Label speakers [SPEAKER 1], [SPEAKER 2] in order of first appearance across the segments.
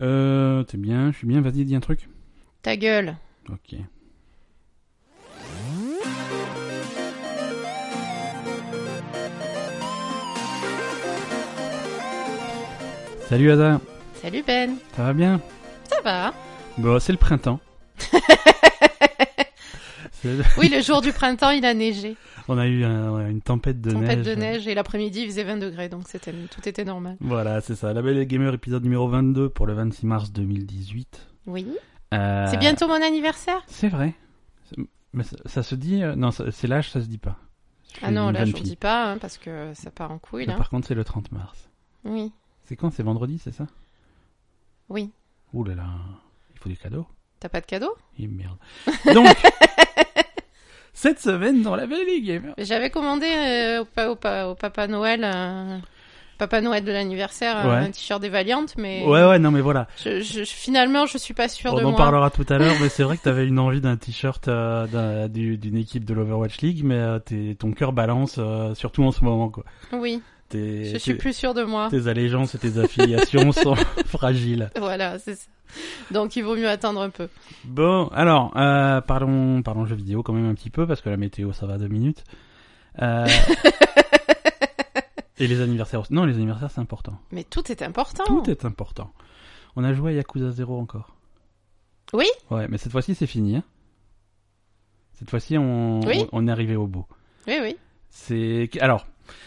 [SPEAKER 1] Euh, t'es bien, je suis bien, vas-y, dis un truc.
[SPEAKER 2] Ta gueule.
[SPEAKER 1] Ok. Salut Ada,
[SPEAKER 2] Salut Ben.
[SPEAKER 1] ça va bien
[SPEAKER 2] Ça va
[SPEAKER 1] Bon, c'est le printemps. C'est-
[SPEAKER 2] Oui, le jour du printemps, il a neigé.
[SPEAKER 1] on a eu un- une tempête de
[SPEAKER 2] Tempête
[SPEAKER 1] neige.
[SPEAKER 2] de neige et l'après-midi, il faisait 20 degrés, donc c'était tout était normal.
[SPEAKER 1] Voilà, c'est ça. La Belle et Gamer épisode numéro 22 pour le 26 mars 2018.
[SPEAKER 2] Oui.
[SPEAKER 1] Euh,
[SPEAKER 2] C'est bientôt mon anniversaire
[SPEAKER 1] C'est vrai. C'est- Mais ça, ça se dit. euh, Non, ça- c'est l'âge, ça se dit pas. Je suis
[SPEAKER 2] Ah non,
[SPEAKER 1] une
[SPEAKER 2] là,
[SPEAKER 1] jeune
[SPEAKER 2] je vous
[SPEAKER 1] fille.
[SPEAKER 2] dis pas, hein, parce que ça part en couille,
[SPEAKER 1] Mais
[SPEAKER 2] là.
[SPEAKER 1] Par contre, c'est le 30 mars.
[SPEAKER 2] Oui,
[SPEAKER 1] C'est quand C'est vendredi, c'est ça
[SPEAKER 2] oui.
[SPEAKER 1] Ouh là là, il faut des cadeaux.
[SPEAKER 2] T'as pas de cadeau
[SPEAKER 1] Et merde. Donc, cette semaine dans la Belle et Gamer.
[SPEAKER 2] Mais J'avais commandé euh, au, pa- au pa- au Papa Noël, euh, Papa Noël de l'anniversaire, euh,
[SPEAKER 1] Ouais.
[SPEAKER 2] un t-shirt des Valiantes, mais
[SPEAKER 1] Ouais, ouais, non, mais voilà.
[SPEAKER 2] je- je- finalement, je suis pas sûre de
[SPEAKER 1] On en
[SPEAKER 2] moi.
[SPEAKER 1] parlera tout à l'heure, mais c'est vrai que t'avais une envie d'un t-shirt euh, d'un- du- d'une équipe de l'Overwatch League, mais euh, t'es- ton cœur balance, euh, surtout en ce moment, quoi.
[SPEAKER 2] Oui,
[SPEAKER 1] T'es-
[SPEAKER 2] je suis
[SPEAKER 1] t'es-
[SPEAKER 2] plus sûre de moi.
[SPEAKER 1] Tes allégeances et tes affiliations sont fragiles.
[SPEAKER 2] Voilà, c'est ça. Donc, il vaut mieux attendre un peu.
[SPEAKER 1] Bon, alors, euh, parlons, parlons jeux vidéo quand même un petit peu, parce que la météo, ça va deux minutes. Euh, et les anniversaires aussi. Non, les anniversaires, c'est important.
[SPEAKER 2] Mais tout est important.
[SPEAKER 1] Tout est important. On a joué à Yakuza 0 encore.
[SPEAKER 2] Oui
[SPEAKER 1] Ouais, mais cette fois-ci, c'est fini. hein. Cette fois-ci, on,
[SPEAKER 2] Oui.
[SPEAKER 1] on est arrivé au bout.
[SPEAKER 2] Oui, oui.
[SPEAKER 1] C'est alors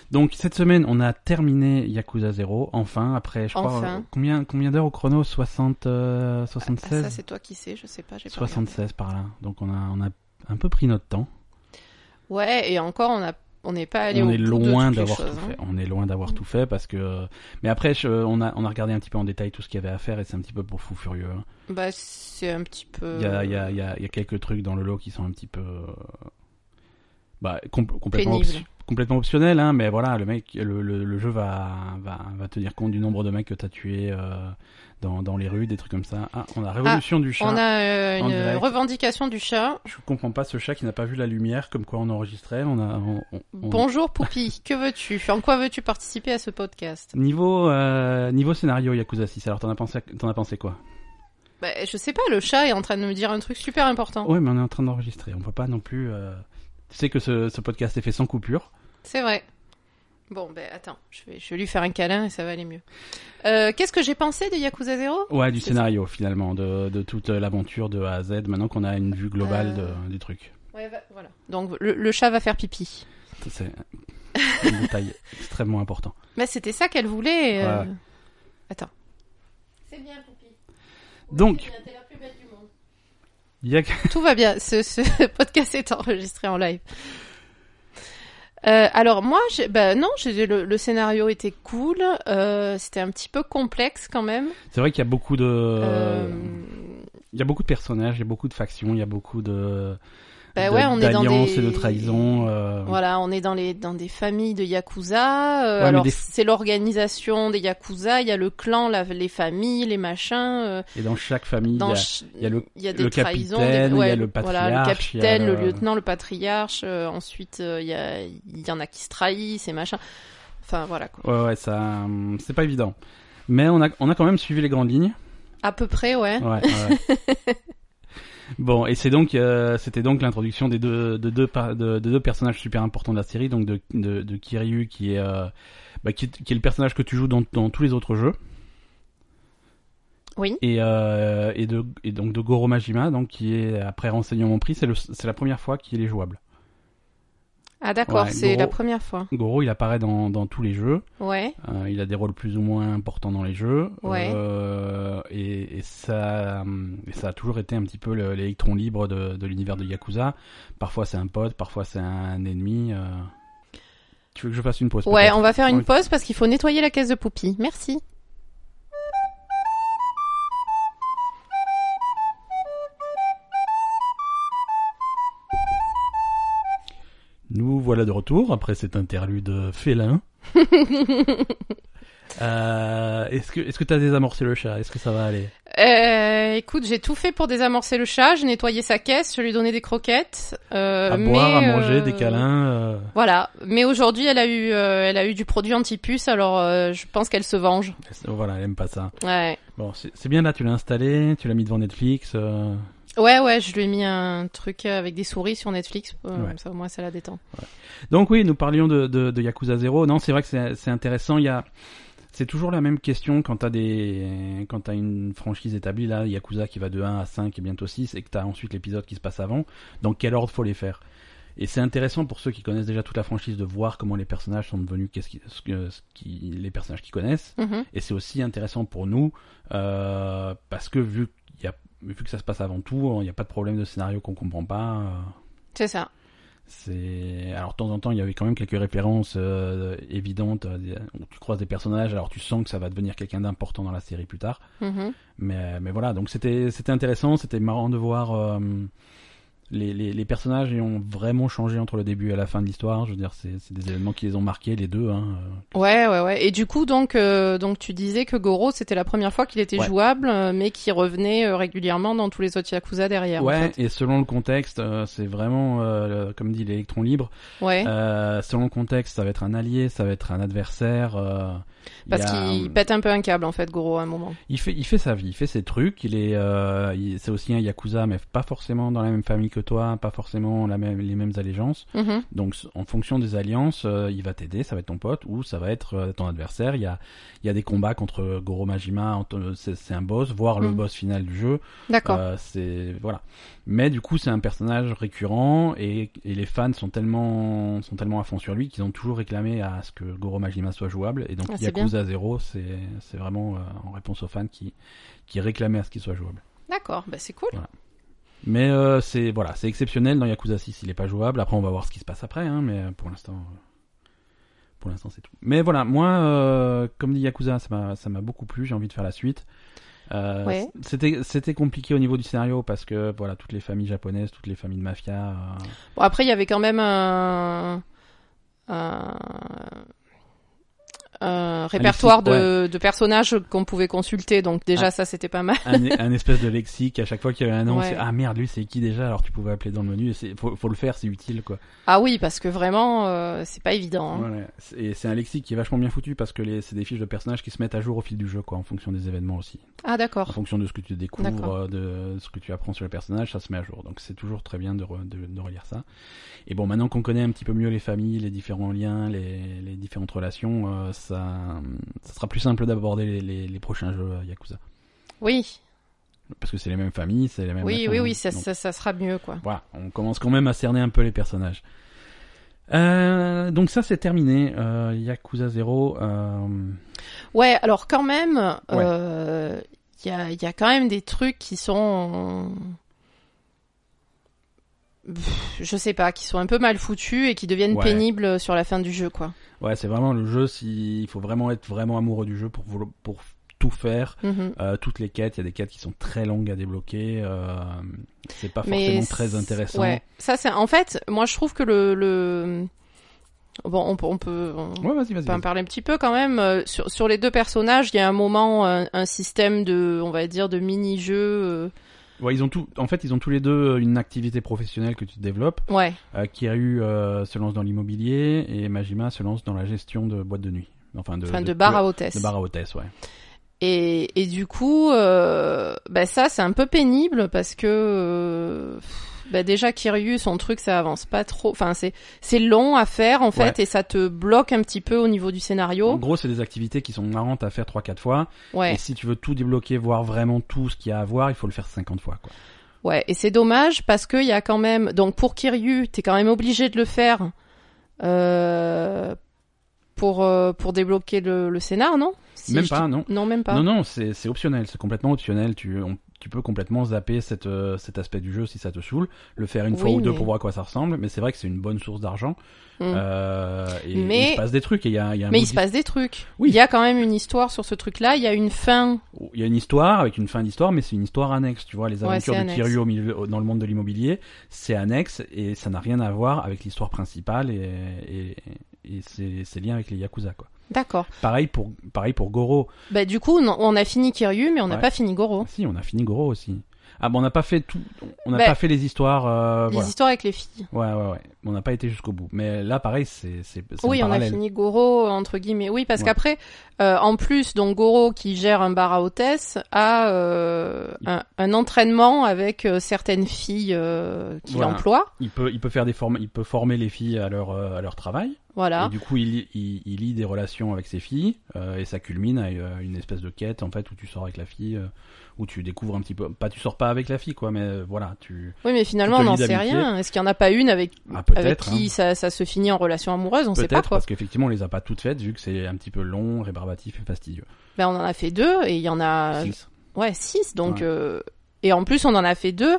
[SPEAKER 1] donc cette semaine on a terminé Yakuza 0 enfin après je crois
[SPEAKER 2] Enfin.
[SPEAKER 1] euh, combien combien d'heures au chrono 60 euh,
[SPEAKER 2] Ah,
[SPEAKER 1] 76
[SPEAKER 2] ça, c'est toi qui sais, je sais pas. j'ai pas regardé.
[SPEAKER 1] 76 par là. Donc on a on a un peu pris notre temps.
[SPEAKER 2] Ouais, et encore, on a, on n'est pas allé
[SPEAKER 1] on
[SPEAKER 2] au
[SPEAKER 1] est
[SPEAKER 2] bout de
[SPEAKER 1] loin
[SPEAKER 2] toutes les
[SPEAKER 1] d'avoir tout
[SPEAKER 2] choses, hein.
[SPEAKER 1] fait. On est loin d'avoir
[SPEAKER 2] Mm.
[SPEAKER 1] tout fait parce que euh, mais après je- on a on a regardé un petit peu en détail tout ce qu'il y avait à faire et c'est un petit peu pour fou furieux. hein.
[SPEAKER 2] Bah, c'est un petit peu.
[SPEAKER 1] Il y a il y a il y a, il y a quelques trucs dans le lot qui sont un petit peu euh, bah, com- complètement
[SPEAKER 2] Pénible.
[SPEAKER 1] opti- complètement optionnel hein, mais voilà le mec le, le, le jeu va, va va tenir compte du nombre de mecs que t'as tué euh, dans, dans les rues des trucs comme ça ah on a révolution du chat
[SPEAKER 2] On a euh,
[SPEAKER 1] en
[SPEAKER 2] une
[SPEAKER 1] direct.
[SPEAKER 2] revendication du chat.
[SPEAKER 1] je comprends pas ce chat qui n'a pas vu la lumière comme quoi on enregistrait on a on- on- on-
[SPEAKER 2] Bonjour Poupi, que veux-tu En quoi veux-tu participer à ce podcast
[SPEAKER 1] niveau euh, niveau scénario Yakuza 6 alors t'en as pensé t'en as pensé quoi
[SPEAKER 2] bah, Je sais pas, le chat est en train de me dire un truc super important.
[SPEAKER 1] ouais mais on est en train d'enregistrer on peut pas non plus euh, tu sais que ce, ce podcast est fait sans coupure
[SPEAKER 2] C'est vrai. Bon, ben attends, je vais, je vais lui faire un câlin et ça va aller mieux. Euh, Qu'est-ce que j'ai pensé de Yakuza 0
[SPEAKER 1] Ouais, du
[SPEAKER 2] C'est
[SPEAKER 1] scénario finalement, de, de toute l'aventure de A à Z, maintenant qu'on a une vue globale
[SPEAKER 2] Euh.
[SPEAKER 1] de- du truc.
[SPEAKER 2] Ouais, va- voilà. Donc le, le chat va faire pipi.
[SPEAKER 1] Ça, C'est un détail extrêmement important.
[SPEAKER 2] Bah c'était ça qu'elle voulait. euh.
[SPEAKER 1] Ouais.
[SPEAKER 2] Attends. C'est bien, Poupi.
[SPEAKER 1] Donc- c'est Il y a que-
[SPEAKER 2] Tout va bien. Ce, ce podcast est enregistré en live. Euh, alors moi, j'ai- bah non, j'ai- le, le scénario était cool. euh, C'était un petit peu complexe quand même.
[SPEAKER 1] C'est vrai qu'il y a beaucoup de...
[SPEAKER 2] Euh,
[SPEAKER 1] Il y a beaucoup de personnages, il y a beaucoup de factions, il y a beaucoup de...
[SPEAKER 2] Bah
[SPEAKER 1] de-
[SPEAKER 2] ouais, on est dans
[SPEAKER 1] d'alliances
[SPEAKER 2] des-
[SPEAKER 1] et de trahisons. euh,
[SPEAKER 2] Voilà, on est dans les dans des familles de yakuza. euh,
[SPEAKER 1] Ouais, mais
[SPEAKER 2] alors
[SPEAKER 1] des-
[SPEAKER 2] c'est l'organisation des yakuza. Il y a le clan, la- les familles, les machins. euh,
[SPEAKER 1] Et dans chaque famille,
[SPEAKER 2] dans
[SPEAKER 1] il y a-
[SPEAKER 2] ch-
[SPEAKER 1] il y a le-
[SPEAKER 2] il y a des
[SPEAKER 1] le
[SPEAKER 2] trahisons,
[SPEAKER 1] capitaine,
[SPEAKER 2] des-
[SPEAKER 1] il y a le
[SPEAKER 2] ouais, voilà, le
[SPEAKER 1] patriarche, il y a
[SPEAKER 2] capitaine, le...
[SPEAKER 1] le-
[SPEAKER 2] lieutenant, le patriarche. euh, ensuite, euh, il y a il y en a qui se trahissent et machin. Enfin voilà quoi.
[SPEAKER 1] Ouais, ouais, ça... hum, C'est pas évident. Mais on a, on a quand même suivi les grandes lignes.
[SPEAKER 2] À peu près, ouais.
[SPEAKER 1] Ouais, ouais. bon, et c'est donc, euh, c'était donc l'introduction des deux, de deux, par- de, de deux personnages super importants de la série, donc de, de, de Kiryu qui est, euh, bah, qui, est- qui est le personnage que tu joues dans, dans tous les autres jeux,
[SPEAKER 2] Oui.
[SPEAKER 1] et, euh, et de, et donc de Goro Majima, donc qui est après renseignement pris, c'est le, c'est la première fois qu'il est jouable.
[SPEAKER 2] Ah d'accord,
[SPEAKER 1] Ouais,
[SPEAKER 2] c'est
[SPEAKER 1] gros.
[SPEAKER 2] la première fois.
[SPEAKER 1] Goro, il apparaît dans, dans tous les jeux,
[SPEAKER 2] Ouais.
[SPEAKER 1] euh, il a des rôles plus ou moins importants dans les jeux,
[SPEAKER 2] Ouais.
[SPEAKER 1] euh, et, et ça, hum, et ça a toujours été un petit peu le- l'électron libre de, de l'univers de Yakuza. Parfois c'est un pote, parfois c'est un ennemi. euh. Tu veux que je fasse une pause
[SPEAKER 2] Ouais,
[SPEAKER 1] peut-être
[SPEAKER 2] on va faire une
[SPEAKER 1] Ouais.
[SPEAKER 2] pause parce qu'il faut nettoyer la caisse de Poupie. Merci.
[SPEAKER 1] Nous voilà de retour après cet interlude félin. Euh, est-ce que est-ce que t'as désamorcé le chat Est-ce que ça va aller
[SPEAKER 2] Euh, écoute, j'ai tout fait pour désamorcer le chat. J'ai nettoyé sa caisse, je lui ai donné des croquettes. Euh,
[SPEAKER 1] À
[SPEAKER 2] mais,
[SPEAKER 1] boire, à manger,
[SPEAKER 2] euh,
[SPEAKER 1] des câlins. euh.
[SPEAKER 2] Voilà, mais aujourd'hui elle a eu euh, elle a eu du produit anti-puce, alors euh, je pense qu'elle se venge.
[SPEAKER 1] oh, Voilà, elle aime pas ça.
[SPEAKER 2] Ouais.
[SPEAKER 1] Bon, c'est c'est bien là, tu l'as installé, tu l'as mis devant Netflix. euh,
[SPEAKER 2] Ouais, ouais, je lui ai mis un truc euh, avec des souris sur Netflix. euh,
[SPEAKER 1] Ouais.
[SPEAKER 2] Comme ça, au moins, ça la détend.
[SPEAKER 1] Donc oui, nous parlions de, de, de Yakuza 0. Non, c'est vrai que c'est c'est intéressant. Il y a, c'est toujours la même question quand t'as des, quand t'as une franchise établie là, Yakuza qui va de 1 à 5 et bientôt 6, et que t'as ensuite l'épisode qui se passe avant. Dans quel ordre faut les faire Et c'est intéressant pour ceux qui connaissent déjà toute la franchise de voir comment les personnages sont devenus, qu'est-ce qui, ce que- ce qui- les personnages qu'ils connaissent.
[SPEAKER 2] Mhm.
[SPEAKER 1] Et c'est aussi intéressant pour nous euh, parce que vu qu'il y a, vu que ça se passe avant tout, il n'y a pas de problème de scénario qu'on comprend pas. euh,
[SPEAKER 2] C'est ça.
[SPEAKER 1] c'est alors de temps en temps il y avait quand même quelques références euh, évidentes euh, des- où tu croises des personnages alors tu sens que ça va devenir quelqu'un d'important dans la série plus tard.
[SPEAKER 2] Mhm.
[SPEAKER 1] Mais mais voilà donc c'était c'était intéressant c'était marrant de voir euh, les, les, les personnages ils ont vraiment changé entre le début et la fin de l'histoire. Je veux dire c'est c'est des événements qui les ont marqués les deux. Hein. euh.
[SPEAKER 2] Ouais, ouais, ouais. Et du coup, donc, euh, donc tu disais que Goro, c'était la première fois qu'il était
[SPEAKER 1] Ouais.
[SPEAKER 2] jouable, euh, mais qu'il revenait euh, régulièrement dans tous les autres Yakuza derrière. en
[SPEAKER 1] ouais
[SPEAKER 2] fait.
[SPEAKER 1] et selon le contexte euh, c'est vraiment euh, le- comme dit l'électron libre.
[SPEAKER 2] Ouais.
[SPEAKER 1] Euh, selon le contexte ça va être un allié ça va être un adversaire. euh, il
[SPEAKER 2] Parce
[SPEAKER 1] y a, hum,
[SPEAKER 2] qu'il pète un peu un câble, en fait, Goro, à un moment.
[SPEAKER 1] Il fait, il fait sa vie, il fait ses trucs. Il est, euh, il- c'est aussi un yakuza, mais pas forcément dans la même famille que toi, pas forcément la même, les mêmes allégeances.
[SPEAKER 2] Mhm.
[SPEAKER 1] Donc, s- en fonction des alliances, euh, il va t'aider, ça va être ton pote ou ça va être euh, ton adversaire. Il y a, il y a des combats contre Goro Majima, entre- c'est c'est un boss, voire le
[SPEAKER 2] Mhm.
[SPEAKER 1] boss final du jeu.
[SPEAKER 2] D'accord.
[SPEAKER 1] Euh, c'est voilà. Mais du coup, c'est un personnage récurrent et, et les fans sont tellement sont tellement à fond sur lui qu'ils ont toujours réclamé à ce que Goro Majima soit jouable. Et donc
[SPEAKER 2] Ah, c'est
[SPEAKER 1] Yakuza 0, c'est c'est vraiment euh, en réponse aux fans qui qui réclamaient à ce qu'il soit jouable.
[SPEAKER 2] D'accord. Bah, c'est cool.
[SPEAKER 1] Mais euh, c'est voilà, c'est exceptionnel dans Yakuza 6, il est pas jouable. Après, on va voir ce qui se passe après, hein, mais euh, pour l'instant. euh, Pour l'instant, c'est tout. Mais voilà, moi, euh, comme dit Yakuza, ça m'a- ça m'a beaucoup plu. J'ai envie de faire la suite. Euh,
[SPEAKER 2] Ouais.
[SPEAKER 1] C'était c'était compliqué au niveau du scénario parce que voilà, toutes les familles japonaises, toutes les familles de mafia. euh,
[SPEAKER 2] Bon, après, il y avait quand même un, un, un répertoire de, de personnages qu'on pouvait consulter, donc déjà,
[SPEAKER 1] Ah.
[SPEAKER 2] ça, c'était pas mal.
[SPEAKER 1] un, un espèce de lexique à chaque fois qu'il y avait un nom.
[SPEAKER 2] Ouais.
[SPEAKER 1] c'est, Ah merde, lui c'est qui déjà Alors tu pouvais appeler dans le menu. Et c'est- faut, faut le faire, c'est utile quoi.
[SPEAKER 2] Ah oui, parce que vraiment, euh, c'est pas évident. hein.
[SPEAKER 1] Voilà. C'est- Et c'est un lexique qui est vachement bien foutu parce que les- c'est des fiches de personnages qui se mettent à jour au fil du jeu quoi, en fonction des événements aussi.
[SPEAKER 2] Ah,
[SPEAKER 1] en
[SPEAKER 2] d'accord.
[SPEAKER 1] fonction de ce que tu découvres,
[SPEAKER 2] D'accord.
[SPEAKER 1] euh, de ce que tu apprends sur le personnage, ça se met à jour. Donc c'est toujours très bien de, re- de, de relire ça. Et bon, maintenant qu'on connaît un petit peu mieux les familles, les différents liens, les, les différentes relations, euh, ça, ça sera plus simple d'aborder les, les, les prochains jeux euh, Yakuza.
[SPEAKER 2] Oui,
[SPEAKER 1] Parce que c'est les mêmes familles, c'est les mêmes...
[SPEAKER 2] oui,
[SPEAKER 1] machins,
[SPEAKER 2] oui,
[SPEAKER 1] hein.
[SPEAKER 2] oui, ça,
[SPEAKER 1] Donc,
[SPEAKER 2] ça, ça sera mieux, quoi.
[SPEAKER 1] Voilà, on commence quand même à cerner un peu les personnages. Euh, donc ça c'est terminé, euh, Yakuza 0. Euh,
[SPEAKER 2] Ouais, alors quand même, euh, il y, a, il y a quand même des trucs qui sont... Pff, Je sais pas, qui sont un peu mal foutus et qui deviennent
[SPEAKER 1] Ouais.
[SPEAKER 2] pénibles sur la fin du jeu, quoi.
[SPEAKER 1] ouais, c'est vraiment le jeu, si, il faut vraiment être vraiment amoureux du jeu pour, voulo- pour tout faire.
[SPEAKER 2] Mhm.
[SPEAKER 1] Euh, toutes les quêtes, il y a des quêtes qui sont très longues à débloquer. Euh, c'est pas
[SPEAKER 2] Mais
[SPEAKER 1] forcément
[SPEAKER 2] c'est-
[SPEAKER 1] très intéressant.
[SPEAKER 2] Ouais, ça c'est en fait, moi je trouve que le, le... bon, on, peut- on peut on
[SPEAKER 1] Ouais, vas-y, vas-y.
[SPEAKER 2] peut en
[SPEAKER 1] vas-y.
[SPEAKER 2] parler un petit peu quand même Euh, sur, sur les deux personnages. Il y a un moment un, un système de, on va dire, de euh, mini jeu.
[SPEAKER 1] Ouais, ils ont tout. En fait, ils ont tous les deux une activité professionnelle que tu développes.
[SPEAKER 2] Ouais,
[SPEAKER 1] Euh, Kiryu euh, se lance dans l'immobilier et Majima se lance dans la gestion de boîtes de nuit. Enfin Euh, de
[SPEAKER 2] enfin de, bar à
[SPEAKER 1] de
[SPEAKER 2] hôtesse.
[SPEAKER 1] bar à hôtesse, ouais.
[SPEAKER 2] Et, et du coup, euh, bah ça c'est un peu pénible parce que euh, bah déjà Kiryu, son truc ça avance pas trop. Enfin c'est c'est long à faire en fait et ça te bloque un petit peu au niveau du
[SPEAKER 1] En
[SPEAKER 2] scénario.
[SPEAKER 1] gros, c'est des activités qui sont marrantes à faire 3-4 fois.
[SPEAKER 2] Ouais.
[SPEAKER 1] Et si tu veux tout débloquer, voir vraiment tout ce qu'il y a à voir, il faut le faire 50 fois. Quoi.
[SPEAKER 2] Ouais, et c'est dommage parce qu'il y a quand même. Donc pour Kiryu, t'es quand même obligé de le faire euh, pour euh, pour débloquer le, le scénar, non Si
[SPEAKER 1] Même
[SPEAKER 2] je
[SPEAKER 1] pas,
[SPEAKER 2] dis-
[SPEAKER 1] non.
[SPEAKER 2] Non, même pas.
[SPEAKER 1] Non, non, c'est c'est optionnel, c'est complètement optionnel. Tu, on- tu peux complètement zapper cette, euh, cet aspect du jeu si ça te saoule, le faire une fois
[SPEAKER 2] Oui,
[SPEAKER 1] ou deux
[SPEAKER 2] mais-
[SPEAKER 1] pour voir à quoi ça ressemble, mais c'est vrai que c'est une bonne source d'argent.
[SPEAKER 2] Mm.
[SPEAKER 1] Euh, et,
[SPEAKER 2] Mais-
[SPEAKER 1] et il se passe des trucs, et il y a, il y a un
[SPEAKER 2] Mais
[SPEAKER 1] bout
[SPEAKER 2] il se passe des trucs.
[SPEAKER 1] Oui.
[SPEAKER 2] Il y a quand même une histoire sur ce truc-là. Il y a une fin.
[SPEAKER 1] d'hi- il y a une histoire avec une fin d'histoire, mais c'est une histoire annexe, tu vois, les
[SPEAKER 2] Ouais,
[SPEAKER 1] aventures
[SPEAKER 2] c'est
[SPEAKER 1] de
[SPEAKER 2] annexe.
[SPEAKER 1] Kiryu au milieu, au- dans le monde de l'immobilier, c'est annexe, et ça n'a rien à voir avec l'histoire principale et, et, et ses, ses liens avec les Yakuza, quoi.
[SPEAKER 2] D'accord.
[SPEAKER 1] Pareil pour, pareil pour Goro.
[SPEAKER 2] Bah du coup, on on a fini Kiryu, mais on n'a
[SPEAKER 1] Ouais.
[SPEAKER 2] pas fini Goro.
[SPEAKER 1] Si, on a fini Goro aussi. Ah bon, on n'a pas fait tout, on n'a
[SPEAKER 2] Ben,
[SPEAKER 1] pas fait les histoires. euh,
[SPEAKER 2] Les
[SPEAKER 1] voilà.
[SPEAKER 2] histoires avec les filles.
[SPEAKER 1] Ouais, ouais, ouais. On n'a pas été jusqu'au bout. Mais là, pareil, c'est c'est c'est
[SPEAKER 2] Oui,
[SPEAKER 1] un
[SPEAKER 2] on a
[SPEAKER 1] parallèle.
[SPEAKER 2] fini Goro entre guillemets. Oui, parce
[SPEAKER 1] Ouais.
[SPEAKER 2] qu'après, euh, en plus, donc Goro qui gère un bar à hôtesse a euh, un, un entraînement avec euh, certaines filles euh, qu'il
[SPEAKER 1] Voilà.
[SPEAKER 2] emploie.
[SPEAKER 1] Il peut il peut faire des formes, il peut former les filles à leur euh, à leur travail.
[SPEAKER 2] Voilà.
[SPEAKER 1] Et du coup, il il, il lie des relations avec ses filles euh, et ça culmine à euh, une espèce de quête en fait où tu sors avec la fille, euh, où tu découvres un petit peu. Pas tu sors pas avec la fille quoi, mais euh, voilà, tu.
[SPEAKER 2] Oui, mais finalement, on
[SPEAKER 1] lis
[SPEAKER 2] n'en sait
[SPEAKER 1] d'amitié.
[SPEAKER 2] rien. Est-ce qu'il n'y en a pas une avec,
[SPEAKER 1] Ah
[SPEAKER 2] avec
[SPEAKER 1] peut-être. hein.
[SPEAKER 2] qui ça, ça se finit en relation amoureuse On sait pas
[SPEAKER 1] Peut-être
[SPEAKER 2] quoi.
[SPEAKER 1] parce qu'effectivement on les a pas toutes faites vu que c'est un petit peu long, rébarbatif et fastidieux.
[SPEAKER 2] Ben, on en a fait deux et il y en a
[SPEAKER 1] Six.
[SPEAKER 2] Ouais, 6. Donc,
[SPEAKER 1] Ouais.
[SPEAKER 2] euh, et en plus, on en a fait deux.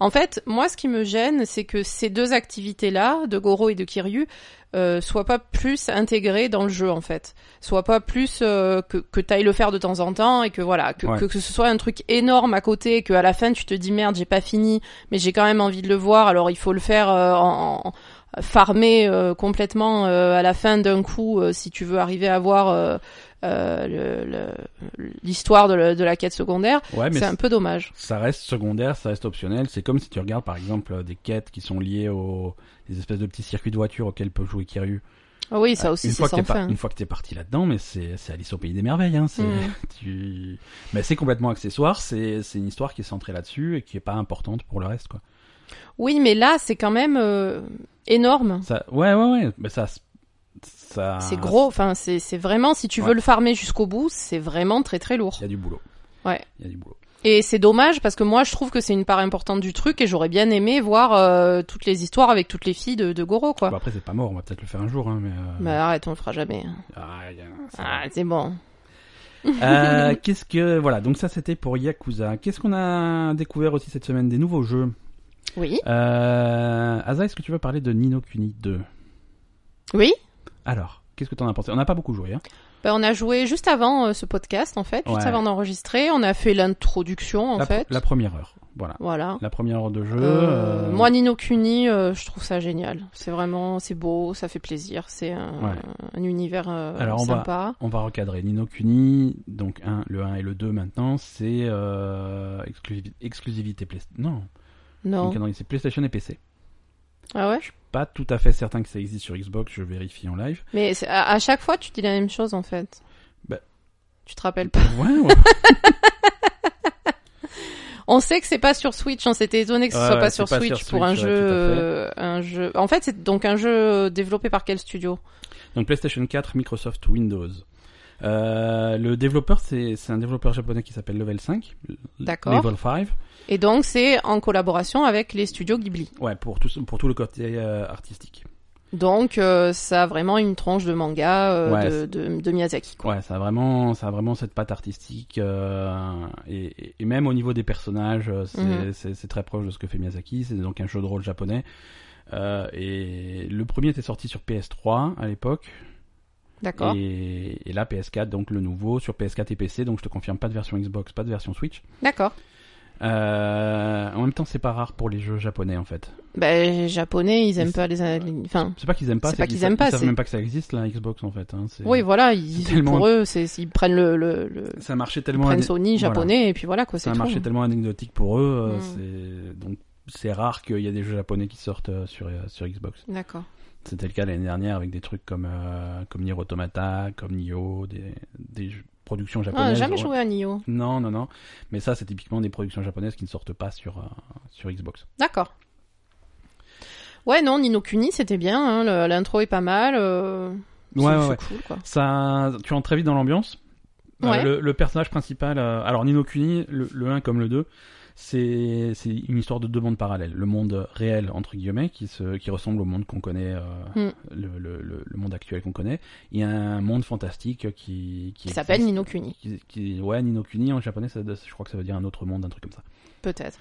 [SPEAKER 2] En fait, moi, ce qui me gêne, c'est que ces deux activités-là, de Goro et de Kiryu, euh, soient pas plus intégrées dans le jeu, en fait. Soient pas plus euh, que, que t'ailles le faire de temps en temps et que voilà, que,
[SPEAKER 1] Ouais.
[SPEAKER 2] que, que ce soit un truc énorme à côté et qu'à la fin, tu te dis merde, j'ai pas fini, mais j'ai quand même envie de le voir, alors il faut le faire euh, en, en- farmer euh, complètement euh, à la fin d'un coup euh, si tu veux arriver à voir euh, euh, le- le- l'histoire de, le- de la quête secondaire.
[SPEAKER 1] Ouais, Eh, mais
[SPEAKER 2] C'est un peu dommage.
[SPEAKER 1] ça reste secondaire, ça reste optionnel. C'est comme si tu regardes par exemple euh, des quêtes qui sont liées aux des espèces de petits circuits de voiture auxquels peut jouer Kiryu.
[SPEAKER 2] Ah oui, ça aussi,
[SPEAKER 1] une
[SPEAKER 2] c'est
[SPEAKER 1] fois que t'es
[SPEAKER 2] sans
[SPEAKER 1] par-
[SPEAKER 2] fin.
[SPEAKER 1] une fois que t'es parti là-dedans, mais c'est c'est Alice au pays des merveilles. Hein, c'est
[SPEAKER 2] Mm.
[SPEAKER 1] tu... mais c'est complètement accessoire. C'est c'est une histoire qui est centrée là-dessus et qui est pas importante pour le reste quoi.
[SPEAKER 2] Oui, mais là, c'est quand même euh, énorme.
[SPEAKER 1] Ça, ouais ouais ouais, mais ça ça
[SPEAKER 2] C'est gros. Enfin, c'est c'est vraiment, si tu
[SPEAKER 1] Ah, Ouais.
[SPEAKER 2] veux le farmer jusqu'au bout, c'est vraiment très très lourd.
[SPEAKER 1] Il y a du boulot.
[SPEAKER 2] Ouais.
[SPEAKER 1] Il y a du boulot.
[SPEAKER 2] Et c'est dommage parce que moi, je trouve que c'est une part importante du truc et j'aurais bien aimé voir euh, toutes les histoires avec toutes les filles de, de Goro, quoi.
[SPEAKER 1] Bon, après c'est pas mort, on va peut-être le faire un jour hein, mais. euh,
[SPEAKER 2] Mais arrête, on le fera jamais. hein.
[SPEAKER 1] ah, il y a- ça va.
[SPEAKER 2] Bah. Ah, c'est bon.
[SPEAKER 1] Euh, qu'est-ce que voilà donc ça c'était pour Yakuza. Qu'est-ce qu'on a découvert aussi cette semaine des nouveaux jeux.
[SPEAKER 2] Oui.
[SPEAKER 1] Euh, Asa, est-ce que tu veux parler de Nino Kuni 2
[SPEAKER 2] Oui.
[SPEAKER 1] Alors, qu'est-ce que t'en as pensé On n'a pas beaucoup joué. Hein
[SPEAKER 2] Ben, on a joué juste avant euh, ce podcast, en fait, juste
[SPEAKER 1] Ouais.
[SPEAKER 2] avant d'enregistrer. On a fait l'introduction, en
[SPEAKER 1] la,
[SPEAKER 2] fait.
[SPEAKER 1] la première heure, voilà.
[SPEAKER 2] Voilà.
[SPEAKER 1] La première heure de jeu.
[SPEAKER 2] Euh,
[SPEAKER 1] euh,
[SPEAKER 2] Moi, Nino Kuni, euh, je trouve ça génial. C'est vraiment, c'est beau, ça fait plaisir. C'est un,
[SPEAKER 1] Ouais.
[SPEAKER 2] un univers euh,
[SPEAKER 1] Alors, on va-
[SPEAKER 2] sympa.
[SPEAKER 1] On va recadrer Nino Kuni, donc un, le 1 et le 2 maintenant, c'est euh, exclusivi- exclusivité PlayStation. Non,
[SPEAKER 2] Non.
[SPEAKER 1] donc, non, c'est PlayStation et PC.
[SPEAKER 2] Ah ouais.
[SPEAKER 1] Pas tout à fait certain que ça existe sur Xbox, je vérifie en live.
[SPEAKER 2] Mais c'est- à, à chaque fois, tu dis la même chose en fait.
[SPEAKER 1] Ben.
[SPEAKER 2] Tu te rappelles pas.
[SPEAKER 1] Ouais, ouais.
[SPEAKER 2] On sait que c'est pas sur Switch. On s'était étonné que ce
[SPEAKER 1] Ouais,
[SPEAKER 2] soit
[SPEAKER 1] ouais,
[SPEAKER 2] pas
[SPEAKER 1] c'est
[SPEAKER 2] sur
[SPEAKER 1] pas
[SPEAKER 2] Switch
[SPEAKER 1] sur
[SPEAKER 2] pour un
[SPEAKER 1] Switch, ouais,
[SPEAKER 2] jeu,
[SPEAKER 1] tout à fait.
[SPEAKER 2] euh, un jeu. En fait, c'est donc un jeu développé par quel studio
[SPEAKER 1] Donc PlayStation 4, Microsoft, Windows. Euh, le développeur, c'est c'est un développeur japonais qui s'appelle Level 5.
[SPEAKER 2] D'accord.
[SPEAKER 1] Level 5.
[SPEAKER 2] Et donc, c'est en collaboration avec les studios Ghibli.
[SPEAKER 1] Ouais, pour tout, pour tout le côté euh, artistique.
[SPEAKER 2] Donc, euh, ça a vraiment une tranche de manga euh,
[SPEAKER 1] Ouais,
[SPEAKER 2] de, de, de Miyazaki. Quoi.
[SPEAKER 1] Ouais, ça a vraiment, ça a vraiment cette patte artistique euh, et, et- et même au niveau des personnages, euh, c'est
[SPEAKER 2] Mhm.
[SPEAKER 1] c'est- c'est très proche de ce que fait Miyazaki. C'est donc un jeu de rôle japonais. Euh, et le premier était sorti sur PS3 à l'époque
[SPEAKER 2] D'accord.
[SPEAKER 1] et, et là PS4 donc le nouveau sur PS4 et PC donc je te confirme pas de version Xbox, pas de version Switch.
[SPEAKER 2] D'accord.
[SPEAKER 1] Euh, en même temps c'est pas rare pour les jeux japonais en fait.
[SPEAKER 2] Ben, japonais, ils aiment
[SPEAKER 1] Mais
[SPEAKER 2] pas les, enfin.
[SPEAKER 1] C'est pas qu'ils aiment pas,
[SPEAKER 2] C'est pas qu'ils
[SPEAKER 1] sa-
[SPEAKER 2] aiment pas,
[SPEAKER 1] savent
[SPEAKER 2] c'est-
[SPEAKER 1] même pas que ça existe la Xbox en fait. hein, c'est-
[SPEAKER 2] Oui, voilà, ils,
[SPEAKER 1] c'est tellement-
[SPEAKER 2] pour eux, c'est, ils prennent le, le, le-
[SPEAKER 1] Ça marchait
[SPEAKER 2] ils
[SPEAKER 1] tellement
[SPEAKER 2] prennent
[SPEAKER 1] indé-
[SPEAKER 2] Sony
[SPEAKER 1] voilà.
[SPEAKER 2] japonais et puis voilà quoi,
[SPEAKER 1] C'est
[SPEAKER 2] c'est
[SPEAKER 1] un
[SPEAKER 2] tout. hein.
[SPEAKER 1] marché tellement anecdotique pour eux. euh,
[SPEAKER 2] Mm.
[SPEAKER 1] C'est donc c'est rare qu'il y ait des jeux japonais qui sortent euh, sur euh, sur Xbox.
[SPEAKER 2] D'accord.
[SPEAKER 1] C'était le cas l'année dernière avec des trucs comme euh, comme Nier Automata, comme Nioh, des des jeux- productions
[SPEAKER 2] Ah,
[SPEAKER 1] japonaises.
[SPEAKER 2] jamais
[SPEAKER 1] Ouais.
[SPEAKER 2] joué à Nioh.
[SPEAKER 1] Non non non. Mais ça c'est typiquement des productions japonaises qui ne sortent pas sur euh, sur Xbox.
[SPEAKER 2] D'accord. Ouais, non, Nino Kuni, c'était bien, hein, le- l'intro est pas mal, euh, c'est-
[SPEAKER 1] Ouais, ouais,
[SPEAKER 2] c'est
[SPEAKER 1] ouais.
[SPEAKER 2] cool quoi.
[SPEAKER 1] Ça tu entres très vite dans l'ambiance. Euh,
[SPEAKER 2] Ouais.
[SPEAKER 1] le, le personnage principal, euh, alors Nino Kuni, le, le 1 comme le 2, c'est c'est une histoire de deux mondes parallèles. Le monde réel, entre guillemets, qui, se, qui ressemble au monde qu'on connaît,
[SPEAKER 2] Mm.
[SPEAKER 1] euh, le, le- le- le monde actuel qu'on connaît. Il y a un monde fantastique qui...
[SPEAKER 2] Qui
[SPEAKER 1] existe,
[SPEAKER 2] s'appelle Nino Kuni,
[SPEAKER 1] qui- qui- ouais, Nino Kuni, en japonais, ça, je crois que ça veut dire un autre monde, un truc comme ça.
[SPEAKER 2] peut-être.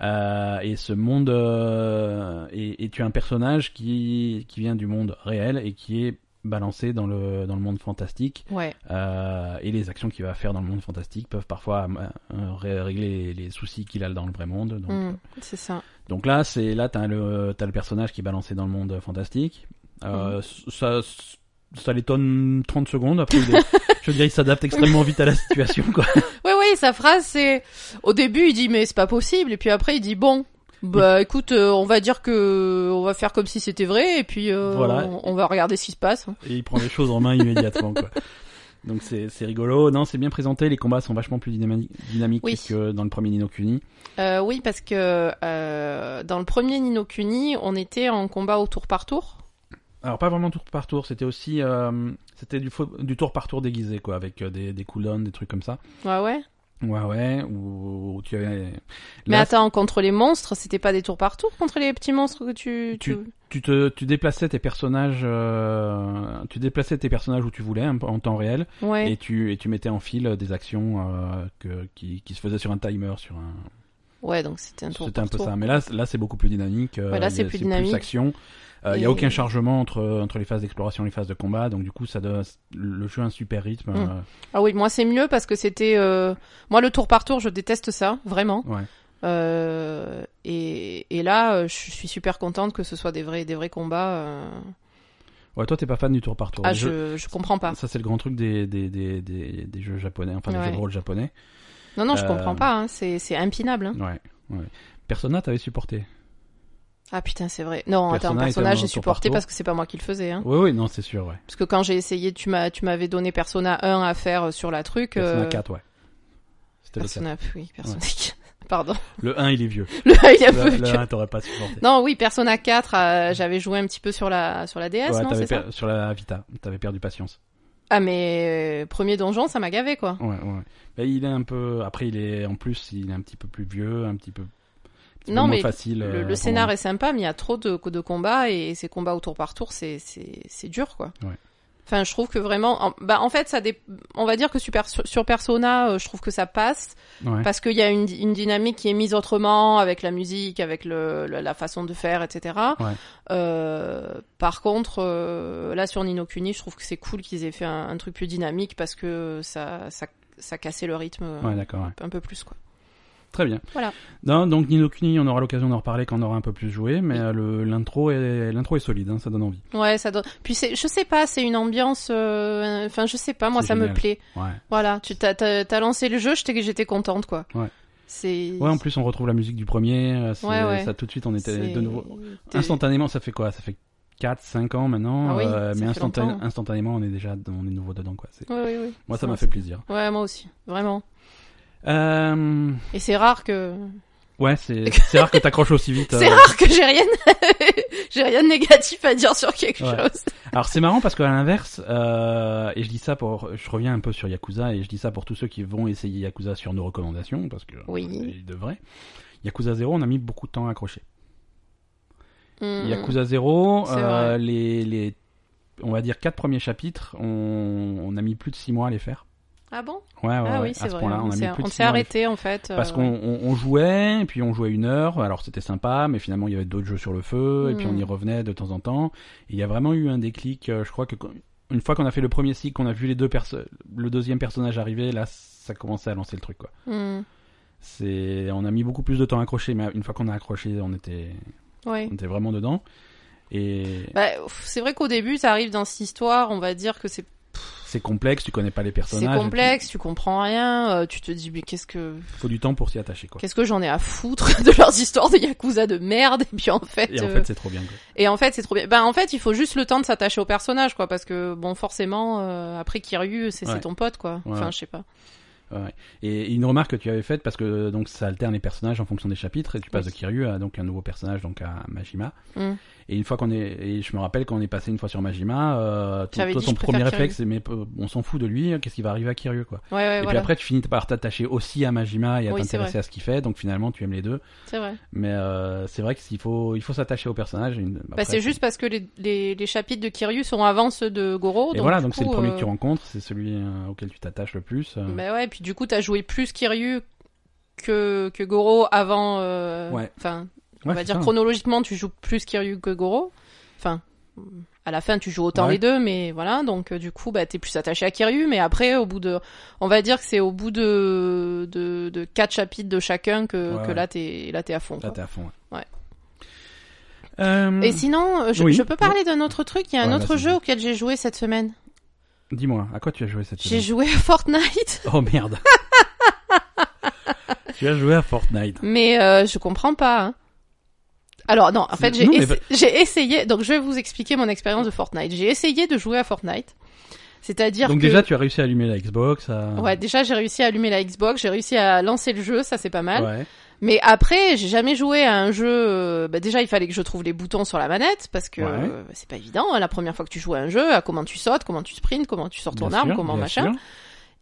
[SPEAKER 1] Euh, et ce monde... euh, et, et tu as un personnage qui, qui vient du monde réel et qui est balancé dans le, dans le monde fantastique
[SPEAKER 2] Ouais.
[SPEAKER 1] euh, et les actions qu'il va faire dans le monde fantastique peuvent parfois euh, euh, ré- régler les, les soucis qu'il a dans le vrai monde. Donc, euh,
[SPEAKER 2] Hmm, c'est ça.
[SPEAKER 1] donc là, c'est là t'as le t'as le personnage qui est balancé dans le monde fantastique. Euh, Ça ça l'étonne 30 secondes. Après, il est- je dirais, il s'adapte extrêmement vite à la situation. Quoi.
[SPEAKER 2] Ouais, ouais, pareil, sa phrase c'est au début il dit mais c'est pas possible et puis après il dit bon bah écoute, euh, on va dire que on va faire comme si c'était vrai et puis euh,
[SPEAKER 1] Voilà.
[SPEAKER 2] on, on va regarder ce qui se passe. hein.
[SPEAKER 1] Et il prend les choses en main immédiatement, quoi. Donc c'est c'est rigolo, non, c'est bien présenté, les combats sont vachement plus dynami- dynamiques
[SPEAKER 2] Oui.
[SPEAKER 1] que dans le premier Nino Kuni.
[SPEAKER 2] Euh, oui, parce que euh, dans le premier Nino Kuni, on était en combat au tour par tour.
[SPEAKER 1] Alors pas vraiment tour par tour, c'était aussi euh, c'était du, faux- du tour par tour déguisé quoi, avec euh, des, des cooldowns, des trucs comme ça.
[SPEAKER 2] Ouais ouais.
[SPEAKER 1] Ouais ouais, ou ou tu avais
[SPEAKER 2] Mais
[SPEAKER 1] là,
[SPEAKER 2] attends, contre les monstres, c'était pas des tours par tour contre les petits monstres que tu tu,
[SPEAKER 1] tu te tu déplaçais tes personnages euh, tu déplaçais tes personnages où tu voulais hein, en temps réel
[SPEAKER 2] ouais.
[SPEAKER 1] et tu et tu mettais en fil euh, des actions euh, que qui, qui se faisaient sur un timer sur un
[SPEAKER 2] Ouais, donc c'était un tour
[SPEAKER 1] c'était un
[SPEAKER 2] par
[SPEAKER 1] peu
[SPEAKER 2] tour.
[SPEAKER 1] ça mais là là c'est beaucoup plus dynamique euh,
[SPEAKER 2] Ouais, là,
[SPEAKER 1] il y
[SPEAKER 2] c'est
[SPEAKER 1] a-
[SPEAKER 2] plus dynamique.
[SPEAKER 1] action Euh, il y
[SPEAKER 2] Et-
[SPEAKER 1] a aucun chargement entre entre les phases d'exploration et les phases de combat donc du coup ça donne le jeu a un super rythme
[SPEAKER 2] Mm.
[SPEAKER 1] euh,
[SPEAKER 2] Ah oui, moi c'est mieux parce que c'était euh, moi le tour par tour, je déteste ça vraiment.
[SPEAKER 1] Ouais.
[SPEAKER 2] Euh, et, et là, euh, je suis super contente que ce soit des vrais des vrais combats. euh.
[SPEAKER 1] Ouais, toi, t'es pas fan du tour par tour.
[SPEAKER 2] Ah,
[SPEAKER 1] Les jeux-
[SPEAKER 2] je je comprends pas.
[SPEAKER 1] Ça, c'est le grand truc des, des, des, des, des jeux japonais, enfin des
[SPEAKER 2] Ouais.
[SPEAKER 1] jeux de rôle japonais.
[SPEAKER 2] Non non, je
[SPEAKER 1] Euh,
[SPEAKER 2] comprends pas. Hein. C'est c'est impinable. Hein.
[SPEAKER 1] Ouais, ouais. Persona, t'avais supporté.
[SPEAKER 2] Ah putain, c'est vrai. Non, attends,
[SPEAKER 1] Persona est
[SPEAKER 2] personnage,
[SPEAKER 1] un
[SPEAKER 2] j'ai
[SPEAKER 1] tour par
[SPEAKER 2] supporté
[SPEAKER 1] tour.
[SPEAKER 2] parce que c'est pas moi qui le faisais. Hein.
[SPEAKER 1] Oui, oui, non, c'est sûr, ouais.
[SPEAKER 2] Parce que quand j'ai essayé, tu m'as tu m'avais donné Persona 1 à faire euh, sur la truc.
[SPEAKER 1] Persona
[SPEAKER 2] euh,
[SPEAKER 1] 4, ouais. C'était le 4.
[SPEAKER 2] Persona, oui, Persona. Pardon.
[SPEAKER 1] Le 1, il est vieux.
[SPEAKER 2] Le il a
[SPEAKER 1] Le,
[SPEAKER 2] fallu
[SPEAKER 1] le
[SPEAKER 2] que-
[SPEAKER 1] 1, t'aurais pas supporté.
[SPEAKER 2] Non, oui, Persona 4, euh, j'avais joué un petit peu sur la sur la DS,
[SPEAKER 1] ouais,
[SPEAKER 2] non,
[SPEAKER 1] t'avais
[SPEAKER 2] c'est ça
[SPEAKER 1] per- sur la Vita, t'avais perdu patience.
[SPEAKER 2] Ah mais euh, premier donjon, ça m'a gavé quoi.
[SPEAKER 1] Ouais, ouais. Mais il est un peu. Après, il est. En plus, il est un petit peu plus vieux, un petit peu. un petit peu
[SPEAKER 2] Non,
[SPEAKER 1] moins
[SPEAKER 2] mais
[SPEAKER 1] facile.
[SPEAKER 2] Le,
[SPEAKER 1] euh,
[SPEAKER 2] le
[SPEAKER 1] pour-
[SPEAKER 2] scénar est sympa, mais il y a trop de, de combats et ces combats au tour par tour, c'est c'est c'est dur quoi.
[SPEAKER 1] Ouais.
[SPEAKER 2] Enfin, je trouve que vraiment, en, bah en fait, ça dé- on va dire que super, sur, sur Persona, euh, je trouve que ça passe
[SPEAKER 1] Ouais.
[SPEAKER 2] parce qu'il y a une, une dynamique qui est mise autrement avec la musique, avec le, le- la façon de faire, etc.
[SPEAKER 1] Ouais.
[SPEAKER 2] Euh, par contre, euh, là sur Nino Kuni, je trouve que c'est cool qu'ils aient fait un, un truc plus dynamique parce que ça ça ça cassait le rythme euh,
[SPEAKER 1] Ouais, d'accord, ouais.
[SPEAKER 2] un peu plus quoi.
[SPEAKER 1] Très bien.
[SPEAKER 2] Voilà.
[SPEAKER 1] Non, donc Nino Kuni, on aura l'occasion d'en reparler quand on aura un peu plus joué, mais euh, le- l'intro est, l'intro est solide, hein, ça donne envie.
[SPEAKER 2] Ouais, ça donne. Puis c'est, je sais pas, c'est une ambiance. euh, Enfin, je sais pas, moi
[SPEAKER 1] C'est
[SPEAKER 2] ça me
[SPEAKER 1] génial.
[SPEAKER 2] plaît.
[SPEAKER 1] Ouais.
[SPEAKER 2] Voilà, tu t'as, t'as, t'as lancé le jeu, j'étais, j'étais contente quoi.
[SPEAKER 1] Ouais.
[SPEAKER 2] C'est.
[SPEAKER 1] Ouais, en plus on retrouve la musique du premier, euh, c'est-
[SPEAKER 2] Ouais, ouais.
[SPEAKER 1] ça tout de suite on était
[SPEAKER 2] c'est-
[SPEAKER 1] de nouveau
[SPEAKER 2] t'es-
[SPEAKER 1] instantanément, ça fait quoi Ça fait 4 5 ans maintenant
[SPEAKER 2] Ah oui,
[SPEAKER 1] euh,
[SPEAKER 2] ça
[SPEAKER 1] mais
[SPEAKER 2] fait
[SPEAKER 1] instantan-
[SPEAKER 2] longtemps.
[SPEAKER 1] instantanément on est déjà on est nouveau dedans quoi. C'est-
[SPEAKER 2] Ouais, ouais, ouais.
[SPEAKER 1] Moi ça
[SPEAKER 2] Non,
[SPEAKER 1] m'a
[SPEAKER 2] c'est-
[SPEAKER 1] fait plaisir.
[SPEAKER 2] Ouais, moi aussi, vraiment.
[SPEAKER 1] Euh...
[SPEAKER 2] Et c'est rare que.
[SPEAKER 1] ouais, c'est c'est rare que t'accroches aussi vite.
[SPEAKER 2] C'est
[SPEAKER 1] euh.
[SPEAKER 2] rare que j'ai rien, j'ai rien de négatif à dire sur quelque
[SPEAKER 1] Ouais.
[SPEAKER 2] chose.
[SPEAKER 1] Alors c'est marrant parce qu'à l'inverse euh, et je dis ça pour je reviens un peu sur Yakuza et je dis ça pour tous ceux qui vont essayer Yakuza sur nos recommandations parce que
[SPEAKER 2] Oui.
[SPEAKER 1] euh, ils devraient. Yakuza 0, on a mis beaucoup de temps à accrocher.
[SPEAKER 2] Hmm.
[SPEAKER 1] Yakuza 0,
[SPEAKER 2] C'est
[SPEAKER 1] euh,
[SPEAKER 2] vrai.
[SPEAKER 1] les, les, on va dire, quatre premiers chapitres, on, on a mis plus de 6 mois à les faire.
[SPEAKER 2] Ah bon
[SPEAKER 1] Ouais, ouais,
[SPEAKER 2] Ah
[SPEAKER 1] ouais,
[SPEAKER 2] oui,
[SPEAKER 1] à
[SPEAKER 2] c'est
[SPEAKER 1] ce
[SPEAKER 2] vrai.
[SPEAKER 1] point-là, on, a mis
[SPEAKER 2] s'est-
[SPEAKER 1] plus de
[SPEAKER 2] on
[SPEAKER 1] six
[SPEAKER 2] s'est
[SPEAKER 1] mois à les
[SPEAKER 2] arrêté en fait.
[SPEAKER 1] faire. Parce
[SPEAKER 2] euh,
[SPEAKER 1] qu'on on, on jouait, et puis on jouait une heure, alors c'était sympa, mais finalement il y avait d'autres jeux sur le feu, et puis on
[SPEAKER 2] Hmm.
[SPEAKER 1] y revenait de temps en temps. Et il y a vraiment eu un déclic, euh, je crois que quand- une fois qu'on a fait le premier cycle, qu'on a vu les deux perso- le deuxième personnage arriver, là ça commençait à lancer le truc quoi.
[SPEAKER 2] hmm.
[SPEAKER 1] C'est, on a mis beaucoup plus de temps à accrocher, mais une fois qu'on a accroché, on était,
[SPEAKER 2] Ouais.
[SPEAKER 1] on était vraiment dedans. Et
[SPEAKER 2] Bah, pff, c'est vrai qu'au début, ça arrive dans cette histoire, on va dire que c'est
[SPEAKER 1] c'est complexe, tu connais pas les
[SPEAKER 2] c'est
[SPEAKER 1] personnages.
[SPEAKER 2] complexe, tu comprends rien, euh, tu te dis mais qu'est-ce que
[SPEAKER 1] Il faut du temps pour s'y attacher, quoi.
[SPEAKER 2] qu'est-ce que j'en ai à foutre de leurs histoires de yakuza de merde et puis en fait
[SPEAKER 1] Et en
[SPEAKER 2] euh,
[SPEAKER 1] fait, c'est trop bien. quoi.
[SPEAKER 2] et en fait c'est trop bien. Ben en fait, il faut juste le temps de s'attacher au personnage quoi parce que bon forcément euh, après Kiryu, c'est
[SPEAKER 1] Ouais.
[SPEAKER 2] c'est ton pote quoi.
[SPEAKER 1] Ouais.
[SPEAKER 2] Enfin, je sais pas.
[SPEAKER 1] Et une remarque que tu avais faite, parce que euh, donc ça alterne les personnages en fonction des chapitres, et tu passes
[SPEAKER 2] Oui.
[SPEAKER 1] de Kiryu à donc un nouveau personnage, donc à Majima.
[SPEAKER 2] Mm.
[SPEAKER 1] Et une fois qu'on est, et je me rappelle quand on est passé une fois sur Majima, euh, ton,
[SPEAKER 2] J'avais
[SPEAKER 1] toi,
[SPEAKER 2] dit,
[SPEAKER 1] ton
[SPEAKER 2] je
[SPEAKER 1] premier
[SPEAKER 2] préfère Kiryu.
[SPEAKER 1] réflexe, c'est mais euh, on s'en fout de lui, qu'est-ce qui va arriver à Kiryu, quoi.
[SPEAKER 2] Ouais ouais
[SPEAKER 1] et puis
[SPEAKER 2] voilà.
[SPEAKER 1] après, tu finis par t'attacher aussi à Majima et à
[SPEAKER 2] Oui, c'est
[SPEAKER 1] t'intéresser à ce qu'il fait, donc finalement, tu aimes les deux.
[SPEAKER 2] C'est vrai.
[SPEAKER 1] Mais euh, c'est vrai qu'il faut, il faut s'attacher au personnage. Une- après,
[SPEAKER 2] bah c'est juste parce que les, les, les chapitres de Kiryu sont avant ceux de Goro
[SPEAKER 1] Et
[SPEAKER 2] donc
[SPEAKER 1] voilà,
[SPEAKER 2] du
[SPEAKER 1] donc c'est le
[SPEAKER 2] coup,
[SPEAKER 1] premier que
[SPEAKER 2] euh,
[SPEAKER 1] tu rencontres, c'est celui euh, auquel tu t'attaches le plus. euh.
[SPEAKER 2] Bah ouais, puis du coup, t'as joué plus Kiryu que, que Goro avant. euh,
[SPEAKER 1] Ouais.
[SPEAKER 2] Enfin, on
[SPEAKER 1] Ouais,
[SPEAKER 2] va
[SPEAKER 1] c'est
[SPEAKER 2] dire
[SPEAKER 1] ça. hein.
[SPEAKER 2] chronologiquement, tu joues plus Kiryu que Goro. Enfin, à la fin, tu joues autant
[SPEAKER 1] Ouais.
[SPEAKER 2] les deux, mais voilà. Donc, euh, du coup, bah, t'es plus attaché à Kiryu, mais après, au bout de. On va dire que c'est au bout de, de, de quatre chapitres de chacun que,
[SPEAKER 1] Ouais,
[SPEAKER 2] que
[SPEAKER 1] ouais.
[SPEAKER 2] là, t'es là, t'es à fond.
[SPEAKER 1] Là,
[SPEAKER 2] quoi.
[SPEAKER 1] Ah, t'es à fond.
[SPEAKER 2] Ouais.
[SPEAKER 1] Euh,
[SPEAKER 2] Et sinon, euh, je,
[SPEAKER 1] Oui.
[SPEAKER 2] je peux parler d'un autre truc. Il y a un
[SPEAKER 1] Ouais,
[SPEAKER 2] autre
[SPEAKER 1] vas-y.
[SPEAKER 2] jeu auquel j'ai joué cette semaine.
[SPEAKER 1] Dis-moi, à quoi tu as joué cette
[SPEAKER 2] J'ai
[SPEAKER 1] semaine
[SPEAKER 2] joué à Fortnite.
[SPEAKER 1] Oh merde Tu as joué à Fortnite.
[SPEAKER 2] Mais euh, je comprends pas. hein. Alors non, en fait j'ai
[SPEAKER 1] Non, mais
[SPEAKER 2] essa-
[SPEAKER 1] bah-
[SPEAKER 2] j'ai essayé. Donc je vais vous expliquer mon expérience de Fortnite. J'ai essayé de jouer à Fortnite, c'est-à-dire
[SPEAKER 1] Donc
[SPEAKER 2] que
[SPEAKER 1] déjà, tu as réussi à allumer la Xbox. À...
[SPEAKER 2] ouais déjà j'ai réussi à allumer la Xbox, j'ai réussi à lancer le jeu, ça c'est pas mal.
[SPEAKER 1] Ouais.
[SPEAKER 2] Mais après j'ai jamais joué à un jeu. euh, Bah, déjà il fallait que je trouve les boutons sur la manette parce que
[SPEAKER 1] Ouais.
[SPEAKER 2] euh, c'est pas évident. hein, la première fois que tu joues à un jeu, à comment tu sautes, comment tu sprints, comment tu sors ton
[SPEAKER 1] Bien
[SPEAKER 2] arme,
[SPEAKER 1] sûr,
[SPEAKER 2] comment
[SPEAKER 1] bien
[SPEAKER 2] machin.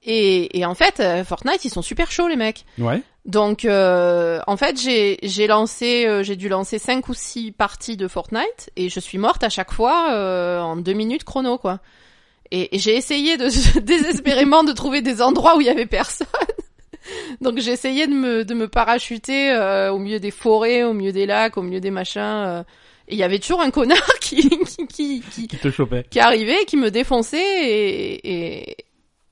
[SPEAKER 2] Et, et en fait euh, Fortnite ils sont super chauds les mecs.
[SPEAKER 1] sûr. Ouais.
[SPEAKER 2] Donc, euh, en fait, j'ai j'ai lancé, euh, j'ai dû lancer cinq ou six parties de Fortnite et je suis morte à chaque fois euh, en deux minutes chrono, quoi. Et, et j'ai essayé de, désespérément de trouver des endroits où il y avait personne. Donc j'ai essayé de me, de me parachuter euh, au milieu des forêts, au milieu des lacs, au milieu des machins. euh, et il y avait toujours un connard qui, qui, qui, qui,
[SPEAKER 1] Qui te chopait.
[SPEAKER 2] qui arrivait, qui me défonçait et, et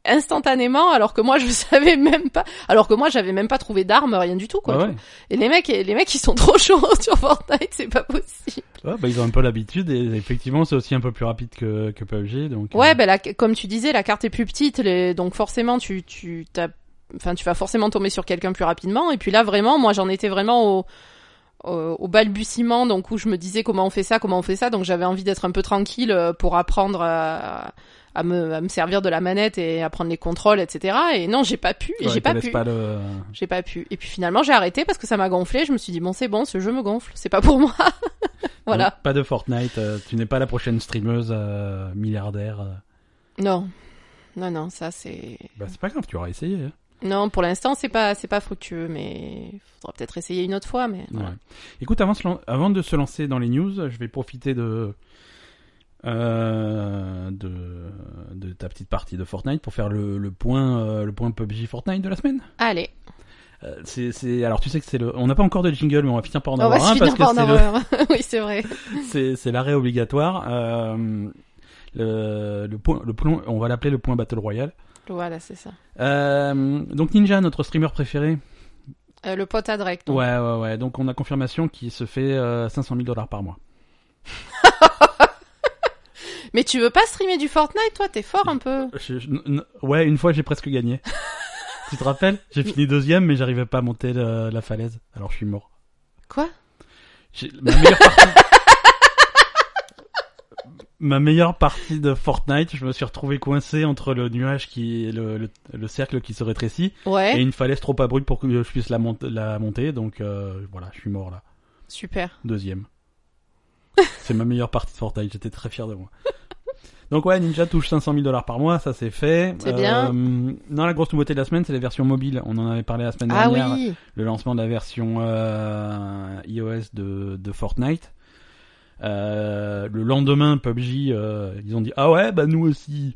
[SPEAKER 2] instantanément, alors que moi je savais même pas, alors que moi j'avais même pas trouvé d'armes, rien du tout quoi.
[SPEAKER 1] Ouais,
[SPEAKER 2] tu
[SPEAKER 1] ouais.
[SPEAKER 2] vois. Et les mecs, les mecs ils sont trop chauds sur Fortnite, c'est pas possible.
[SPEAKER 1] Ouais, bah, ils ont un peu l'habitude et effectivement, c'est aussi un peu plus rapide que, que PUBG. Donc,
[SPEAKER 2] Ouais,
[SPEAKER 1] euh,
[SPEAKER 2] ben la- comme tu disais, la carte est plus petite, les- donc forcément tu tu t'as, enfin tu vas forcément tomber sur quelqu'un plus rapidement. Et puis là vraiment, moi j'en étais vraiment au au au balbutiement, donc où je me disais comment on fait ça, comment on fait ça, donc j'avais envie d'être un peu tranquille euh, pour apprendre à, à me, à me servir de la manette et à prendre les contrôles, etc. Et non, j'ai pas pu, et
[SPEAKER 1] ouais,
[SPEAKER 2] j'ai
[SPEAKER 1] te
[SPEAKER 2] pas
[SPEAKER 1] laisse
[SPEAKER 2] pu,
[SPEAKER 1] pas le...
[SPEAKER 2] j'ai pas pu. Et puis finalement j'ai arrêté parce que ça m'a gonflé. Je me suis dit bon c'est bon, ce jeu me gonfle, c'est pas pour moi. voilà.
[SPEAKER 1] Donc, pas de Fortnite. euh, tu n'es pas la prochaine streameuse euh, milliardaire. euh.
[SPEAKER 2] Non, non, non, ça c'est
[SPEAKER 1] Bah, c'est pas grave, tu auras essayé. hein.
[SPEAKER 2] Non, pour l'instant, c'est pas c'est pas fructueux, mais faudra peut-être essayer une autre fois. Mais voilà.
[SPEAKER 1] Ouais. Écoute, avant de, se lan- avant de se lancer dans les news, je vais profiter de, euh, de, de ta petite partie de Fortnite pour faire le, le point, euh, le point PUBG Fortnite de la semaine.
[SPEAKER 2] allez,
[SPEAKER 1] Euh, c'est- c'est- alors tu sais que c'est le, on n'a pas encore de jingle, mais on va finir par en
[SPEAKER 2] on va
[SPEAKER 1] avoir un parce
[SPEAKER 2] finir
[SPEAKER 1] que
[SPEAKER 2] par en
[SPEAKER 1] c'est le-
[SPEAKER 2] avoir. un. oui, c'est vrai.
[SPEAKER 1] c'est c'est l'arrêt obligatoire. Euh, le, le point, le plomb- on va l'appeler le point Battle Royale.
[SPEAKER 2] Voilà, c'est ça.
[SPEAKER 1] Euh, donc Ninja, notre streamer préféré,
[SPEAKER 2] Euh, le pote à Drake. donc.
[SPEAKER 1] Ouais, ouais, ouais. Donc on a confirmation qu'il se fait euh, 500 000 dollars par mois.
[SPEAKER 2] Mais tu veux pas streamer du Fortnite, toi T'es fort un peu.
[SPEAKER 1] Je- je- n- n- ouais, une fois j'ai presque gagné. tu te rappelles J'ai fini deuxième, mais j'arrivais pas à monter le- la falaise. Alors je suis mort.
[SPEAKER 2] Quoi
[SPEAKER 1] J'ai- Ma meilleure partie. Ma meilleure partie de Fortnite, je me suis retrouvé coincé entre le nuage qui, le, le, le cercle qui se rétrécit et
[SPEAKER 2] Ouais.
[SPEAKER 1] une falaise trop abrupte pour que je puisse la, mont- la monter. Donc euh, voilà, je suis mort là.
[SPEAKER 2] Super.
[SPEAKER 1] Deuxième. c'est ma meilleure partie de Fortnite, j'étais très fier de moi. Donc ouais, Ninja touche 500 000 dollars par mois, ça c'est fait. Euh,
[SPEAKER 2] C'est bien.
[SPEAKER 1] Non, la grosse nouveauté de la semaine, c'est la version mobile. On en avait parlé la semaine
[SPEAKER 2] Ah
[SPEAKER 1] dernière.
[SPEAKER 2] oui.
[SPEAKER 1] Le lancement de la version euh, iOS de, de Fortnite. Euh, le lendemain, PUBG, euh, ils ont dit ah ouais, bah nous aussi.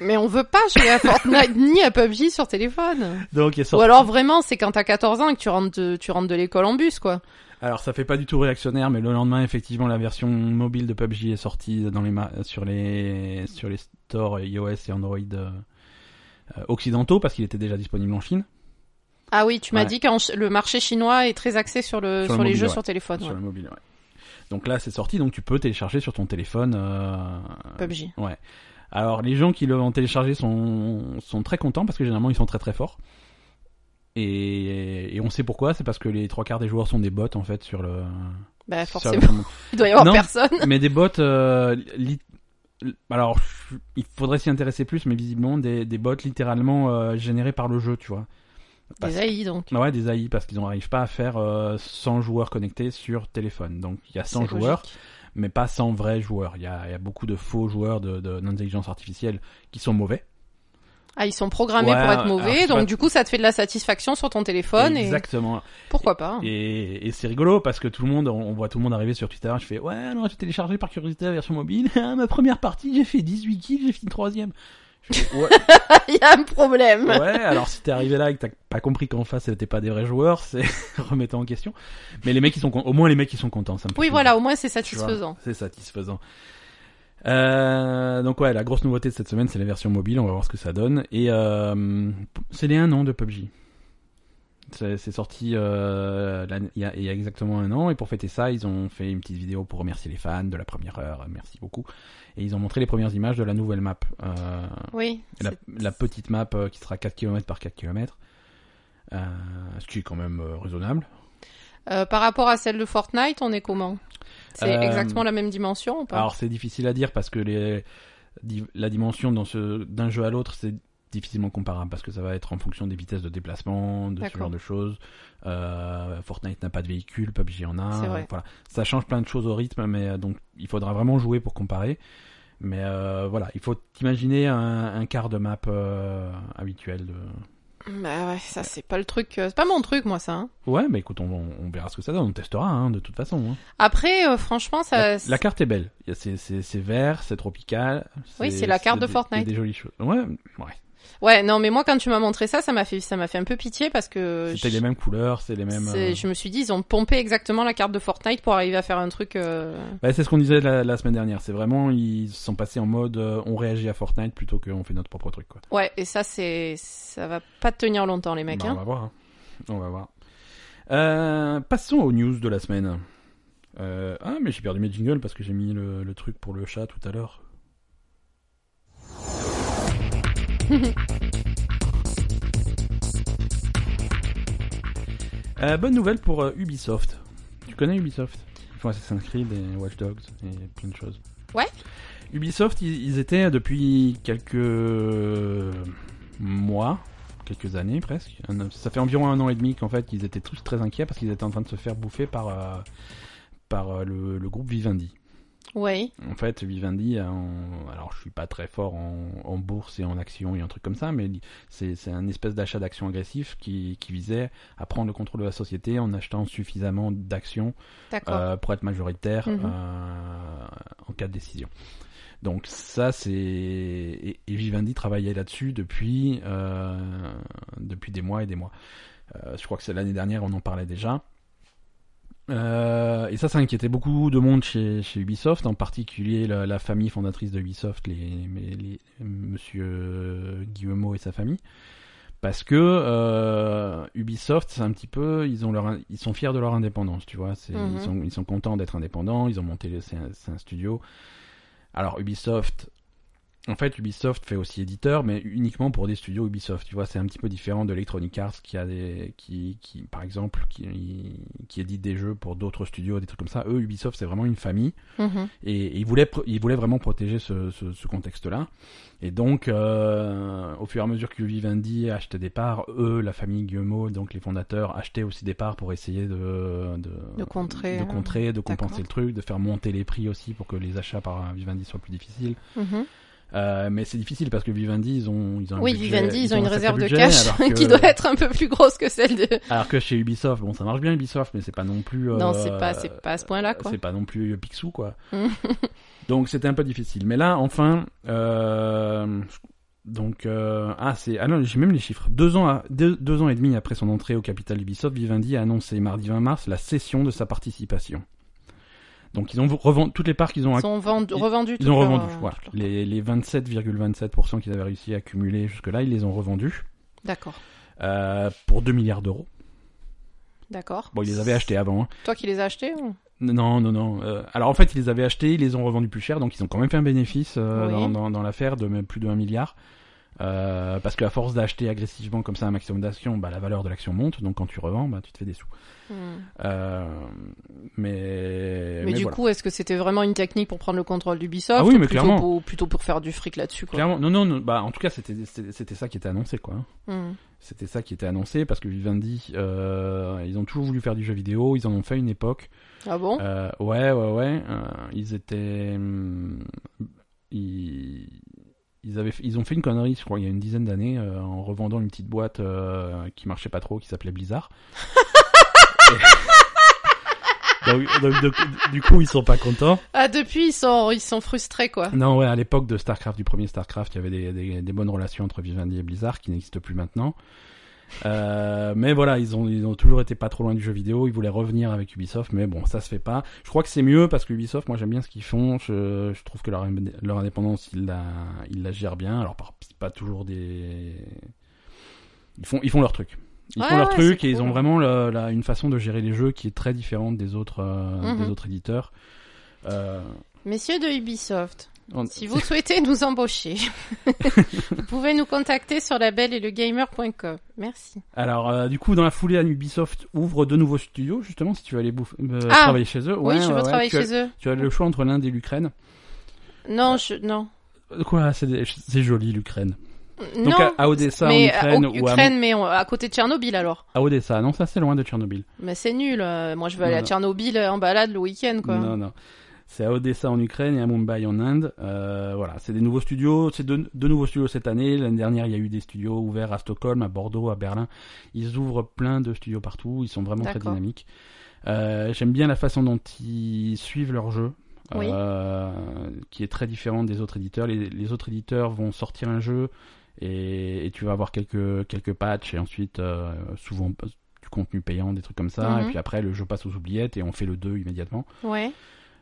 [SPEAKER 2] Mais on veut pas jouer à Fortnite ni à PUBG sur téléphone.
[SPEAKER 1] Donc il est
[SPEAKER 2] Ou
[SPEAKER 1] sorti.
[SPEAKER 2] alors vraiment, c'est quand t'as 14 ans et que tu rentres de, tu rentres de l'école en bus, quoi.
[SPEAKER 1] Alors ça fait pas du tout réactionnaire, mais le lendemain effectivement la version mobile de PUBG est sortie dans les ma- sur les sur les stores iOS et Android euh, euh, occidentaux parce qu'il était déjà disponible en Chine
[SPEAKER 2] Ah oui, tu m'as
[SPEAKER 1] Ouais.
[SPEAKER 2] dit que le marché chinois est très axé sur
[SPEAKER 1] Sur
[SPEAKER 2] le
[SPEAKER 1] le
[SPEAKER 2] sur, les
[SPEAKER 1] mobile,
[SPEAKER 2] jeux
[SPEAKER 1] ouais.
[SPEAKER 2] sur téléphone.
[SPEAKER 1] sur
[SPEAKER 2] ouais.
[SPEAKER 1] le mobile. Ouais. Donc là c'est sorti, donc tu peux télécharger sur ton téléphone. euh,
[SPEAKER 2] PUBG.
[SPEAKER 1] Alors les gens qui l'ont téléchargé sont sont très contents parce que généralement ils sont très très forts. Et, et on sait pourquoi, c'est parce que les trois quarts des joueurs sont des bots en fait sur le.
[SPEAKER 2] Bah
[SPEAKER 1] sur le
[SPEAKER 2] forcément, il doit y avoir
[SPEAKER 1] Non.
[SPEAKER 2] personne.
[SPEAKER 1] mais des bots, euh, li- alors je- il faudrait s'y intéresser plus, mais visiblement des, des bots littéralement euh, générés par le jeu, tu vois. Parce-
[SPEAKER 2] Des AI donc.
[SPEAKER 1] Ah Ouais, des AI parce qu'ils n'arrivent pas à faire euh, 100 joueurs connectés sur téléphone. Donc il y a 100
[SPEAKER 2] C'est
[SPEAKER 1] joueurs,
[SPEAKER 2] logique.
[SPEAKER 1] mais pas 100 vrais joueurs. Il y a, il y a beaucoup de faux joueurs de- de- d'intelligence artificielle qui sont mauvais.
[SPEAKER 2] Ah, ils sont programmés
[SPEAKER 1] Ouais,
[SPEAKER 2] pour être
[SPEAKER 1] alors,
[SPEAKER 2] mauvais,
[SPEAKER 1] c'est
[SPEAKER 2] donc
[SPEAKER 1] pas-
[SPEAKER 2] du coup, ça te fait de la satisfaction sur ton téléphone
[SPEAKER 1] Exactement.
[SPEAKER 2] et pourquoi pas. hein.
[SPEAKER 1] Et, et c'est rigolo parce que tout le monde, on, on voit tout le monde arriver sur Twitter. Je fais ouais, non, j'ai téléchargé par curiosité la version mobile. Ah, Ma première partie, j'ai fait 18 kills, j'ai fini troisième. Je fais, ouais,
[SPEAKER 2] Il y a un problème.
[SPEAKER 1] Ouais, alors si t'es arrivé là et que t'as pas compris qu'en face c'était pas des vrais joueurs, c'est remettant en question. Mais les mecs ils sont con- au moins les mecs ils sont contents, ça me fait
[SPEAKER 2] Oui,
[SPEAKER 1] plaisir,
[SPEAKER 2] voilà, au moins c'est
[SPEAKER 1] tu vois.
[SPEAKER 2] satisfaisant.
[SPEAKER 1] C'est satisfaisant. Euh, donc ouais, la grosse nouveauté de cette semaine c'est la version mobile, on va voir ce que ça donne. Et euh, c'est les un an de PUBG. C'est c'est sorti euh, l'année- il y, a- il y a exactement un an et pour fêter ça ils ont fait une petite vidéo pour remercier les fans de la première heure, merci beaucoup. Et ils ont montré les premières images de la nouvelle map. Euh,
[SPEAKER 2] Oui.
[SPEAKER 1] la,
[SPEAKER 2] c'est-
[SPEAKER 1] la petite map euh, qui sera 4 km par 4 km. ce qui est quand même raisonnable.
[SPEAKER 2] Euh, par rapport à celle de Fortnite, on est comment C'est
[SPEAKER 1] Euh,
[SPEAKER 2] exactement la même dimension ou pas
[SPEAKER 1] Alors c'est difficile à dire parce que les, di- la dimension dans ce- d'un jeu à l'autre c'est difficilement comparable parce que ça va être en fonction des vitesses de déplacement, de ce
[SPEAKER 2] D'accord.
[SPEAKER 1] genre de choses. Euh, Fortnite n'a pas de véhicule, PUBG en a.
[SPEAKER 2] C'est vrai.
[SPEAKER 1] Voilà, ça change plein de choses au rythme, mais euh, donc il faudra vraiment jouer pour comparer. Mais euh, voilà, il faut imaginer un, un quart de map euh, habituel. De...
[SPEAKER 2] Bah ouais, ça c'est pas le truc, euh, c'est pas mon truc moi ça. hein.
[SPEAKER 1] Ouais, mais écoute, on, on verra ce que ça donne, on testera hein, de toute façon. hein.
[SPEAKER 2] Après, euh, franchement, ça.
[SPEAKER 1] la, la carte est belle. Il y a- C'est, c'est, c'est vert, c'est tropical.
[SPEAKER 2] Oui, c'est la carte de
[SPEAKER 1] des-
[SPEAKER 2] Fortnite.
[SPEAKER 1] il y a Des jolies choses. Ouais, ouais.
[SPEAKER 2] Ouais, non, mais moi quand tu m'as montré ça, ça m'a fait, ça m'a fait un peu pitié parce que.
[SPEAKER 1] C'était
[SPEAKER 2] Euh, je-
[SPEAKER 1] les mêmes couleurs, c'est les mêmes. euh,
[SPEAKER 2] c'est- Je me suis dit, ils ont pompé exactement la carte de Fortnite pour arriver à faire un truc. euh,
[SPEAKER 1] bah, c'est ce qu'on disait la, la semaine dernière. C'est vraiment ils sont passés en mode euh, on réagit à Fortnite plutôt qu'on fait notre propre truc. Quoi.
[SPEAKER 2] Ouais, et ça, c'est, ça va pas tenir longtemps, les mecs.
[SPEAKER 1] Bah, on
[SPEAKER 2] hein.
[SPEAKER 1] va voir. hein. On va voir. Euh, passons aux news de la semaine. Euh, ah mais j'ai perdu mes jingles parce que j'ai mis le, le truc pour le chat tout à l'heure. Euh, bonne nouvelle pour euh, Ubisoft. Tu connais Ubisoft Ils font Assassin's Creed et Watch Dogs et plein de choses.
[SPEAKER 2] Ouais.
[SPEAKER 1] Ubisoft, ils, ils étaient depuis quelques mois, quelques années presque. Un- ça fait environ un an et demi qu'en fait qu'ils étaient tous très inquiets parce qu'ils étaient en train de se faire bouffer par euh, par euh, le, le groupe Vivendi.
[SPEAKER 2] Ouais.
[SPEAKER 1] En fait, Vivendi, a un- alors je suis pas très fort en, en bourse et en actions et un truc comme ça, mais c'est c'est un espèce d'achat d'actions agressif qui, qui visait à prendre le contrôle de la société en achetant suffisamment d'actions
[SPEAKER 2] D'accord.
[SPEAKER 1] euh, pour être majoritaire
[SPEAKER 2] Mhm.
[SPEAKER 1] euh, en cas de décision. Donc ça c'est et, et Vivendi travaillait là-dessus depuis euh, depuis des mois et des mois. Euh, je crois que c'est l'année dernière on en parlait déjà. Euh, et ça, ça inquiétait beaucoup de monde chez, chez Ubisoft, en particulier la, la famille fondatrice de Ubisoft, les, les, les- Monsieur Guillemot et sa famille, parce que euh, Ubisoft, c'est un petit peu, ils ont leur, in- ils sont fiers de leur indépendance, tu vois, c'est,
[SPEAKER 2] Mhm.
[SPEAKER 1] ils, sont, ils sont contents d'être indépendants, ils ont monté, le- c'est un, c'est un studio. Alors Ubisoft, en fait, Ubisoft fait aussi éditeur, mais uniquement pour des studios Ubisoft. Tu vois, c'est un petit peu différent de Electronic Arts qui a des, qui, qui, par exemple, qui, qui édite des jeux pour d'autres studios, des trucs comme ça. Eux, Ubisoft, c'est vraiment une famille
[SPEAKER 2] Mhm.
[SPEAKER 1] et, et ils voulaient, pr- ils voulaient vraiment protéger ce, ce, ce contexte-là. Et donc, euh, au fur et à mesure que Vivendi achetait des parts, eux, la famille Guillemot, donc les fondateurs, achetaient aussi des parts pour essayer de de,
[SPEAKER 2] De contrer,
[SPEAKER 1] de
[SPEAKER 2] euh,
[SPEAKER 1] contrer, de compenser
[SPEAKER 2] d'accord.
[SPEAKER 1] le truc, de faire monter les prix aussi pour que les achats par Vivendi soient plus difficiles.
[SPEAKER 2] Mhm.
[SPEAKER 1] Euh, mais c'est difficile parce que Vivendi, ils ont, ils ont un
[SPEAKER 2] Oui,
[SPEAKER 1] budget-
[SPEAKER 2] Vivendi, ils ont
[SPEAKER 1] un
[SPEAKER 2] une
[SPEAKER 1] sacré
[SPEAKER 2] réserve de
[SPEAKER 1] budget,
[SPEAKER 2] cash
[SPEAKER 1] alors que-
[SPEAKER 2] qui doit être un peu plus grosse que celle de.
[SPEAKER 1] Alors que chez Ubisoft, bon, ça marche bien Ubisoft, mais c'est pas non plus. euh,
[SPEAKER 2] Non, c'est pas, c'est pas à ce point-là, quoi.
[SPEAKER 1] C'est pas non plus Picsou, quoi.
[SPEAKER 2] Mm.
[SPEAKER 1] donc c'était un peu difficile. Mais là, enfin, euh, donc euh, ah c'est ah non, j'ai même les chiffres. Deux ans, à- deux, deux ans et demi après son entrée au capital Ubisoft, Vivendi a annoncé mardi 20 mars la cession de sa participation. Donc ils ont revendu toutes les parts qu'ils ont
[SPEAKER 2] Ils ont vendu,
[SPEAKER 1] ils-
[SPEAKER 2] revendu.
[SPEAKER 1] ils
[SPEAKER 2] toute
[SPEAKER 1] ont
[SPEAKER 2] leur-
[SPEAKER 1] revendu. Voilà.
[SPEAKER 2] toute leur-
[SPEAKER 1] Les, les 27,27% qu'ils avaient réussi à accumuler jusque-là, ils les ont revendus
[SPEAKER 2] D'accord,
[SPEAKER 1] euh, pour 2 milliards d'euros.
[SPEAKER 2] d'accord.
[SPEAKER 1] Bon, ils les avaient achetés avant. hein.
[SPEAKER 2] Toi qui les as achetés hein. ou
[SPEAKER 1] Non, non, non. euh, alors en fait, ils les avaient achetés, ils les ont revendus plus cher, donc ils ont quand même fait un bénéfice euh,
[SPEAKER 2] Oui.
[SPEAKER 1] dans, dans, dans l'affaire de même plus de 1 milliard. Euh, parce qu'à force d'acheter agressivement comme ça un maximum d'actions, bah, la valeur de l'action monte, donc quand tu revends, bah, tu te fais des sous.
[SPEAKER 2] Hmm.
[SPEAKER 1] Euh, mais
[SPEAKER 2] Mais, du
[SPEAKER 1] voilà.
[SPEAKER 2] coup, est-ce que c'était vraiment une technique pour prendre le contrôle d'Ubisoft
[SPEAKER 1] Ah oui,
[SPEAKER 2] ou
[SPEAKER 1] mais
[SPEAKER 2] plutôt
[SPEAKER 1] clairement.
[SPEAKER 2] Pour, plutôt pour faire du fric là-dessus, quoi.
[SPEAKER 1] clairement, non, non, non, bah, en tout cas, c'était c'était c'était ça qui était annoncé, quoi. hein.
[SPEAKER 2] Hmm.
[SPEAKER 1] C'était ça qui était annoncé parce que Vivendi, euh, ils ont toujours voulu faire du jeu vidéo, ils en ont fait une époque.
[SPEAKER 2] Ah bon
[SPEAKER 1] Euh, ouais, ouais, ouais. euh, ils étaient, hum, ils, ils avaient, fait- ils ont fait une connerie, je crois, il y a une dizaine d'années, euh, en revendant une petite boîte euh, qui marchait pas trop, qui s'appelait Blizzard. Et- donc, donc, donc, du coup, ils sont pas contents.
[SPEAKER 2] Ah, depuis, ils sont, ils sont frustrés, quoi.
[SPEAKER 1] Non, ouais, à l'époque de StarCraft, du premier StarCraft, il y avait des, des, des bonnes relations entre Vivendi et Blizzard qui n'existent plus maintenant. Euh, mais voilà, ils ont, ils ont toujours été pas trop loin du jeu vidéo. Ils voulaient revenir avec Ubisoft, mais bon, ça se fait pas. Je crois que c'est mieux parce que Ubisoft, moi j'aime bien ce qu'ils font. Je, je trouve que leur, indé- leur indépendance, ils la, ils la gèrent bien. Alors, par- c'est pas toujours des. Ils font, ils font leur truc. Ils
[SPEAKER 2] Ouais,
[SPEAKER 1] font leur
[SPEAKER 2] ouais,
[SPEAKER 1] truc
[SPEAKER 2] c'est
[SPEAKER 1] et ils
[SPEAKER 2] cool.
[SPEAKER 1] ont vraiment la- la- une façon de gérer les jeux qui est très différente des autres, euh,
[SPEAKER 2] Mhm.
[SPEAKER 1] des autres éditeurs. Euh,
[SPEAKER 2] Messieurs de Ubisoft,
[SPEAKER 1] On-
[SPEAKER 2] Si vous souhaitez nous embaucher, vous pouvez nous contacter sur labelletlegamer.com. Merci.
[SPEAKER 1] Alors, euh, du coup, dans la foulée, Ubisoft ouvre de nouveaux studios, justement, si tu veux aller bouffe- euh,
[SPEAKER 2] Ah
[SPEAKER 1] travailler chez eux. Ouais,
[SPEAKER 2] oui, je
[SPEAKER 1] ouais,
[SPEAKER 2] veux
[SPEAKER 1] ouais,
[SPEAKER 2] travailler
[SPEAKER 1] tu as-
[SPEAKER 2] chez eux.
[SPEAKER 1] Tu as le choix entre l'Inde et l'Ukraine.
[SPEAKER 2] Non, je non.
[SPEAKER 1] Euh, Quoi, c'est des- c'est joli l'Ukraine.
[SPEAKER 2] non.
[SPEAKER 1] Donc à, à Odessa
[SPEAKER 2] mais euh,
[SPEAKER 1] en Ukraine
[SPEAKER 2] au-
[SPEAKER 1] ou à,
[SPEAKER 2] Ukraine, mais on- à côté de Tchernobyl alors.
[SPEAKER 1] à Odessa, non, ça c'est loin de Tchernobyl.
[SPEAKER 2] Mais c'est nul. euh, Moi, je veux aller
[SPEAKER 1] Non,
[SPEAKER 2] à
[SPEAKER 1] non.
[SPEAKER 2] Tchernobyl euh, en balade le week-end, quoi.
[SPEAKER 1] Non, non. C'est à Odessa en Ukraine et à Mumbai en Inde. Euh, voilà, c'est des nouveaux studios. C'est deux, deux nouveaux studios cette année. L'année dernière, il y a eu des studios ouverts à Stockholm, à Bordeaux, à Berlin. Ils ouvrent plein de studios partout. Ils sont vraiment très
[SPEAKER 2] D'accord.
[SPEAKER 1] dynamiques. Euh, J'aime bien la façon dont ils suivent leur jeu.
[SPEAKER 2] Oui.
[SPEAKER 1] euh, qui est très différente des autres éditeurs. Les, les autres éditeurs vont sortir un jeu et, et tu vas avoir quelques quelques patchs et ensuite euh, souvent du contenu payant, des trucs comme ça.
[SPEAKER 2] Mhm.
[SPEAKER 1] Et puis après, le jeu passe aux oubliettes et on fait le 2 immédiatement.
[SPEAKER 2] Ouais.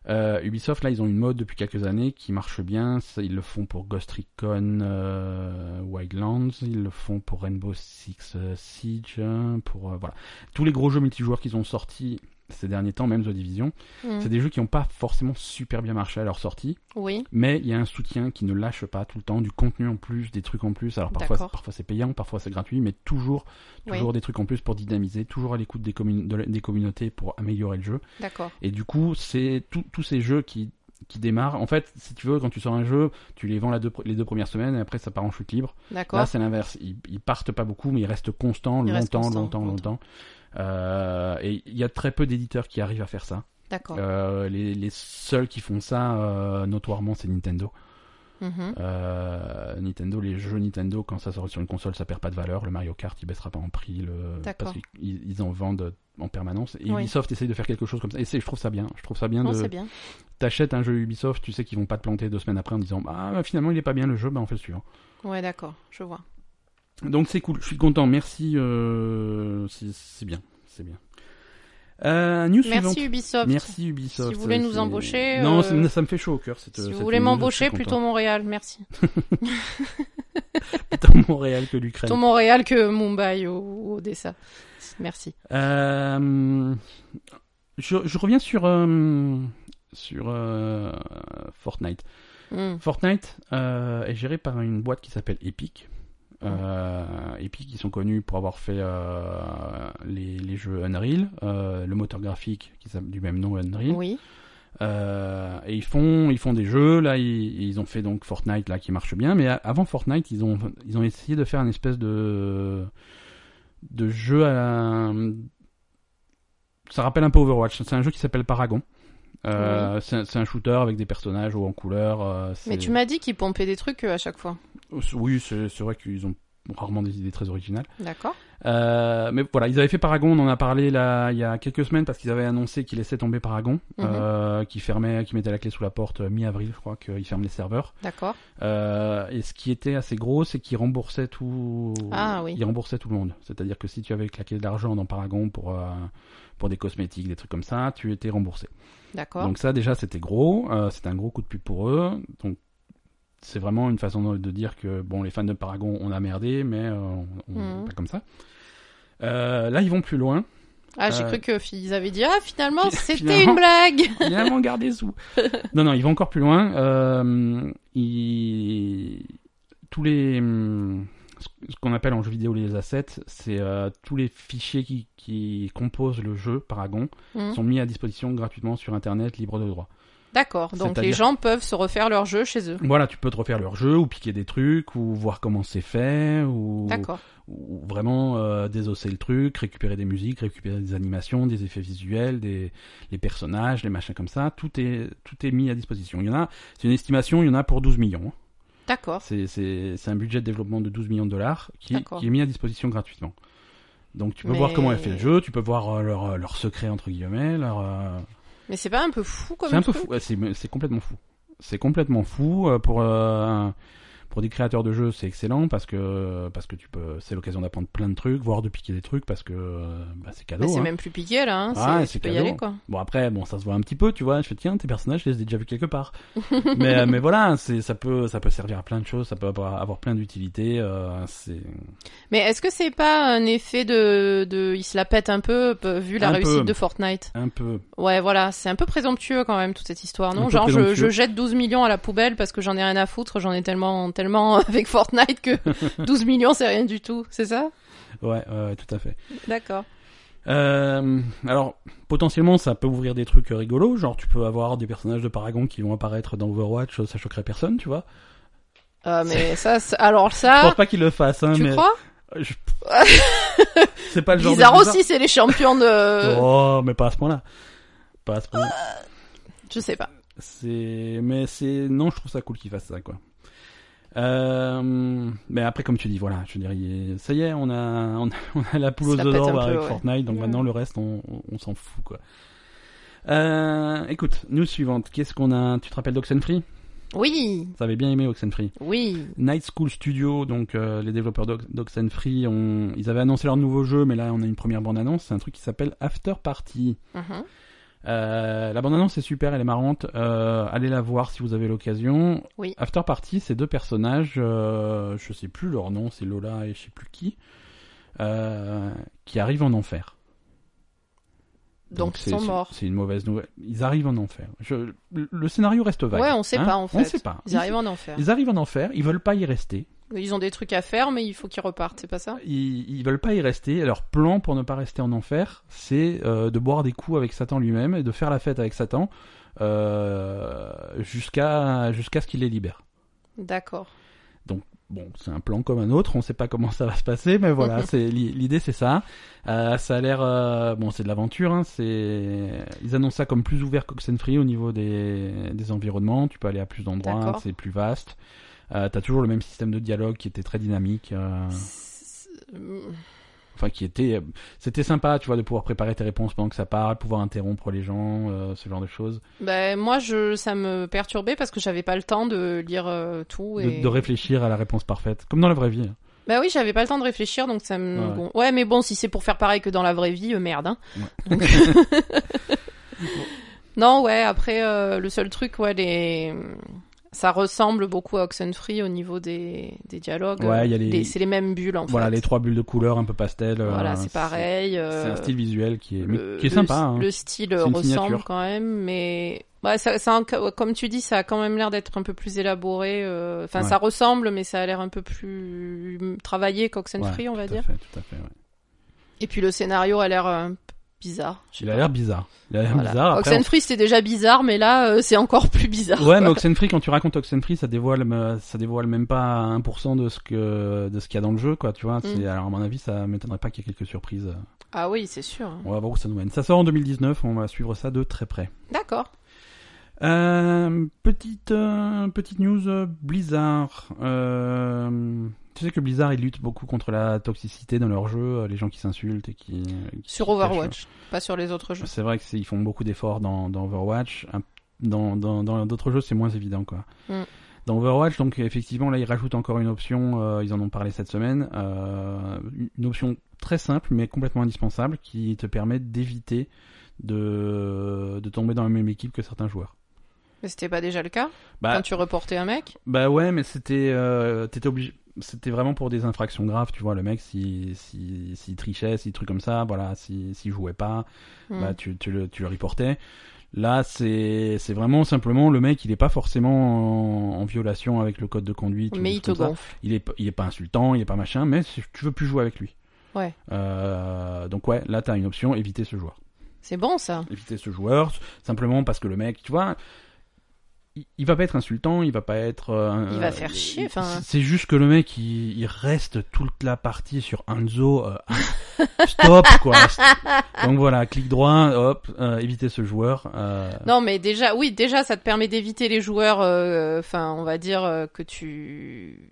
[SPEAKER 1] Euh, Ubisoft, là, ils ont une mode depuis quelques années qui marche bien. Ça, Ils le font pour Ghost Recon euh, Wildlands, ils le font pour Rainbow Six euh, Siege, hein, pour euh, voilà tous les gros jeux multijoueurs qu'ils ont sortis ces derniers temps, même The Division.
[SPEAKER 2] Mm.
[SPEAKER 1] C'est des jeux qui n'ont pas forcément super bien marché à leur sortie,
[SPEAKER 2] Oui.
[SPEAKER 1] mais il y a un soutien qui ne lâche pas tout le temps, du contenu en plus, des trucs en plus. Alors parfois,
[SPEAKER 2] D'accord.
[SPEAKER 1] parfois c'est payant, parfois c'est gratuit, mais toujours,
[SPEAKER 2] Oui.
[SPEAKER 1] toujours des trucs en plus pour dynamiser, toujours à l'écoute des, commun- de la- des communautés pour améliorer le jeu.
[SPEAKER 2] D'accord.
[SPEAKER 1] Et du coup, c'est tout- tous ces jeux qui, qui démarrent. En fait, si tu veux, quand tu sors un jeu, tu les vends la deux, les deux premières semaines et après ça part en chute libre. Là,
[SPEAKER 2] D'accord.
[SPEAKER 1] c'est l'inverse. Ils, ils partent pas beaucoup, mais ils restent constants
[SPEAKER 2] Ils
[SPEAKER 1] longtemps,
[SPEAKER 2] restent constants,
[SPEAKER 1] longtemps, longtemps, Euh, et il y a très peu d'éditeurs qui arrivent à faire ça.
[SPEAKER 2] D'accord.
[SPEAKER 1] Euh, les, les seuls qui font ça, euh, notoirement, c'est Nintendo.
[SPEAKER 2] Mhm.
[SPEAKER 1] Euh, Nintendo, les jeux Nintendo, quand ça sort sur une console, ça perd pas de valeur. Le Mario Kart, il baissera pas en prix. Le... Parce
[SPEAKER 2] D'accord.
[SPEAKER 1] qu'ils ils en vendent en permanence. Et
[SPEAKER 2] Oui.
[SPEAKER 1] Ubisoft essaye de faire quelque chose comme ça. Et c'est- je trouve ça bien. Je trouve ça bien
[SPEAKER 2] Non,
[SPEAKER 1] de.
[SPEAKER 2] c'est bien.
[SPEAKER 1] T'achètes un jeu Ubisoft, tu sais qu'ils vont pas te planter deux semaines après en disant Bah finalement il est pas bien le jeu, bah on fait le suivant.
[SPEAKER 2] Ouais, d'accord. Je vois.
[SPEAKER 1] Donc c'est cool, je suis content, merci. euh, c'est- C'est bien, c'est bien. Euh, news
[SPEAKER 2] Merci
[SPEAKER 1] suivante.
[SPEAKER 2] Ubisoft.
[SPEAKER 1] Merci Ubisoft.
[SPEAKER 2] Si vous voulez nous
[SPEAKER 1] C'est-
[SPEAKER 2] embaucher,
[SPEAKER 1] Non,
[SPEAKER 2] euh,
[SPEAKER 1] ça- ça me fait chaud au cœur. Cette,
[SPEAKER 2] Si
[SPEAKER 1] cette
[SPEAKER 2] vous voulez
[SPEAKER 1] news,
[SPEAKER 2] m'embaucher,
[SPEAKER 1] je suis
[SPEAKER 2] plutôt
[SPEAKER 1] content.
[SPEAKER 2] Montréal, merci.
[SPEAKER 1] Plutôt Montréal que l'Ukraine.
[SPEAKER 2] Plutôt Montréal que Mumbai ou- ou Odessa. Merci.
[SPEAKER 1] Euh, je, je reviens sur euh, sur euh, Fortnite.
[SPEAKER 2] Mm.
[SPEAKER 1] Fortnite euh, est géré par une boîte qui s'appelle Epic.
[SPEAKER 2] Oh.
[SPEAKER 1] Euh, Epic, ils sont connus pour avoir fait euh, les, les jeux Unreal, euh, le moteur graphique qui s'appelle du même nom Unreal.
[SPEAKER 2] Oui.
[SPEAKER 1] Euh, et ils font, ils font des jeux. Là, ils, ils ont fait donc Fortnite là qui marche bien. Mais a- avant Fortnite, ils ont, ils ont essayé de faire une espèce de de jeu. À... Ça rappelle un peu Overwatch. C'est un jeu qui s'appelle Paragon. Euh, c'est un- C'est un shooter avec des personnages ou en couleur. euh, c'est-
[SPEAKER 2] Mais tu m'as dit qu'ils pompaient des trucs euh, à chaque fois.
[SPEAKER 1] Oui, c'est c'est vrai qu'ils ont rarement des idées très originales.
[SPEAKER 2] D'accord.
[SPEAKER 1] Euh, mais voilà, ils avaient fait Paragon, on en a parlé là il y a quelques semaines parce qu'ils avaient annoncé qu'ils laissaient tomber Paragon,
[SPEAKER 2] Mhm.
[SPEAKER 1] euh, qui fermait, qui mettait la clé sous la porte euh, mi-avril, je crois qu'ils ferment les serveurs.
[SPEAKER 2] D'accord.
[SPEAKER 1] Euh, et ce qui était assez gros, c'est qu'ils remboursaient tout.
[SPEAKER 2] Ah oui.
[SPEAKER 1] Ils remboursaient tout le monde. C'est-à-dire que si tu avais claqué de l'argent dans Paragon pour euh, pour des cosmétiques, des trucs comme ça, tu étais remboursé.
[SPEAKER 2] D'accord.
[SPEAKER 1] Donc ça déjà c'était gros, euh, c'était un gros coup de pub pour eux. Donc c'est vraiment une façon de, de dire que bon les fans de Paragon on a merdé mais euh, on, on-
[SPEAKER 2] Mhm.
[SPEAKER 1] pas comme ça. Euh, là ils vont plus loin.
[SPEAKER 2] Ah, j'ai
[SPEAKER 1] euh,
[SPEAKER 2] cru que fi- ils avaient dit ah finalement c'était
[SPEAKER 1] Finalement.
[SPEAKER 2] une blague.
[SPEAKER 1] Il a mon garde des sous. Non non ils vont encore plus loin. Euh, ils- Tous les hum, ce qu'on appelle en jeu vidéo les assets, c'est euh, tous les fichiers qui, qui composent le jeu Paragon
[SPEAKER 2] Mm.
[SPEAKER 1] sont mis à disposition gratuitement sur internet libre de droit.
[SPEAKER 2] D'accord. Donc les
[SPEAKER 1] C'est-à-dire-
[SPEAKER 2] gens peuvent se refaire leur jeu chez eux.
[SPEAKER 1] Voilà, tu peux te refaire leur jeu ou piquer des trucs ou voir comment c'est fait ou,
[SPEAKER 2] D'accord.
[SPEAKER 1] ou vraiment euh, désosser le truc, récupérer des musiques, récupérer des animations, des effets visuels, des les personnages, les machins comme ça. Tout est tout est mis à disposition. Il y en a, c'est une estimation, il y en a pour 12 millions.
[SPEAKER 2] D'accord.
[SPEAKER 1] C'est c'est c'est un budget de développement de 12 millions de dollars qui
[SPEAKER 2] D'accord.
[SPEAKER 1] qui est mis à disposition gratuitement. Donc tu peux
[SPEAKER 2] Mais-
[SPEAKER 1] voir comment est fait le jeu, tu peux voir euh, leur leur secret entre guillemets, leur euh,
[SPEAKER 2] Mais c'est pas un peu fou comme
[SPEAKER 1] c'est un peu
[SPEAKER 2] truc
[SPEAKER 1] fou. Ouais, C'est c'est complètement fou. C'est complètement fou euh, pour euh, pour des créateurs de jeux, c'est excellent parce que parce que tu peux, c'est l'occasion d'apprendre plein de trucs, voire de piquer des trucs parce que euh, bah, c'est cadeau.
[SPEAKER 2] Bah, c'est
[SPEAKER 1] hein.
[SPEAKER 2] même plus piqué là, hein.
[SPEAKER 1] Ah,
[SPEAKER 2] c'est-
[SPEAKER 1] c'est
[SPEAKER 2] tu peux y
[SPEAKER 1] cadeau.
[SPEAKER 2] aller quoi.
[SPEAKER 1] Bon après, bon ça se voit un petit peu, tu vois. Je fais tiens, tes personnages, je les ai déjà vus quelque part. mais euh, mais voilà, c'est ça peut ça peut servir à plein de choses, ça peut avoir, avoir plein d'utilités. euh, c'est
[SPEAKER 2] Mais est-ce que c'est pas un effet de, de, il se la pète un peu peu- vu la
[SPEAKER 1] Un peu.
[SPEAKER 2] réussite de Fortnite
[SPEAKER 1] un peu.
[SPEAKER 2] Ouais, voilà, c'est un peu présomptueux quand même toute cette histoire,
[SPEAKER 1] Un
[SPEAKER 2] non
[SPEAKER 1] peu
[SPEAKER 2] Genre je,
[SPEAKER 1] présomptueux.
[SPEAKER 2] je jette 12 millions à la poubelle parce que j'en ai rien à foutre, j'en ai tellement tellement avec Fortnite que 12 millions c'est rien du tout, c'est ça
[SPEAKER 1] Ouais, ouais, tout à fait.
[SPEAKER 2] D'accord.
[SPEAKER 1] Euh, alors potentiellement ça peut ouvrir des trucs rigolos, genre tu peux avoir des personnages de Paragon qui vont apparaître dans Overwatch, ça choquerait personne, tu vois.
[SPEAKER 2] Ah mais ça, c'est- alors
[SPEAKER 1] Je
[SPEAKER 2] ça,
[SPEAKER 1] pense pas qu'ils le fassent, hein,
[SPEAKER 2] Ah, tu
[SPEAKER 1] mais
[SPEAKER 2] crois
[SPEAKER 1] Je- c'est pas le genre
[SPEAKER 2] Bizarre
[SPEAKER 1] de bizarre.
[SPEAKER 2] aussi, c'est les champions de,
[SPEAKER 1] Oh, mais pas à ce point-là. Pas à ce point.
[SPEAKER 2] je sais pas.
[SPEAKER 1] C'est, mais c'est, non, je trouve ça cool qu'il fasse ça, quoi. Euh, mais après, comme tu dis, voilà, je dirais, ça y est, on a, on a, on a la poule
[SPEAKER 2] Ça
[SPEAKER 1] aux œufs
[SPEAKER 2] pète
[SPEAKER 1] d'or
[SPEAKER 2] un peu,
[SPEAKER 1] avec
[SPEAKER 2] ouais.
[SPEAKER 1] Fortnite, donc
[SPEAKER 2] Ouais.
[SPEAKER 1] maintenant le reste, on, on- on s'en fout, quoi. Euh, écoute, news suivante. Qu'est-ce qu'on a Tu te rappelles d'Oxenfree
[SPEAKER 2] Oui,
[SPEAKER 1] T'avais bien aimé Oxenfree.
[SPEAKER 2] oui.
[SPEAKER 1] Night School Studio, donc euh, les développeurs d'Ox- d'Oxenfree, ont, ils avaient annoncé leur nouveau jeu, mais là on a une première bande-annonce. C'est un truc qui s'appelle After Party.
[SPEAKER 2] Mhm.
[SPEAKER 1] Euh, la bande-annonce est super, elle est marrante. Euh, allez la voir si vous avez l'occasion.
[SPEAKER 2] Oui.
[SPEAKER 1] After Party, c'est deux personnages, euh, je sais plus leur nom, c'est Lola et je sais plus qui, euh, qui arrivent en enfer.
[SPEAKER 2] Donc,
[SPEAKER 1] c'est-
[SPEAKER 2] ils sont
[SPEAKER 1] c'est-
[SPEAKER 2] morts.
[SPEAKER 1] C'est une mauvaise nouvelle. Ils arrivent en enfer. Je, le, le scénario reste vague.
[SPEAKER 2] Ouais, on sait
[SPEAKER 1] hein.
[SPEAKER 2] pas, en fait.
[SPEAKER 1] On sait pas.
[SPEAKER 2] Ils arrivent en enfer.
[SPEAKER 1] Ils arrivent en enfer, ils veulent pas y rester.
[SPEAKER 2] Ils ont des trucs à faire, mais il faut qu'ils repartent, c'est pas ça
[SPEAKER 1] ils, ils veulent pas y rester. Leur plan pour ne pas rester en enfer, c'est euh, de boire des coups avec Satan lui-même et de faire la fête avec Satan euh, jusqu'à jusqu'à ce qu'il les libère.
[SPEAKER 2] D'accord.
[SPEAKER 1] Bon, c'est un plan comme un autre. On sait pas comment ça va se passer, mais voilà, c'est l'i- l'idée, c'est ça. Euh, ça a l'air euh, bon, c'est de l'aventure. Hein, c'est ils annoncent ça comme plus ouvert qu'Oxenfree au niveau des des environnements. Tu peux aller à plus d'endroits,
[SPEAKER 2] D'accord.
[SPEAKER 1] c'est plus vaste. Euh, T'as toujours le même système de dialogue qui était très dynamique. euh.
[SPEAKER 2] C'est-
[SPEAKER 1] enfin qui était euh, c'était sympa tu vois de pouvoir préparer tes réponses pendant que ça parle pouvoir interrompre les gens euh, ce genre de choses
[SPEAKER 2] Ben moi, je, ça me perturbait parce que j'avais pas le temps de lire euh, tout et.
[SPEAKER 1] de, de réfléchir à la réponse parfaite comme dans la vraie vie hein.
[SPEAKER 2] Ben oui, j'avais pas le temps de réfléchir, donc ça me.
[SPEAKER 1] Ouais.
[SPEAKER 2] bon. Ouais, mais bon, si c'est pour faire pareil que dans la vraie vie, euh, merde. Hein. Donc- non, ouais. Après, euh, le seul truc, ouais, les. Ça ressemble beaucoup à Oxenfree au niveau des, des dialogues.
[SPEAKER 1] Ouais, il y a les-
[SPEAKER 2] C'est les mêmes bulles en
[SPEAKER 1] voilà
[SPEAKER 2] fait.
[SPEAKER 1] les trois bulles de couleurs un peu pastel euh,
[SPEAKER 2] Voilà, c'est pareil.
[SPEAKER 1] c'est un
[SPEAKER 2] euh,
[SPEAKER 1] style visuel qui est mais
[SPEAKER 2] le-
[SPEAKER 1] qui est
[SPEAKER 2] le-
[SPEAKER 1] sympa hein.
[SPEAKER 2] Le style
[SPEAKER 1] une
[SPEAKER 2] ressemble
[SPEAKER 1] signature.
[SPEAKER 2] quand même, mais ouais, ça, ça a un- comme tu dis, ça a quand même l'air d'être un peu plus élaboré. euh, Enfin,
[SPEAKER 1] Ouais.
[SPEAKER 2] ça ressemble, mais ça a l'air un peu plus travaillé
[SPEAKER 1] Ouais,
[SPEAKER 2] qu'Oxenfree, on va
[SPEAKER 1] tout à
[SPEAKER 2] dire.
[SPEAKER 1] fait, tout à fait, ouais.
[SPEAKER 2] Et puis le scénario a l'air euh, bizarre. je sais
[SPEAKER 1] il a
[SPEAKER 2] pas.
[SPEAKER 1] l'air bizarre il a l'air
[SPEAKER 2] Voilà.
[SPEAKER 1] bizarre après, on-
[SPEAKER 2] Oxenfree, c'était déjà bizarre, mais là, euh, c'est encore plus bizarre.
[SPEAKER 1] Ouais,
[SPEAKER 2] quoi.
[SPEAKER 1] mais Oxenfree, quand tu racontes Oxenfree, ça dévoile, me- ça dévoile même pas 1% de ce que, de ce qu'il y a dans le jeu, quoi, tu
[SPEAKER 2] Mm.
[SPEAKER 1] vois. C'est- Alors, à mon avis, ça m'étonnerait pas qu'il y ait quelques surprises.
[SPEAKER 2] Ah oui, c'est sûr.
[SPEAKER 1] On va voir où ça nous mène. Ça sort en 2019, on va suivre ça de très près.
[SPEAKER 2] D'accord.
[SPEAKER 1] Euh, petite, euh, petite news euh, Blizzard. Euh, tu sais que Blizzard, ils luttent beaucoup contre la toxicité dans leurs jeux, euh, les gens qui s'insultent et qui... qui-
[SPEAKER 2] Sur
[SPEAKER 1] qui
[SPEAKER 2] Overwatch, pas sur les autres jeux.
[SPEAKER 1] cachent. C'est vrai qu'ils font beaucoup d'efforts dans, dans Overwatch. Un- Dans dans- dans d'autres jeux, c'est moins évident, quoi.
[SPEAKER 2] Mm.
[SPEAKER 1] Dans Overwatch, donc effectivement, là, ils rajoutent encore une option, euh, ils en ont parlé cette semaine, euh, une option très simple, mais complètement indispensable, qui te permet d'éviter de, de tomber dans la même équipe que certains joueurs.
[SPEAKER 2] Mais c'était pas déjà le cas
[SPEAKER 1] Bah,
[SPEAKER 2] quand tu reportais un mec.
[SPEAKER 1] bah ouais, mais c'était euh, t'étais obligé c'était vraiment pour des infractions graves, tu vois, le mec si si s'il trichait, si truc comme ça, voilà, si s'il jouait pas,
[SPEAKER 2] Hmm.
[SPEAKER 1] bah tu tu le tu le reportais. Là, c'est c'est vraiment simplement le mec, il est pas forcément en, en violation avec le code de conduite. ou
[SPEAKER 2] mais
[SPEAKER 1] des
[SPEAKER 2] il te
[SPEAKER 1] trucs comme ça.
[SPEAKER 2] gonfle.
[SPEAKER 1] Il est pas- il est pas insultant, il est pas machin, mais c'est- tu veux plus jouer avec lui.
[SPEAKER 2] Ouais.
[SPEAKER 1] Euh, donc ouais, là t'as une option, éviter ce joueur
[SPEAKER 2] C'est bon ça.
[SPEAKER 1] éviter ce joueur simplement parce que le mec, tu vois, il, il va pas être insultant, il va pas être. euh,
[SPEAKER 2] Il va faire chier,
[SPEAKER 1] il-
[SPEAKER 2] enfin.
[SPEAKER 1] c'est- C'est juste que le mec, il, il reste toute la partie sur Hanzo. euh, stop quoi. Donc voilà, clic droit, hop, euh, éviter ce joueur. euh,
[SPEAKER 2] Non, mais déjà, oui, déjà, ça te permet d'éviter les joueurs, euh, enfin, on va dire euh, que tu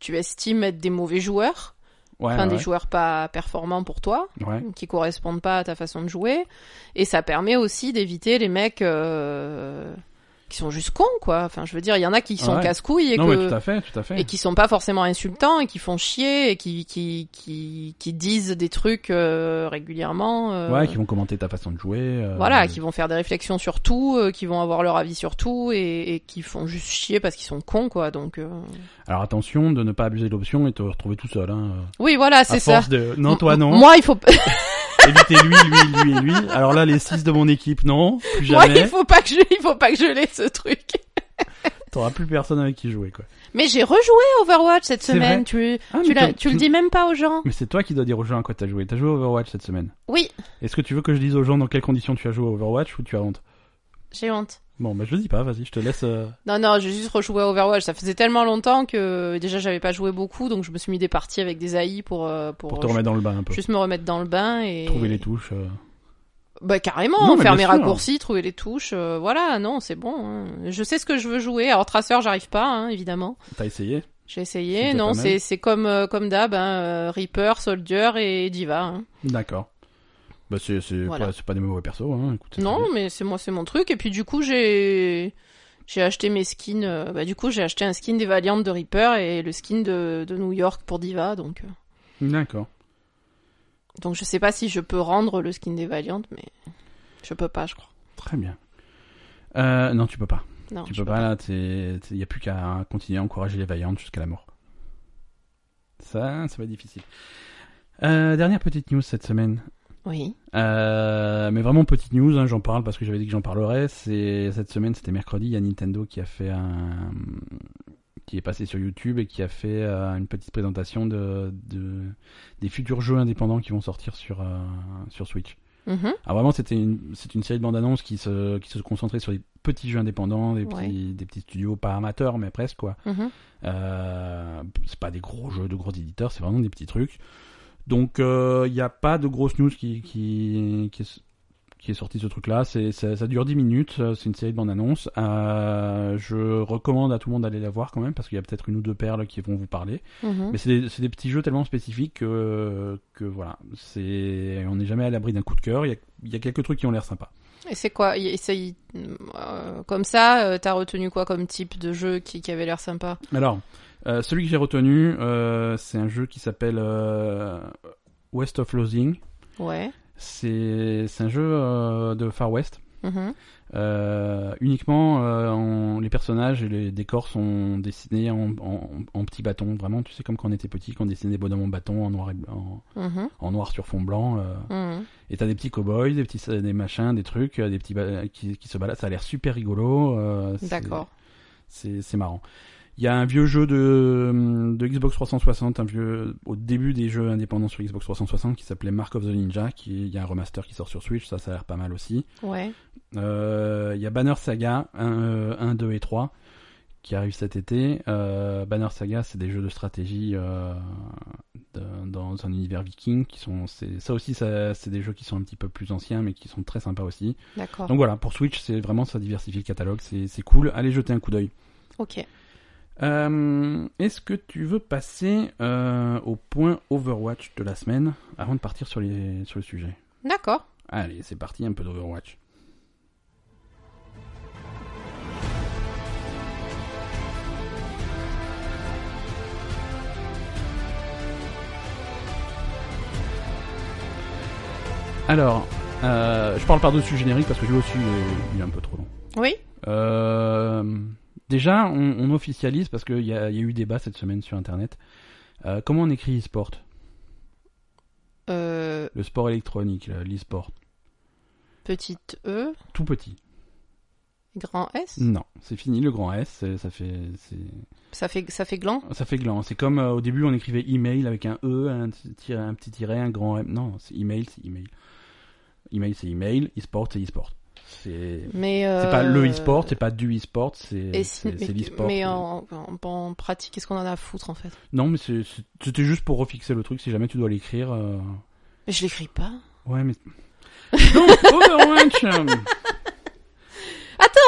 [SPEAKER 2] tu estimes être des mauvais joueurs,
[SPEAKER 1] ouais,
[SPEAKER 2] enfin
[SPEAKER 1] ouais,
[SPEAKER 2] des joueurs pas performants pour toi,
[SPEAKER 1] ouais.
[SPEAKER 2] qui correspondent pas à ta façon de jouer, et ça permet aussi d'éviter les mecs euh, qui sont juste cons, quoi. Enfin, je veux dire, il y en a qui sont
[SPEAKER 1] Ouais.
[SPEAKER 2] casse-couilles et
[SPEAKER 1] non,
[SPEAKER 2] que
[SPEAKER 1] mais tout à fait, tout à fait.
[SPEAKER 2] et qui sont pas forcément insultants et qui font chier et qui qui qui, qui disent des trucs euh, régulièrement. euh,
[SPEAKER 1] Ouais, qui vont commenter ta façon de jouer. euh,
[SPEAKER 2] Voilà, qui vont faire des réflexions sur tout, euh, qui vont avoir leur avis sur tout et, et qui font juste chier parce qu'ils sont cons, quoi. Donc euh,
[SPEAKER 1] Alors attention de ne pas abuser de l'option et te retrouver tout seul. Hein.
[SPEAKER 2] oui, voilà,
[SPEAKER 1] À
[SPEAKER 2] c'est ça.
[SPEAKER 1] force de... Non, toi non.
[SPEAKER 2] Moi, il faut pas-
[SPEAKER 1] Évitez lui, lui, lui et lui. Alors là, les six de mon équipe, non. Plus
[SPEAKER 2] moi, il
[SPEAKER 1] jamais.
[SPEAKER 2] faut pas que je, il faut pas que je l'ai ce truc.
[SPEAKER 1] T'auras plus personne avec qui jouer, quoi. Mais
[SPEAKER 2] Mais j'ai rejoué Overwatch cette
[SPEAKER 1] C'est vrai.
[SPEAKER 2] semaine. Tu
[SPEAKER 1] Ah,
[SPEAKER 2] tu,
[SPEAKER 1] mais
[SPEAKER 2] l'as-
[SPEAKER 1] t'as-
[SPEAKER 2] tu le dis même pas aux gens.
[SPEAKER 1] Mais c'est toi qui dois dire aux gens à quoi t'as joué. T'as joué à Overwatch cette semaine.
[SPEAKER 2] Oui,
[SPEAKER 1] Est-ce que tu veux que je dise aux gens dans quelles conditions tu as joué à Overwatch ou tu as honte
[SPEAKER 2] j'ai honte.
[SPEAKER 1] Bon, bah je le dis pas, vas-y, je te laisse. euh,
[SPEAKER 2] Non, non, j'ai juste rejoué à Overwatch. Ça faisait tellement longtemps que déjà j'avais pas joué beaucoup, donc je me suis mis des parties avec des AI pour euh, pour,
[SPEAKER 1] pour te remettre dans le bain un peu.
[SPEAKER 2] juste me remettre dans le bain et
[SPEAKER 1] Trouver les touches. euh.
[SPEAKER 2] Bah carrément,
[SPEAKER 1] Non, mais
[SPEAKER 2] faire mes
[SPEAKER 1] bien sûr.
[SPEAKER 2] raccourcis, trouver les touches, euh, voilà, non, c'est bon. hein. Je sais ce que je veux jouer. Alors Tracer, j'arrive pas, hein, évidemment.
[SPEAKER 1] T'as essayé
[SPEAKER 2] J'ai
[SPEAKER 1] C'est
[SPEAKER 2] essayé,
[SPEAKER 1] déjà
[SPEAKER 2] non,
[SPEAKER 1] pas mal.
[SPEAKER 2] c'est c'est comme euh, comme d'hab, hein, euh, Reaper, Soldier et Diva. hein.
[SPEAKER 1] D'accord. Bah c'est c'est
[SPEAKER 2] Voilà.
[SPEAKER 1] pas, c'est pas des mauvais persos, hein. Écoute, c'est très
[SPEAKER 2] Non, mais c'est moi, c'est mon truc. Et puis du coup, j'ai j'ai acheté mes skins. euh, Bah du coup, j'ai acheté un skin des Valiant de Reaper et le skin de, de New York pour Diva. Donc euh,
[SPEAKER 1] bien. D'accord.
[SPEAKER 2] donc je sais pas si je peux rendre le skin des Valiant, mais je peux pas, je crois.
[SPEAKER 1] Très bien. Euh, non, tu peux pas.
[SPEAKER 2] Non,
[SPEAKER 1] tu
[SPEAKER 2] je
[SPEAKER 1] peux pas, là, t'es- t'es- y a plus qu'à continuer à encourager les vaillantes jusqu'à la mort. Ça, ça va être difficile. Euh, dernière petite news cette semaine.
[SPEAKER 2] Oui.
[SPEAKER 1] Euh, mais vraiment petite news, hein, j'en parle parce que j'avais dit que j'en parlerais. C'est cette semaine, c'était mercredi, il y a Nintendo qui a fait un, qui est passé sur YouTube et qui a fait euh, une petite présentation de, de des futurs jeux indépendants qui vont sortir sur euh, sur Switch.
[SPEAKER 2] Mhm.
[SPEAKER 1] Alors vraiment, c'était une, c'est une série de bandes annonces qui se, qui se concentrait sur des petits jeux indépendants, des petits, des petits studios, pas amateurs, mais presque quoi.
[SPEAKER 2] mhm.
[SPEAKER 1] Euh, c'est pas des gros jeux de gros éditeurs, c'est vraiment des petits trucs. Donc il n'y a pas de grosse news qui, qui, qui est, qui est sortie de ce truc-là. C'est, ça, ça dure 10 minutes, euh, c'est une série de bandes annonces. Euh, je recommande à tout le monde d'aller la voir quand même, parce qu'il y a peut-être une ou deux perles qui vont vous parler.
[SPEAKER 2] Mhm.
[SPEAKER 1] Mais c'est des, c'est des petits jeux tellement spécifiques que, que voilà, c'est, on n'est jamais à l'abri d'un coup de cœur. Il y a, il y a quelques trucs qui ont l'air sympas.
[SPEAKER 2] Et c'est quoi y- et ça, y- euh, Comme ça, euh, t'as retenu quoi comme type de jeu qui, qui avait l'air sympa
[SPEAKER 1] Alors, euh, celui que j'ai retenu, euh, c'est un jeu qui s'appelle euh, West of Losing.
[SPEAKER 2] Ouais.
[SPEAKER 1] C'est c'est un jeu euh, de Far West.
[SPEAKER 2] Mhm.
[SPEAKER 1] Euh, uniquement, euh, en- les personnages et les décors sont dessinés en, en, en petits bâtons. Vraiment, tu sais, comme quand on était petit, qu'on dessinait des bonhommes en bâton, en noir, et bl- en,
[SPEAKER 2] Mhm.
[SPEAKER 1] en noir sur fond blanc. euh.
[SPEAKER 2] Mhm.
[SPEAKER 1] Et t'as des petits cow-boys, des petits des machins, des trucs, euh, des petits ba- qui, qui se baladent. Ça a l'air super rigolo. euh, c'est-
[SPEAKER 2] D'accord.
[SPEAKER 1] c'est c'est marrant. Il y a un vieux jeu de, de Xbox 360, un vieux au début des jeux indépendants sur Xbox 360 qui s'appelait Mark of the Ninja, qui il y a un remaster qui sort sur Switch, ça ça a l'air pas mal aussi.
[SPEAKER 2] Ouais.
[SPEAKER 1] Euh, il y a Banner Saga 1, 2 et 3 qui arrive cet été. Euh, Banner Saga, c'est des jeux de stratégie euh, de- dans un univers viking qui sont c'est ça aussi ça- c'est des jeux qui sont un petit peu plus anciens mais qui sont très sympas aussi.
[SPEAKER 2] D'accord.
[SPEAKER 1] Donc voilà, pour Switch, c'est vraiment ça diversifie le catalogue, c'est c'est cool, allez jeter un coup d'œil.
[SPEAKER 2] Ok.
[SPEAKER 1] Euh, Est-ce que tu veux passer euh, au point Overwatch de la semaine avant de partir sur, les, sur le sujet
[SPEAKER 2] D'accord.
[SPEAKER 1] Allez, c'est parti, un peu d'Overwatch. Alors, euh, je parle par-dessus le générique parce que lui aussi, il est- il est un peu trop long.
[SPEAKER 2] Oui.
[SPEAKER 1] Euh, déjà, on, on officialise parce qu'il y a, il y a eu débat cette semaine sur Internet. Euh, comment on écrit e-sport
[SPEAKER 2] Euh,
[SPEAKER 1] Le sport électronique, là, l'e-sport.
[SPEAKER 2] petite E,
[SPEAKER 1] Tout petit.
[SPEAKER 2] grand S.
[SPEAKER 1] Non, c'est fini le grand S. c'est- Ça fait, c'est-
[SPEAKER 2] Ça fait ça fait gland.
[SPEAKER 1] ça fait gland. C'est comme euh, au début, on écrivait email avec un e, un, t- tiret- un petit tiret, un grand M. Non, c'est email, c'est email. Email, c'est email. E-sport, c'est e-sport. C'est
[SPEAKER 2] Mais
[SPEAKER 1] c'est
[SPEAKER 2] euh,
[SPEAKER 1] pas le e-sport, c'est pas du e-sport, c'est
[SPEAKER 2] et si-
[SPEAKER 1] c'est- c'est
[SPEAKER 2] mais-
[SPEAKER 1] l'e-sport.
[SPEAKER 2] Mais en, en- en pratique, qu'est-ce qu'on en a à foutre en fait
[SPEAKER 1] Non, mais c'est- c'est- c'était juste pour refixer le truc si jamais tu dois l'écrire. euh,
[SPEAKER 2] Mais je l'écris pas.
[SPEAKER 1] Ouais, mais. Donc, Overwatch euh,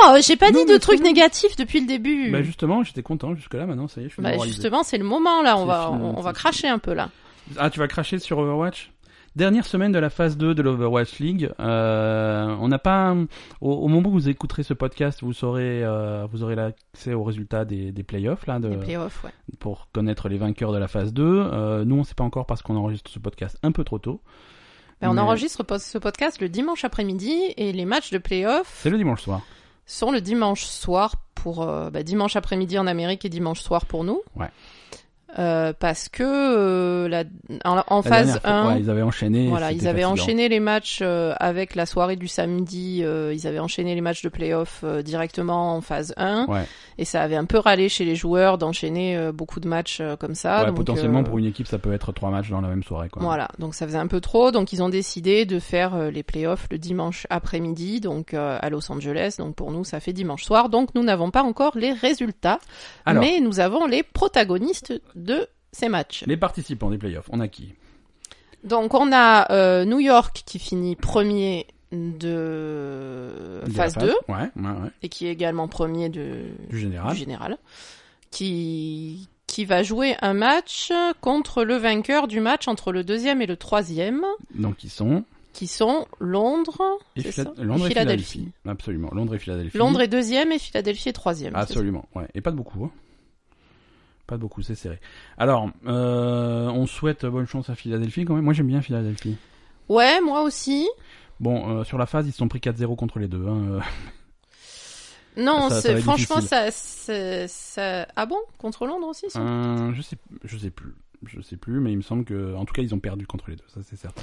[SPEAKER 2] Non, euh, j'ai pas
[SPEAKER 1] Non,
[SPEAKER 2] dit
[SPEAKER 1] mais
[SPEAKER 2] de
[SPEAKER 1] c'est
[SPEAKER 2] trucs
[SPEAKER 1] bon.
[SPEAKER 2] négatifs depuis le début.
[SPEAKER 1] Bah, justement, j'étais content jusque-là, maintenant, ça y est, je suis
[SPEAKER 2] Hmm. Bah,
[SPEAKER 1] moralisé.
[SPEAKER 2] justement, c'est le moment là. On
[SPEAKER 1] C'est
[SPEAKER 2] va
[SPEAKER 1] fini,
[SPEAKER 2] on, on va
[SPEAKER 1] c'est
[SPEAKER 2] cracher un peu là.
[SPEAKER 1] Ah, tu vas cracher sur Overwatch Dernière semaine de la phase 2 de l'Overwatch League. Euh, on n'a pas. Au, au, moment où vous écouterez ce podcast, vous saurez, euh, vous aurez l'accès aux résultats des, des playoffs là, de,
[SPEAKER 2] Les playoffs, ouais.
[SPEAKER 1] pour connaître les vainqueurs de la phase 2. Euh, nous, on ne sait pas encore parce qu'on enregistre ce podcast un peu trop tôt.
[SPEAKER 2] Ben, on
[SPEAKER 1] euh,
[SPEAKER 2] Mais- enregistre po- ce podcast le dimanche après-midi et les matchs de playoff
[SPEAKER 1] C'est le dimanche soir.
[SPEAKER 2] sont le dimanche soir pour euh, bah, dimanche après-midi en Amérique et dimanche soir pour nous.
[SPEAKER 1] Ouais.
[SPEAKER 2] Euh, parce que euh, la, en, en
[SPEAKER 1] La
[SPEAKER 2] phase
[SPEAKER 1] dernière fois,
[SPEAKER 2] 1,
[SPEAKER 1] ouais, ils avaient enchaîné.
[SPEAKER 2] Voilà,
[SPEAKER 1] c'était
[SPEAKER 2] ils avaient
[SPEAKER 1] fatigant.
[SPEAKER 2] enchaîné les matchs euh, avec la soirée du samedi, euh, ils avaient enchaîné les matchs de playoff euh, directement en phase 1,
[SPEAKER 1] Ouais.
[SPEAKER 2] et ça avait un peu râlé chez les joueurs d'enchaîner euh, beaucoup de matchs euh, comme ça.
[SPEAKER 1] Ouais,
[SPEAKER 2] donc,
[SPEAKER 1] potentiellement
[SPEAKER 2] euh,
[SPEAKER 1] pour une équipe, ça peut être trois matchs dans la même soirée. Quoi.
[SPEAKER 2] Voilà, donc ça faisait un peu trop, donc ils ont décidé de faire euh, les playoffs le dimanche après-midi, donc euh, à Los Angeles, donc pour nous ça fait dimanche soir, donc nous n'avons pas encore les résultats,
[SPEAKER 1] Alors,
[SPEAKER 2] mais nous avons les protagonistes de ces matchs.
[SPEAKER 1] les participants des playoffs, on a qui
[SPEAKER 2] Donc on a euh, New York qui finit premier de
[SPEAKER 1] De la
[SPEAKER 2] Euh, phase 2
[SPEAKER 1] Ouais, ouais, ouais.
[SPEAKER 2] et qui est également premier de...
[SPEAKER 1] Du général.
[SPEAKER 2] du général, qui... qui va jouer un match contre le vainqueur du match entre le deuxième et le troisième,
[SPEAKER 1] Donc ils sont
[SPEAKER 2] qui sont Londres,
[SPEAKER 1] et
[SPEAKER 2] c'est
[SPEAKER 1] Phila-
[SPEAKER 2] ça
[SPEAKER 1] Londres et
[SPEAKER 2] Philadelphie.
[SPEAKER 1] Philadelphie. Absolument, Londres et Philadelphie.
[SPEAKER 2] Londres est deuxième et Philadelphie est troisième. c'est ça
[SPEAKER 1] Absolument, ouais. Et pas de beaucoup. hein. Pas de beaucoup, c'est serré. Alors, euh, on souhaite bonne chance à Philadelphie quand même. Moi j'aime bien Philadelphie.
[SPEAKER 2] Ouais, moi aussi.
[SPEAKER 1] Bon, euh, sur la phase, ils se sont pris 4-0 contre les deux. hein, euh.
[SPEAKER 2] Non,
[SPEAKER 1] Ça- ça
[SPEAKER 2] c'est-
[SPEAKER 1] va être
[SPEAKER 2] franchement,
[SPEAKER 1] difficile.
[SPEAKER 2] ça, c'est- ça... Ah bon Contre Londres aussi ça
[SPEAKER 1] Euh, je sais, je sais plus, je sais plus, mais il me semble que, en tout cas, ils ont perdu contre les deux. Ça c'est certain.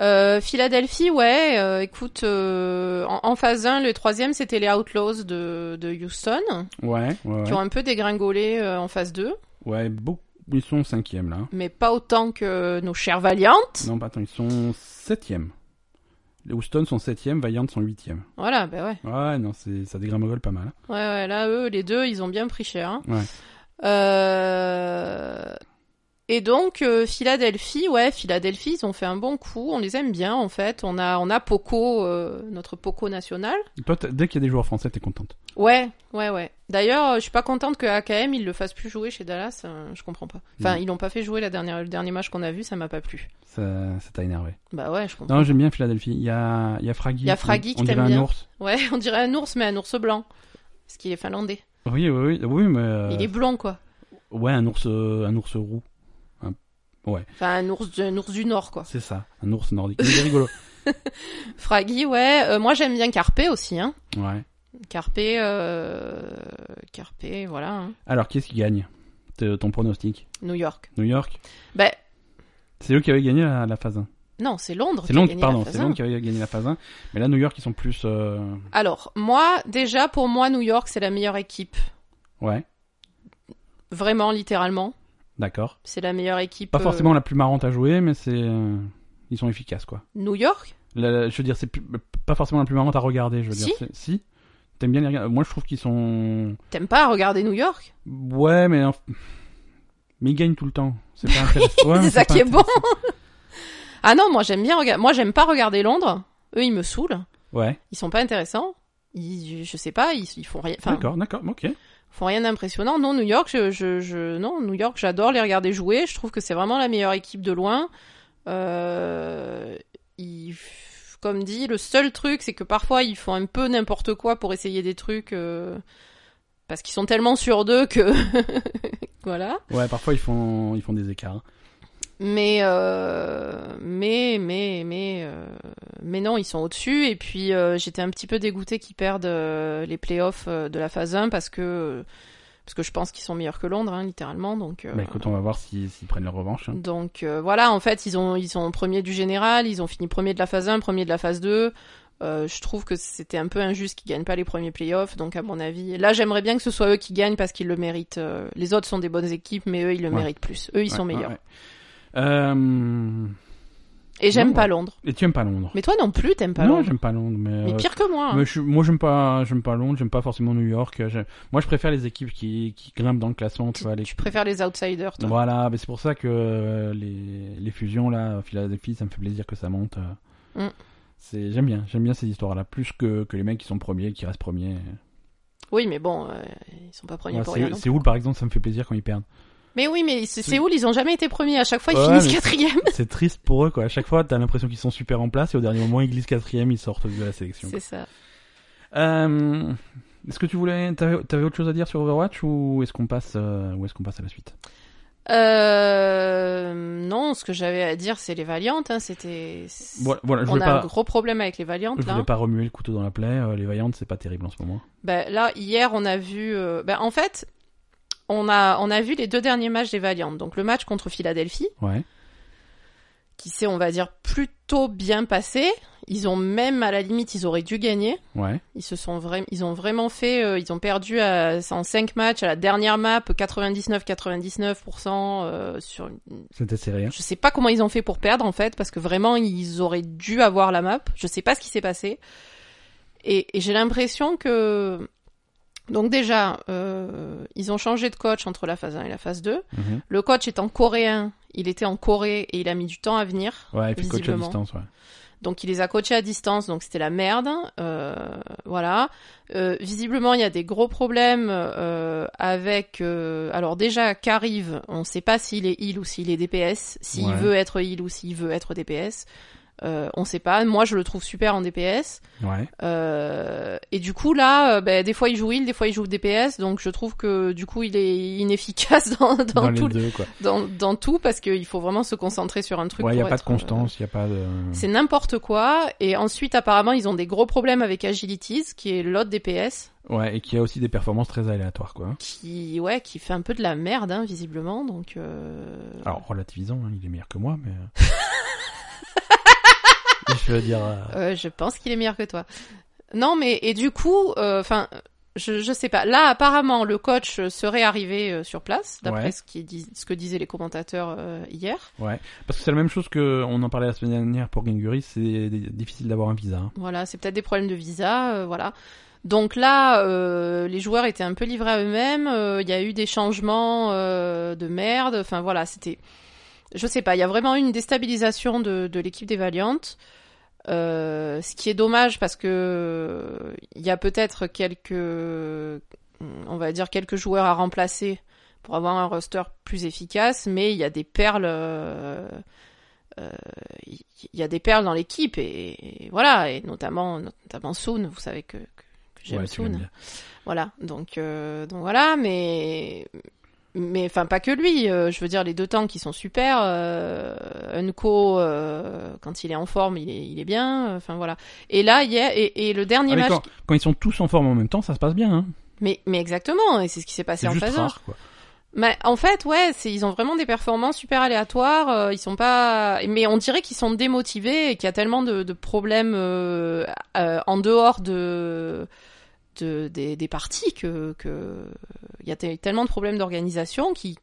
[SPEAKER 2] Euh, Philadelphie, ouais, euh, écoute, euh, en, en phase 1, le troisième, c'était les Outlaws de, de Houston,
[SPEAKER 1] Ouais, ouais,
[SPEAKER 2] qui
[SPEAKER 1] ouais.
[SPEAKER 2] ont un peu dégringolé euh, en phase 2,
[SPEAKER 1] ouais beaucoup- Ils sont cinquième là.
[SPEAKER 2] mais pas autant que nos chères Valiantes.
[SPEAKER 1] Non, pas tant, ils sont septième. Les Houston sont septième, Valiant sont huitième.
[SPEAKER 2] Voilà, ben ouais.
[SPEAKER 1] Ouais, non, c'est ça dégringole pas mal. hein.
[SPEAKER 2] Ouais, ouais, là, eux, les deux, ils ont bien pris cher. hein.
[SPEAKER 1] Ouais.
[SPEAKER 2] Euh... Et donc, euh, Philadelphie, ouais, Philadelphie, ils ont fait un bon coup, on les aime bien, en fait. On a, on a Poco, euh, notre Poco national.
[SPEAKER 1] Toi, t'as- dès qu'il y a des joueurs français, t'es contente.
[SPEAKER 2] Ouais, ouais, ouais. D'ailleurs, euh, je suis pas contente que AKM il le fasse plus jouer chez Dallas. euh, Je comprends pas. Enfin,
[SPEAKER 1] Mm.
[SPEAKER 2] ils l'ont pas fait jouer la dernière, le dernier match qu'on a vu, ça m'a pas plu.
[SPEAKER 1] Ça, ça t'a énervé.
[SPEAKER 2] Bah ouais, je comprends.
[SPEAKER 1] Non, j'aime bien Philadelphie. Il y a, il y a Fraggy.
[SPEAKER 2] Il y a Fraggy
[SPEAKER 1] on-
[SPEAKER 2] que
[SPEAKER 1] On dirait
[SPEAKER 2] t'aimes
[SPEAKER 1] un
[SPEAKER 2] bien.
[SPEAKER 1] ours.
[SPEAKER 2] Ouais, on dirait un ours, mais un ours blanc. Parce qu'il est finlandais.
[SPEAKER 1] Oui, oui, oui, oui mais euh,
[SPEAKER 2] Il est blond, quoi.
[SPEAKER 1] ouais, un ours, euh, un ours roux.
[SPEAKER 2] Enfin, un ours, du- un ours du Nord, quoi.
[SPEAKER 1] C'est ça, un ours nordique. Il est rigolo.
[SPEAKER 2] Fraggy, ouais. euh, moi, j'aime bien Carpe aussi, hein.
[SPEAKER 1] Ouais.
[SPEAKER 2] Carpe, euh... Carpe, voilà. hein.
[SPEAKER 1] Alors, qui est-ce qui gagne Te- Ton pronostic
[SPEAKER 2] New York.
[SPEAKER 1] New York.
[SPEAKER 2] Ben,
[SPEAKER 1] C'est eux qui avaient gagné la, la phase 1.
[SPEAKER 2] non, c'est Londres.
[SPEAKER 1] C'est
[SPEAKER 2] qui a
[SPEAKER 1] Londres,
[SPEAKER 2] gagné la
[SPEAKER 1] pardon,
[SPEAKER 2] phase
[SPEAKER 1] c'est
[SPEAKER 2] un.
[SPEAKER 1] Londres qui avait gagné la phase 1. Mais là, New York, ils sont plus. euh,
[SPEAKER 2] Alors, moi, déjà, pour moi, New York, c'est la meilleure équipe.
[SPEAKER 1] Ouais,
[SPEAKER 2] Vraiment, littéralement.
[SPEAKER 1] d'accord.
[SPEAKER 2] C'est la meilleure équipe.
[SPEAKER 1] Pas
[SPEAKER 2] euh,
[SPEAKER 1] forcément la plus marrante à jouer, mais c'est euh, ils sont efficaces quoi.
[SPEAKER 2] New York
[SPEAKER 1] La- la- je veux dire, c'est plus- pas forcément la plus marrante à regarder. Je veux
[SPEAKER 2] Si.
[SPEAKER 1] dire, C'est- si t'aimes bien les regarder. Moi, je trouve qu'ils sont
[SPEAKER 2] T'aimes pas regarder New York
[SPEAKER 1] ouais, mais en- mais ils gagnent tout le temps. C'est pas intéressant. Ouais, mais
[SPEAKER 2] C'est ça
[SPEAKER 1] pas
[SPEAKER 2] qui est bon
[SPEAKER 1] intéressant.
[SPEAKER 2] Ah non, moi j'aime bien regarder. Moi j'aime pas regarder Londres. Eux ils me saoulent.
[SPEAKER 1] Ouais,
[SPEAKER 2] Ils sont pas intéressants. Ils, je sais pas, ils, ils font rien. Enfin,
[SPEAKER 1] d'accord, d'accord, ok.
[SPEAKER 2] font rien d'impressionnant. Non, New York, je, je, je- non, New York, j'adore les regarder jouer. Je trouve que c'est vraiment la meilleure équipe de loin. Euh, ils- comme dit, le seul truc, c'est que parfois ils font un peu n'importe quoi pour essayer des trucs euh, parce qu'ils sont tellement sûrs d'eux que voilà.
[SPEAKER 1] Ouais, parfois ils font ils font des écarts. hein.
[SPEAKER 2] Mais, euh, mais, mais, mais, euh, mais non, ils sont au-dessus. Et puis, euh, j'étais un petit peu dégoûtée qu'ils perdent euh, les playoffs euh, de la phase 1 parce que, parce que je pense qu'ils sont meilleurs que Londres, hein, littéralement. Donc, euh,
[SPEAKER 1] Bah écoute, on va voir s'ils s'ils prennent leur revanche. hein.
[SPEAKER 2] donc euh, voilà, en fait, ils, ont, ils sont premiers du général, ils ont fini premier de la phase 1, premier de la phase 2. Euh, je trouve que c'était un peu injuste qu'ils gagnent pas les premiers playoffs. Donc, à mon avis, là, j'aimerais bien que ce soit eux qui gagnent parce qu'ils le méritent. euh, Les autres sont des bonnes équipes, mais eux, ils le
[SPEAKER 1] Ouais.
[SPEAKER 2] méritent plus. Eux, ils sont
[SPEAKER 1] Ouais, ouais,
[SPEAKER 2] meilleurs.
[SPEAKER 1] ouais. Euh,
[SPEAKER 2] Et j'aime
[SPEAKER 1] Ouais,
[SPEAKER 2] pas
[SPEAKER 1] ouais.
[SPEAKER 2] Londres.
[SPEAKER 1] Et tu aimes pas Londres
[SPEAKER 2] Mais toi non plus, t'aimes pas
[SPEAKER 1] Non,
[SPEAKER 2] Londres.
[SPEAKER 1] j'aime pas Londres, mais,
[SPEAKER 2] Mais
[SPEAKER 1] euh,
[SPEAKER 2] pire que moi. hein.
[SPEAKER 1] Mais je- moi, j'aime pas, j'aime pas Londres, j'aime pas forcément New York. J'aime- Moi, je préfère les équipes qui, qui grimpent dans le classement, tu
[SPEAKER 2] tu,
[SPEAKER 1] vois. Les...
[SPEAKER 2] tu préfères les outsiders, toi.
[SPEAKER 1] Voilà, mais c'est pour ça que euh, les, les fusions là, Philadelphie, ça me fait plaisir que ça monte. euh.
[SPEAKER 2] Mm.
[SPEAKER 1] C'est, j'aime bien, j'aime bien ces histoires-là, plus que, que les mecs qui sont premiers, qui restent premiers.
[SPEAKER 2] Oui, mais bon, euh, ils sont pas premiers
[SPEAKER 1] Ouais,
[SPEAKER 2] pour
[SPEAKER 1] c'est-
[SPEAKER 2] rien. non.
[SPEAKER 1] c'est où par exemple, ça me fait plaisir quand ils perdent.
[SPEAKER 2] Mais oui, mais c'est c'est où Ils ont jamais été premiers. À chaque fois, ils finissent
[SPEAKER 1] mais-
[SPEAKER 2] quatrième.
[SPEAKER 1] C'est triste pour eux, quoi. À chaque fois, t'as l'impression qu'ils sont super en place et au dernier moment, ils glissent quatrième, ils sortent de la sélection.
[SPEAKER 2] C'est ça.
[SPEAKER 1] Euh, est-ce que tu voulais, t'avais, t'avais autre chose à dire sur Overwatch ou est-ce qu'on passe, euh, ou est-ce qu'on passe à la suite
[SPEAKER 2] Euh, non, ce que j'avais à dire, c'est les Valiantes. Hein, C'était.
[SPEAKER 1] Voilà, voilà, je
[SPEAKER 2] On a
[SPEAKER 1] voulais
[SPEAKER 2] un
[SPEAKER 1] pas,
[SPEAKER 2] gros problème avec les Valiantes
[SPEAKER 1] je
[SPEAKER 2] là.
[SPEAKER 1] voulais pas remuer le couteau dans la plaie. euh, les vaillantes, c'est pas terrible en ce moment.
[SPEAKER 2] Ben, là, hier, on a vu. euh, ben, en fait, on a, on a vu les deux derniers matchs des Valiantes. Donc, le match contre Philadelphie,
[SPEAKER 1] Ouais.
[SPEAKER 2] qui s'est, on va dire, plutôt bien passé. Ils ont même, à la limite, ils auraient dû gagner.
[SPEAKER 1] Ouais.
[SPEAKER 2] Ils se sont vraiment, ils ont vraiment fait, euh, ils ont perdu à, en 5 matchs à la dernière map, 99-99% euh, sur. une-
[SPEAKER 1] C'était serré. hein.
[SPEAKER 2] Je sais pas comment ils ont fait pour perdre en fait, parce que vraiment ils auraient dû avoir la map. Je sais pas ce qui s'est passé. Et, et j'ai l'impression que donc déjà euh, ils ont changé de coach entre la phase 1 et la phase 2.
[SPEAKER 1] Mhm.
[SPEAKER 2] Le coach étant coréen, il était en Corée et il a mis du temps à venir.
[SPEAKER 1] Ouais, et puis coach à
[SPEAKER 2] Visiblement.
[SPEAKER 1] distance, ouais.
[SPEAKER 2] Donc il les a coachés à distance, donc c'était la merde. Euh, voilà. Euh, visiblement, il y a des gros problèmes euh, avec. euh, alors déjà, qu'arrive On ne sait pas s'il est heal ou s'il est DPS, s'il
[SPEAKER 1] Ouais.
[SPEAKER 2] veut être heal ou s'il veut être DPS. Euh, on ne sait pas. Moi, je le trouve super en DPS.
[SPEAKER 1] Ouais.
[SPEAKER 2] Euh, et du coup, là, euh, ben, des fois il joue heal, des fois il joue DPS, donc je trouve que du coup, il est inefficace dans, dans,
[SPEAKER 1] Dans,
[SPEAKER 2] tout,
[SPEAKER 1] les deux, quoi.
[SPEAKER 2] dans, dans tout parce qu'il faut vraiment se concentrer sur un truc.
[SPEAKER 1] Ouais, y a
[SPEAKER 2] pour
[SPEAKER 1] pas de
[SPEAKER 2] être, euh,
[SPEAKER 1] constance, y a pas de.
[SPEAKER 2] c'est n'importe quoi. Et ensuite, apparemment, ils ont des gros problèmes avec Agilities, qui est l'autre DPS,
[SPEAKER 1] Ouais, et qui a aussi des performances très aléatoires, quoi.
[SPEAKER 2] qui, ouais, qui fait un peu de la merde, hein, visiblement. Donc, euh,
[SPEAKER 1] Alors, relativisant, hein, il est meilleur que moi, mais. euh, je veux dire. euh,
[SPEAKER 2] euh, je pense qu'il est meilleur que toi. Non, mais et du coup, euh, enfin, je, je sais pas. Là, apparemment, le coach serait arrivé euh, sur place, d'après
[SPEAKER 1] Ouais.
[SPEAKER 2] ce, qui dis- ce que disaient les commentateurs euh, hier.
[SPEAKER 1] Parce que c'est la même chose que on en parlait la semaine dernière pour Genguri, c'est d- difficile d'avoir un visa. hein.
[SPEAKER 2] Voilà, c'est peut-être des problèmes de visa, euh, voilà. Donc là, euh, les joueurs étaient un peu livrés à eux-mêmes. euh, Il y a eu des changements euh, de merde. Enfin voilà, c'était. Je sais pas. Il y a vraiment eu une déstabilisation de, de l'équipe des Valiant. Euh, ce qui est dommage parce que il y a peut-être quelques, on va dire quelques joueurs à remplacer pour avoir un roster plus efficace, mais il y a des perles, euh, euh, il il y a des perles dans l'équipe et, et voilà, et notamment notamment Soon, vous savez que, que, que j'aime
[SPEAKER 1] Ouais, tu
[SPEAKER 2] Soon.
[SPEAKER 1] l'aimes bien.
[SPEAKER 2] Voilà, donc, euh, donc voilà, mais mais enfin pas que lui. euh, je veux dire les deux tanks qui sont super. Euh, Unco euh, quand il est en forme, il est, il est bien. euh, Enfin voilà. Et là, il y a, et, et le dernier
[SPEAKER 1] Ah, mais
[SPEAKER 2] match.
[SPEAKER 1] quand, quand ils sont tous en forme en même temps, ça se passe bien. Hein.
[SPEAKER 2] Mais mais exactement. Et c'est ce qui s'est passé
[SPEAKER 1] C'est
[SPEAKER 2] en
[SPEAKER 1] juste
[SPEAKER 2] phase 1.
[SPEAKER 1] rare, quoi.
[SPEAKER 2] Mais en fait, ouais, c'est ils ont vraiment des performances super aléatoires. euh, ils sont pas, mais on dirait qu'ils sont démotivés et qu'il y a tellement de, de problèmes euh, euh, en dehors de, de des, des parties que que il y a te- tellement de problèmes d'organisation qui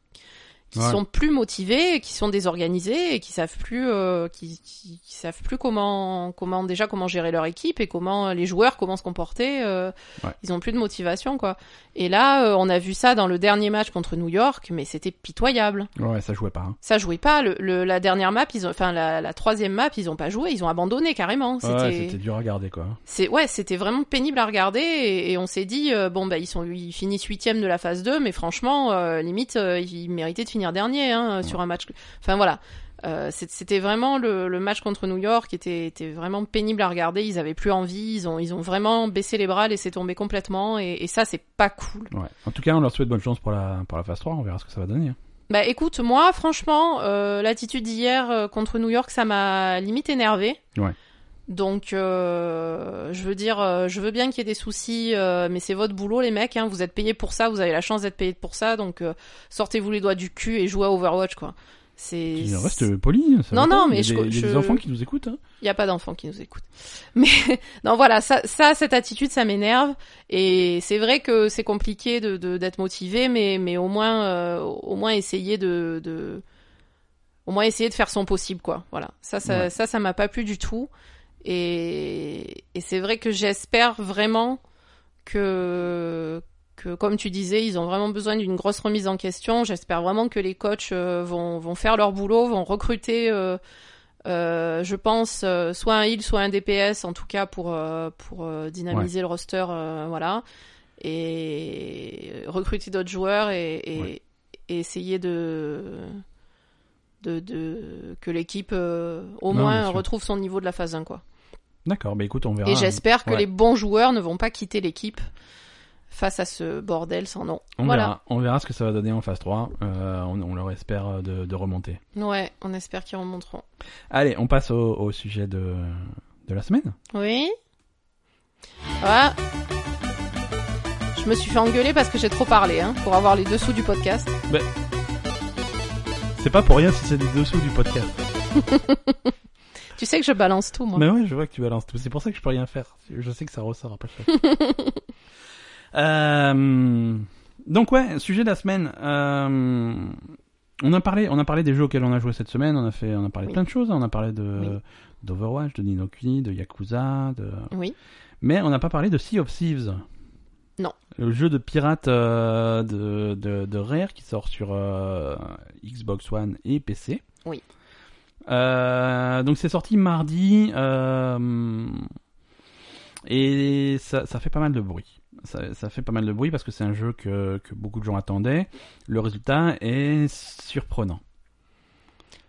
[SPEAKER 2] qui
[SPEAKER 1] Ouais.
[SPEAKER 2] sont plus motivés, qui sont désorganisés et qui savent plus euh, qui, qui, qui savent plus comment comment déjà comment gérer leur équipe et comment les joueurs comment se comporter. euh,
[SPEAKER 1] Ouais.
[SPEAKER 2] Ils ont plus de motivation quoi. Et là, euh, on a vu ça dans le dernier match contre New York, mais c'était pitoyable.
[SPEAKER 1] Ouais, ça jouait pas. hein.
[SPEAKER 2] Ça jouait pas. Le, le- la dernière map, ils ont, enfin la, la troisième map, ils ont pas joué. Ils ont abandonné carrément.
[SPEAKER 1] Ouais,
[SPEAKER 2] C'était,
[SPEAKER 1] c'était dur à regarder, quoi.
[SPEAKER 2] c'est ouais, c'était vraiment pénible à regarder. Et, et on s'est dit euh, bon bah ils sont, ils finissent huitième de la phase 2, mais franchement, euh, limite, euh, ils méritaient de finir dernier hein, sur un match. que- Enfin voilà. Euh, c'est- c'était vraiment le, le match contre New York était, était vraiment pénible à regarder. Ils avaient plus envie. Ils ont, ils ont vraiment baissé les bras, laissé tomber complètement. Et, et ça, c'est pas cool.
[SPEAKER 1] Ouais. En tout cas, on leur souhaite bonne chance pour la, pour la phase 3, on verra ce que ça va donner. hein.
[SPEAKER 2] Bah écoute, moi franchement, euh, l'attitude d'hier euh, contre New York, ça m'a limite énervé.
[SPEAKER 1] Ouais.
[SPEAKER 2] Donc euh, je veux dire, euh, je veux bien qu'il y ait des soucis, euh, mais c'est votre boulot les mecs, hein, vous êtes payés pour ça, vous avez la chance d'être payés pour ça, donc euh, sortez-vous les doigts du cul et jouez à Overwatch quoi. C'est
[SPEAKER 1] Il reste poli. ça
[SPEAKER 2] Non,
[SPEAKER 1] va pas,
[SPEAKER 2] non,
[SPEAKER 1] il y a
[SPEAKER 2] mais je-
[SPEAKER 1] des- Il y a des
[SPEAKER 2] je-
[SPEAKER 1] enfants qui nous écoutent. hein.
[SPEAKER 2] il n'y a pas d'enfants qui nous écoutent. Mais non, voilà, ça, ça cette attitude, ça m'énerve. Et c'est vrai que c'est compliqué de de- d'être motivé, mais, mais au moins, euh, au moins essayer de, de, au moins essayer de faire son possible, quoi. Voilà, ça, ça,
[SPEAKER 1] Ouais.
[SPEAKER 2] ça, ça m'a pas plu du tout. Et, et c'est vrai que j'espère vraiment que, que, comme tu disais, ils ont vraiment besoin d'une grosse remise en question. J'espère vraiment que les coachs euh, vont, vont faire leur boulot, vont recruter, euh, euh, je pense, euh, soit un heal, soit un DPS, en tout cas pour, euh, pour euh, dynamiser le roster, euh, voilà, et recruter d'autres joueurs et, et,
[SPEAKER 1] Ouais.
[SPEAKER 2] et essayer de de, de que l'équipe euh, au
[SPEAKER 1] Non, bien
[SPEAKER 2] moins
[SPEAKER 1] sûr.
[SPEAKER 2] retrouve son niveau de la phase 1 quoi.
[SPEAKER 1] D'accord, bah écoute, on verra.
[SPEAKER 2] et j'espère que
[SPEAKER 1] ouais.
[SPEAKER 2] les bons joueurs ne vont pas quitter l'équipe face à ce bordel sans nom.
[SPEAKER 1] On,
[SPEAKER 2] voilà.
[SPEAKER 1] verra, on verra ce que ça va donner en phase 3. Euh, on, on leur espère de, de remonter.
[SPEAKER 2] Ouais, on espère qu'ils remonteront.
[SPEAKER 1] Allez, on passe au, au sujet de, de la semaine.
[SPEAKER 2] Oui. Ah. Je me suis fait engueuler parce que j'ai trop parlé hein, pour avoir les dessous du podcast.
[SPEAKER 1] C'est pas pour rien si c'est des dessous du podcast.
[SPEAKER 2] Tu sais que je balance tout moi.
[SPEAKER 1] Mais ouais, je vois que tu balances tout. C'est pour ça que je peux rien faire. Je sais que ça ressort après chaque fois. Euh, donc ouais, sujet de la semaine. Euh, on a parlé, on a parlé des jeux auxquels on a joué cette semaine. On a fait, on a parlé de
[SPEAKER 2] Oui.
[SPEAKER 1] plein de choses. hein. On a parlé de
[SPEAKER 2] Oui.
[SPEAKER 1] d'Overwatch, de Nino Kuni, de Yakuza, de.
[SPEAKER 2] Oui.
[SPEAKER 1] Mais on n'a pas parlé de Sea of Thieves.
[SPEAKER 2] Non.
[SPEAKER 1] Le jeu de pirate euh, de, de, de Rare qui sort sur euh, Xbox One et PC.
[SPEAKER 2] Oui.
[SPEAKER 1] Euh, donc c'est sorti mardi euh, et ça, ça fait pas mal de bruit. Ça, ça fait pas mal de bruit parce que c'est un jeu que, que beaucoup de gens attendaient. Le résultat est surprenant.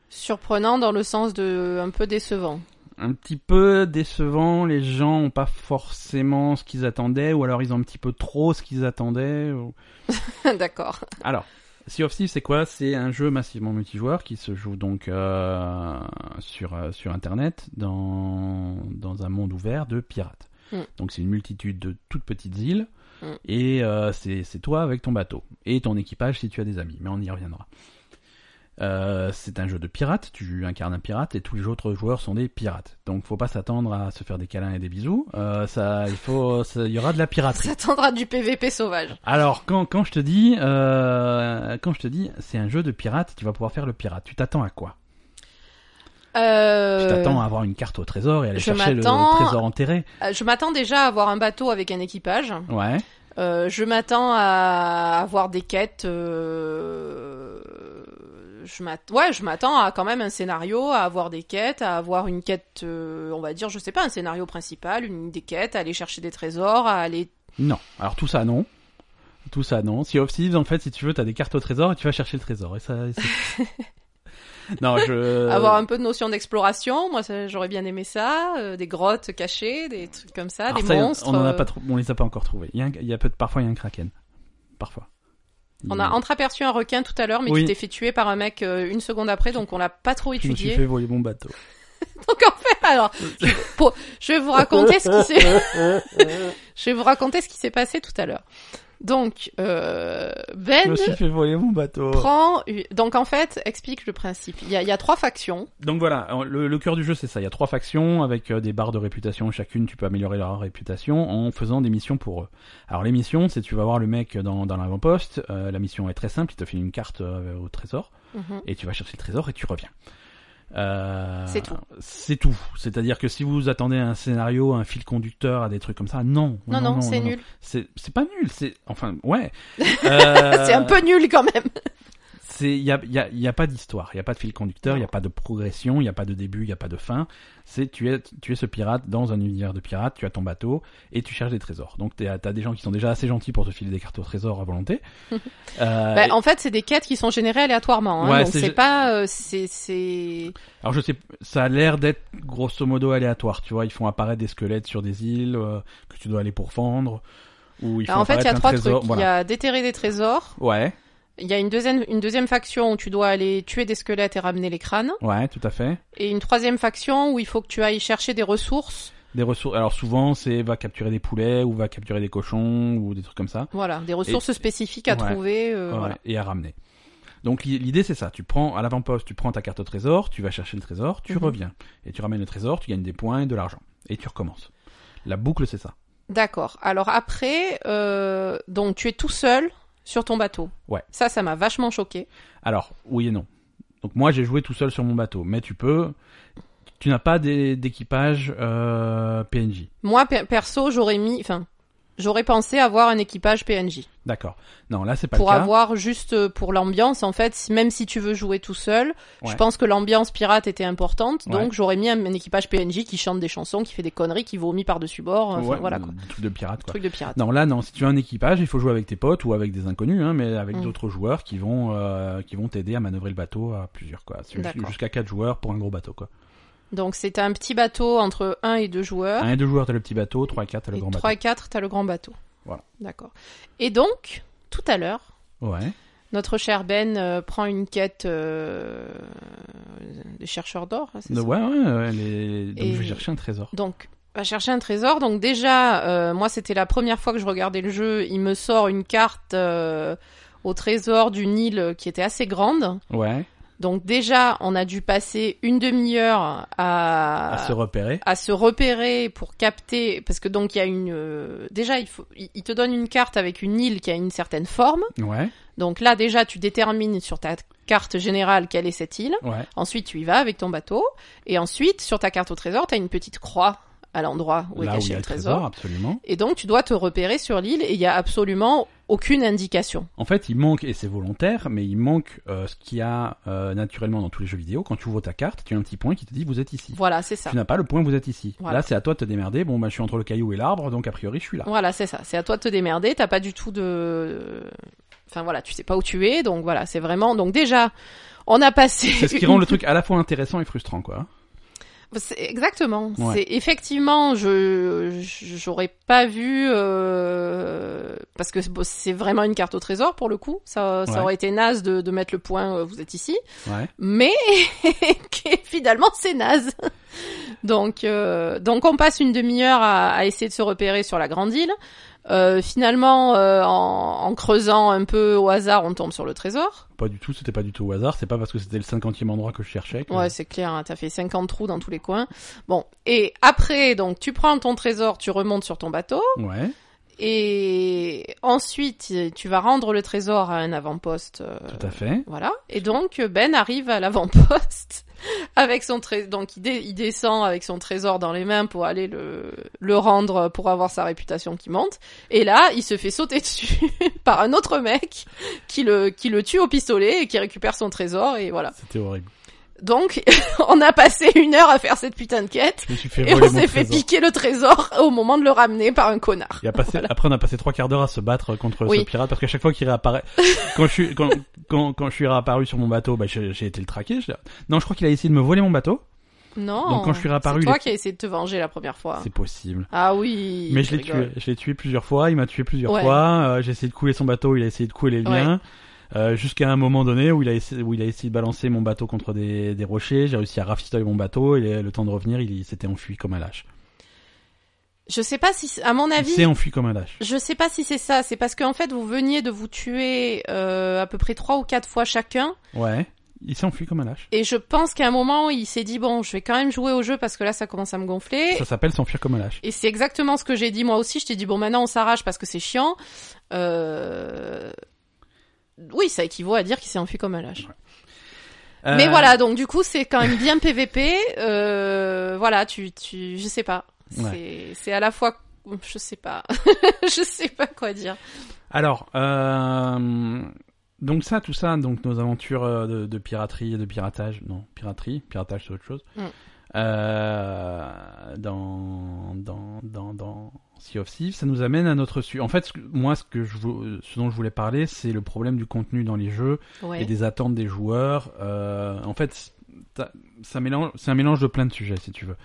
[SPEAKER 2] Surprenant dans le sens de un peu décevant.
[SPEAKER 1] un petit peu décevant. Les gens ont pas forcément ce qu'ils attendaient, ou alors ils ont un petit peu trop ce qu'ils attendaient. ou-
[SPEAKER 2] D'accord.
[SPEAKER 1] Alors, Sea of Thieves, c'est quoi C'est un jeu massivement multijoueur qui se joue donc euh, sur euh, sur Internet dans dans un monde ouvert de pirates.
[SPEAKER 2] Mm.
[SPEAKER 1] Donc c'est une multitude de toutes petites îles.
[SPEAKER 2] Mm.
[SPEAKER 1] Et euh, c'est c'est toi avec ton bateau et ton équipage si tu as des amis, mais on y reviendra. Euh, c'est un jeu de pirate, tu incarnes un pirate et tous les autres joueurs sont des pirates. Donc faut pas s'attendre à se faire des câlins et des bisous. Euh, ça, il faut, ça- il y aura de la piraterie.
[SPEAKER 2] Ça tendra du PVP sauvage.
[SPEAKER 1] Alors quand, quand je te dis euh, quand je te dis c'est un jeu de pirate, tu vas pouvoir faire le pirate. Tu t'attends à quoi
[SPEAKER 2] Euh,
[SPEAKER 1] Tu t'attends à avoir une carte au trésor et aller
[SPEAKER 2] je
[SPEAKER 1] chercher le
[SPEAKER 2] m'attends-
[SPEAKER 1] trésor enterré.
[SPEAKER 2] euh, Je m'attends déjà à avoir un bateau avec un équipage.
[SPEAKER 1] Ouais.
[SPEAKER 2] Euh, je m'attends à avoir des quêtes. euh, Je m'attends. Ouais, je m'attends à quand même un scénario, à avoir des quêtes, à avoir une quête. euh, On va dire, je sais pas, un scénario principal, une des quêtes, à aller chercher des trésors, à aller.
[SPEAKER 1] Non. Alors tout ça non. Tout ça non. Si of Thieves en fait si tu veux t'as des cartes au trésor et tu vas chercher le trésor et ça. et c'est- non je.
[SPEAKER 2] Avoir un peu de notion d'exploration. Moi, ça, j'aurais bien aimé ça. euh, des grottes cachées, des trucs comme ça,
[SPEAKER 1] Alors,
[SPEAKER 2] des
[SPEAKER 1] ça,
[SPEAKER 2] monstres.
[SPEAKER 1] On, on en a
[SPEAKER 2] euh,
[SPEAKER 1] pas trou- on les a pas encore trouvés. Il y a, un- il y a peu de- parfois il y a un kraken. Parfois.
[SPEAKER 2] On
[SPEAKER 1] Il-
[SPEAKER 2] a entreaperçu un requin tout à l'heure, mais
[SPEAKER 1] Oui.
[SPEAKER 2] tu t'es fait tuer par un mec euh, une seconde après, donc on l'a pas trop
[SPEAKER 1] Je me suis
[SPEAKER 2] étudié.
[SPEAKER 1] fait voler mon bateau.
[SPEAKER 2] Donc en fait, alors, je- pour- je vais vous raconter ce qui s'est, je vais vous raconter ce qui s'est passé tout à l'heure. Donc euh,
[SPEAKER 1] Je
[SPEAKER 2] Ben
[SPEAKER 1] me suis fait voler mon bateau.
[SPEAKER 2] prend, une- donc en fait, explique le principe. Il y a, il y a trois factions.
[SPEAKER 1] Donc voilà, alors, le, le cœur du jeu c'est ça. Il y a trois factions avec euh, des barres de réputation. Chacune, tu peux améliorer leur réputation en faisant des missions pour eux. Alors les missions, c'est tu vas voir le mec dans, dans l'avant-poste. Euh, la mission est très simple. Il te fait une carte euh, au trésor
[SPEAKER 2] Mhm.
[SPEAKER 1] et tu vas chercher le trésor et tu reviens. Euh,
[SPEAKER 2] C'est tout.
[SPEAKER 1] C'est tout. C'est-à-dire que si vous attendez un scénario, un fil conducteur, à des trucs comme ça, non.
[SPEAKER 2] Non, non, c'est nul.
[SPEAKER 1] C'est c'est pas nul. C'est enfin ouais. Euh,
[SPEAKER 2] C'est un peu nul quand même.
[SPEAKER 1] c'est il y a, y a- y a pas d'histoire, il y a pas de fil conducteur, il y a pas de progression, il y a pas de début, il y a pas de fin. C'est tu es tu es ce pirate dans un univers de pirates, tu as ton bateau et tu cherches des trésors. Donc tu as des gens qui sont déjà assez gentils pour te filer des cartes au trésor à volonté. Euh,
[SPEAKER 2] Bah,
[SPEAKER 1] et-
[SPEAKER 2] en fait, c'est des quêtes qui sont générées aléatoirement. hein,
[SPEAKER 1] Ouais,
[SPEAKER 2] donc
[SPEAKER 1] c'est-
[SPEAKER 2] c'est pas, euh, c'est, c'est.
[SPEAKER 1] Alors je sais, ça a l'air d'être grosso modo aléatoire, tu vois, ils font apparaître des squelettes sur des îles euh, que tu dois aller pourfendre ou ils font
[SPEAKER 2] Bah, en fait, il y a
[SPEAKER 1] apparaître un
[SPEAKER 2] trois
[SPEAKER 1] trésor,
[SPEAKER 2] trucs. Il y
[SPEAKER 1] voilà.
[SPEAKER 2] a déterrer des trésors.
[SPEAKER 1] Ouais,
[SPEAKER 2] Il y a une deuxième, une deuxième faction où tu dois aller tuer des squelettes et ramener les crânes.
[SPEAKER 1] ouais, tout à fait.
[SPEAKER 2] Et une troisième faction où il faut que tu ailles chercher des ressources.
[SPEAKER 1] Des ressources. Alors souvent, c'est va capturer des poulets ou va capturer des cochons ou des trucs comme ça.
[SPEAKER 2] Voilà, des ressources spécifiques à
[SPEAKER 1] Ouais.
[SPEAKER 2] trouver. euh,
[SPEAKER 1] Ouais,
[SPEAKER 2] voilà.
[SPEAKER 1] et à ramener. Donc l'i- l'idée c'est ça, tu prends à l'avant-poste, tu prends ta carte au trésor, tu vas chercher le trésor, tu
[SPEAKER 2] Mhm.
[SPEAKER 1] reviens et tu ramènes le trésor, tu gagnes des points et de l'argent et tu recommences. La boucle c'est ça.
[SPEAKER 2] D'accord. Alors après, euh, donc tu es tout seul sur ton bateau.
[SPEAKER 1] Ouais.
[SPEAKER 2] Ça, ça m'a vachement choqué.
[SPEAKER 1] Alors oui et non. Donc moi j'ai joué tout seul sur mon bateau, mais tu peux tu n'as pas des- d'équipage euh, PNJ.
[SPEAKER 2] Moi, per- perso, j'aurais mis, enfin, J'aurais pensé avoir un équipage PNJ.
[SPEAKER 1] D'accord. Non, là c'est pas
[SPEAKER 2] Pour
[SPEAKER 1] le cas.
[SPEAKER 2] avoir juste euh, pour l'ambiance, en fait, si- même si tu veux jouer tout seul,
[SPEAKER 1] Ouais.
[SPEAKER 2] je pense que l'ambiance pirate était importante,
[SPEAKER 1] Ouais.
[SPEAKER 2] donc j'aurais mis un, un équipage PNJ qui chante des chansons, qui fait des conneries, qui vomit par-dessus bord, enfin
[SPEAKER 1] Ouais, Mm.
[SPEAKER 2] voilà quoi.
[SPEAKER 1] un Truc de pirate quoi.
[SPEAKER 2] Truc de pirate.
[SPEAKER 1] Non, là non. Si tu as un équipage, il faut jouer avec tes potes ou avec des inconnus, hein, mais avec
[SPEAKER 2] Mm.
[SPEAKER 1] d'autres joueurs qui vont euh, qui vont t'aider à manœuvrer le bateau à plusieurs quoi. C'est
[SPEAKER 2] D'accord.
[SPEAKER 1] Jusqu'à quatre joueurs pour un gros bateau quoi.
[SPEAKER 2] Donc c'est un petit bateau entre 1 et 2 joueurs,
[SPEAKER 1] Un et deux joueurs t'as le petit bateau, trois et quatre Ah, t'as le
[SPEAKER 2] Ah. et
[SPEAKER 1] grand
[SPEAKER 2] 3 et 4 t'as le grand bateau.
[SPEAKER 1] Voilà.
[SPEAKER 2] D'accord. Et donc, tout à l'heure,
[SPEAKER 1] bateau. Ouais.
[SPEAKER 2] Notre cher Ben euh, prend une quête euh, de chercheur d'or, hein, c'est
[SPEAKER 1] Ouais,
[SPEAKER 2] ça
[SPEAKER 1] ouais, ouais, les- Donc
[SPEAKER 2] Et-
[SPEAKER 1] je vais chercher un trésor.
[SPEAKER 2] Donc, va chercher un trésor. Donc déjà, euh, moi c'était la première fois que je regardais le jeu. Il me sort une carte euh, au trésor d'une île qui était assez grande.
[SPEAKER 1] Ouais.
[SPEAKER 2] Donc déjà, on a dû passer une demi-heure à,
[SPEAKER 1] À se repérer.
[SPEAKER 2] à se repérer pour capter, parce que donc il y a une... euh, déjà, il, faut, il il te donne une carte avec une île qui a une certaine forme.
[SPEAKER 1] Ouais.
[SPEAKER 2] Donc là déjà, tu détermines sur ta carte générale quelle est cette île.
[SPEAKER 1] Ouais.
[SPEAKER 2] Ensuite, tu y vas avec ton bateau. Et ensuite, sur ta carte au trésor, tu as une petite croix à l'endroit où est
[SPEAKER 1] là où il
[SPEAKER 2] caché
[SPEAKER 1] y a
[SPEAKER 2] le trésor.
[SPEAKER 1] absolument.
[SPEAKER 2] Et donc, tu dois te repérer sur l'île et il n'y a absolument aucune indication.
[SPEAKER 1] En fait, il manque, et c'est volontaire, mais il manque euh, ce qu'il y a euh, naturellement dans tous les jeux vidéo. Quand tu ouvres ta carte, tu as un petit point qui te dit vous êtes ici.
[SPEAKER 2] Voilà, c'est ça.
[SPEAKER 1] Tu n'as pas le point vous êtes ici.
[SPEAKER 2] Voilà.
[SPEAKER 1] Là, c'est à toi de te démerder. Bon, bah, je suis entre le caillou et l'arbre, donc a priori, je suis là.
[SPEAKER 2] Voilà, c'est ça. C'est à toi de te démerder. T'as pas du tout de. Enfin voilà, tu sais pas où tu es. Donc voilà, c'est vraiment. Donc déjà, on a passé.
[SPEAKER 1] C'est ce qui rend le truc à la fois intéressant et frustrant, quoi.
[SPEAKER 2] C'est- Exactement.
[SPEAKER 1] Ouais.
[SPEAKER 2] C'est effectivement, je je- j'aurais pas vu euh, parce que bon, c'est vraiment une carte au trésor pour le coup. Ça, ça
[SPEAKER 1] Ouais.
[SPEAKER 2] aurait été naze de, de mettre le point. euh, vous êtes ici,
[SPEAKER 1] Ouais.
[SPEAKER 2] mais qui- finalement c'est naze. donc euh, donc on passe une demi-heure à, à essayer de se repérer sur la grande île. Euh, finalement, euh, en, en creusant un peu au hasard, on tombe sur le trésor.
[SPEAKER 1] Pas du tout, c'était pas du tout au hasard. C'est pas parce que c'était le cinquantième endroit que je cherchais. que-
[SPEAKER 2] Ouais, c'est clair, hein, t'as fait 50 trous dans tous les coins. Bon, et après, donc, tu prends ton trésor, tu remontes sur ton bateau,
[SPEAKER 1] Ouais.
[SPEAKER 2] et ensuite, tu vas rendre le trésor à un avant-poste. euh,
[SPEAKER 1] Tout à fait.
[SPEAKER 2] Voilà. Et donc, Ben arrive à l'avant-poste avec son trésor. Donc, il, dé- il descend avec son trésor dans les mains pour aller le, le rendre pour avoir sa réputation qui monte. Et là, il se fait sauter dessus par un autre mec qui le, qui le tue au pistolet et qui récupère son trésor, et voilà.
[SPEAKER 1] C'était horrible.
[SPEAKER 2] Donc, on a passé une heure à faire cette putain de quête
[SPEAKER 1] Je me suis fait
[SPEAKER 2] et
[SPEAKER 1] voler
[SPEAKER 2] on
[SPEAKER 1] mon
[SPEAKER 2] s'est fait
[SPEAKER 1] trésor.
[SPEAKER 2] piquer le trésor au moment de le ramener par un connard.
[SPEAKER 1] Il a passé, Après, on a passé trois quarts d'heure à se battre contre ce
[SPEAKER 2] Oui.
[SPEAKER 1] pirate parce qu'à chaque fois qu'il réapparaît, quand je suis, quand, quand, quand je suis réapparu sur mon bateau, bah, j'ai j'ai été le traquer. Je- Non, je crois qu'il a essayé de me voler mon bateau.
[SPEAKER 2] Non.
[SPEAKER 1] Donc, quand je suis réapparu,
[SPEAKER 2] c'est toi
[SPEAKER 1] il est-
[SPEAKER 2] qui as essayé de te venger la première fois.
[SPEAKER 1] C'est possible.
[SPEAKER 2] Ah oui.
[SPEAKER 1] Mais
[SPEAKER 2] tu
[SPEAKER 1] je l'ai
[SPEAKER 2] rigoles.
[SPEAKER 1] tué. Je l'ai tué plusieurs fois. Il m'a tué plusieurs
[SPEAKER 2] Ouais.
[SPEAKER 1] fois. euh, j'ai essayé de couler son bateau. Il a essayé de couler le
[SPEAKER 2] Ouais.
[SPEAKER 1] mien. Euh, Jusqu'à un moment donné où il a essayé, où il a essayé de balancer mon bateau contre des, des rochers. J'ai réussi à rafistoler mon bateau et euh, le temps de revenir, il, il s'était enfui comme un lâche.
[SPEAKER 2] Je sais pas si, c'est- à mon
[SPEAKER 1] Il s'est
[SPEAKER 2] avis,
[SPEAKER 1] enfui comme un lâche.
[SPEAKER 2] je sais pas si c'est ça. C'est parce qu'en fait, vous veniez de vous tuer euh, à peu près trois ou quatre fois chacun,
[SPEAKER 1] Ouais. Il s'est enfui comme un lâche.
[SPEAKER 2] et je pense qu'à un moment, il s'est dit bon, je vais quand même jouer au jeu parce que là, ça commence à me gonfler.
[SPEAKER 1] Ça s'appelle s'enfuir comme un lâche.
[SPEAKER 2] Et c'est exactement ce que j'ai dit moi aussi. Je t'ai dit, bon, maintenant on s'arrache parce que c'est chiant. Euh... Oui, ça équivaut à dire qu'il s'est enfui comme un lâche. Mais
[SPEAKER 1] Euh,
[SPEAKER 2] voilà, donc du coup, c'est quand même bien PVP. Euh... Voilà, tu, tu, je sais pas. C'est, c'est à la fois, je sais pas, je sais pas quoi dire.
[SPEAKER 1] Alors, euh, donc ça, tout ça, donc nos aventures euh, de, de piraterie et de piratage, non, piraterie, piratage c'est autre chose,
[SPEAKER 2] Mm.
[SPEAKER 1] Euh, dans, dans, dans, dans Sea of Thieves, ça nous amène à notre... su- En fait, ce que- moi, ce, que je, vou- ce dont je voulais parler, c'est le problème du contenu dans les jeux et
[SPEAKER 2] Ouais.
[SPEAKER 1] des attentes des joueurs. Euh, en fait, t'as- ça mélange, c'est un mélange de plein de sujets, si tu veux.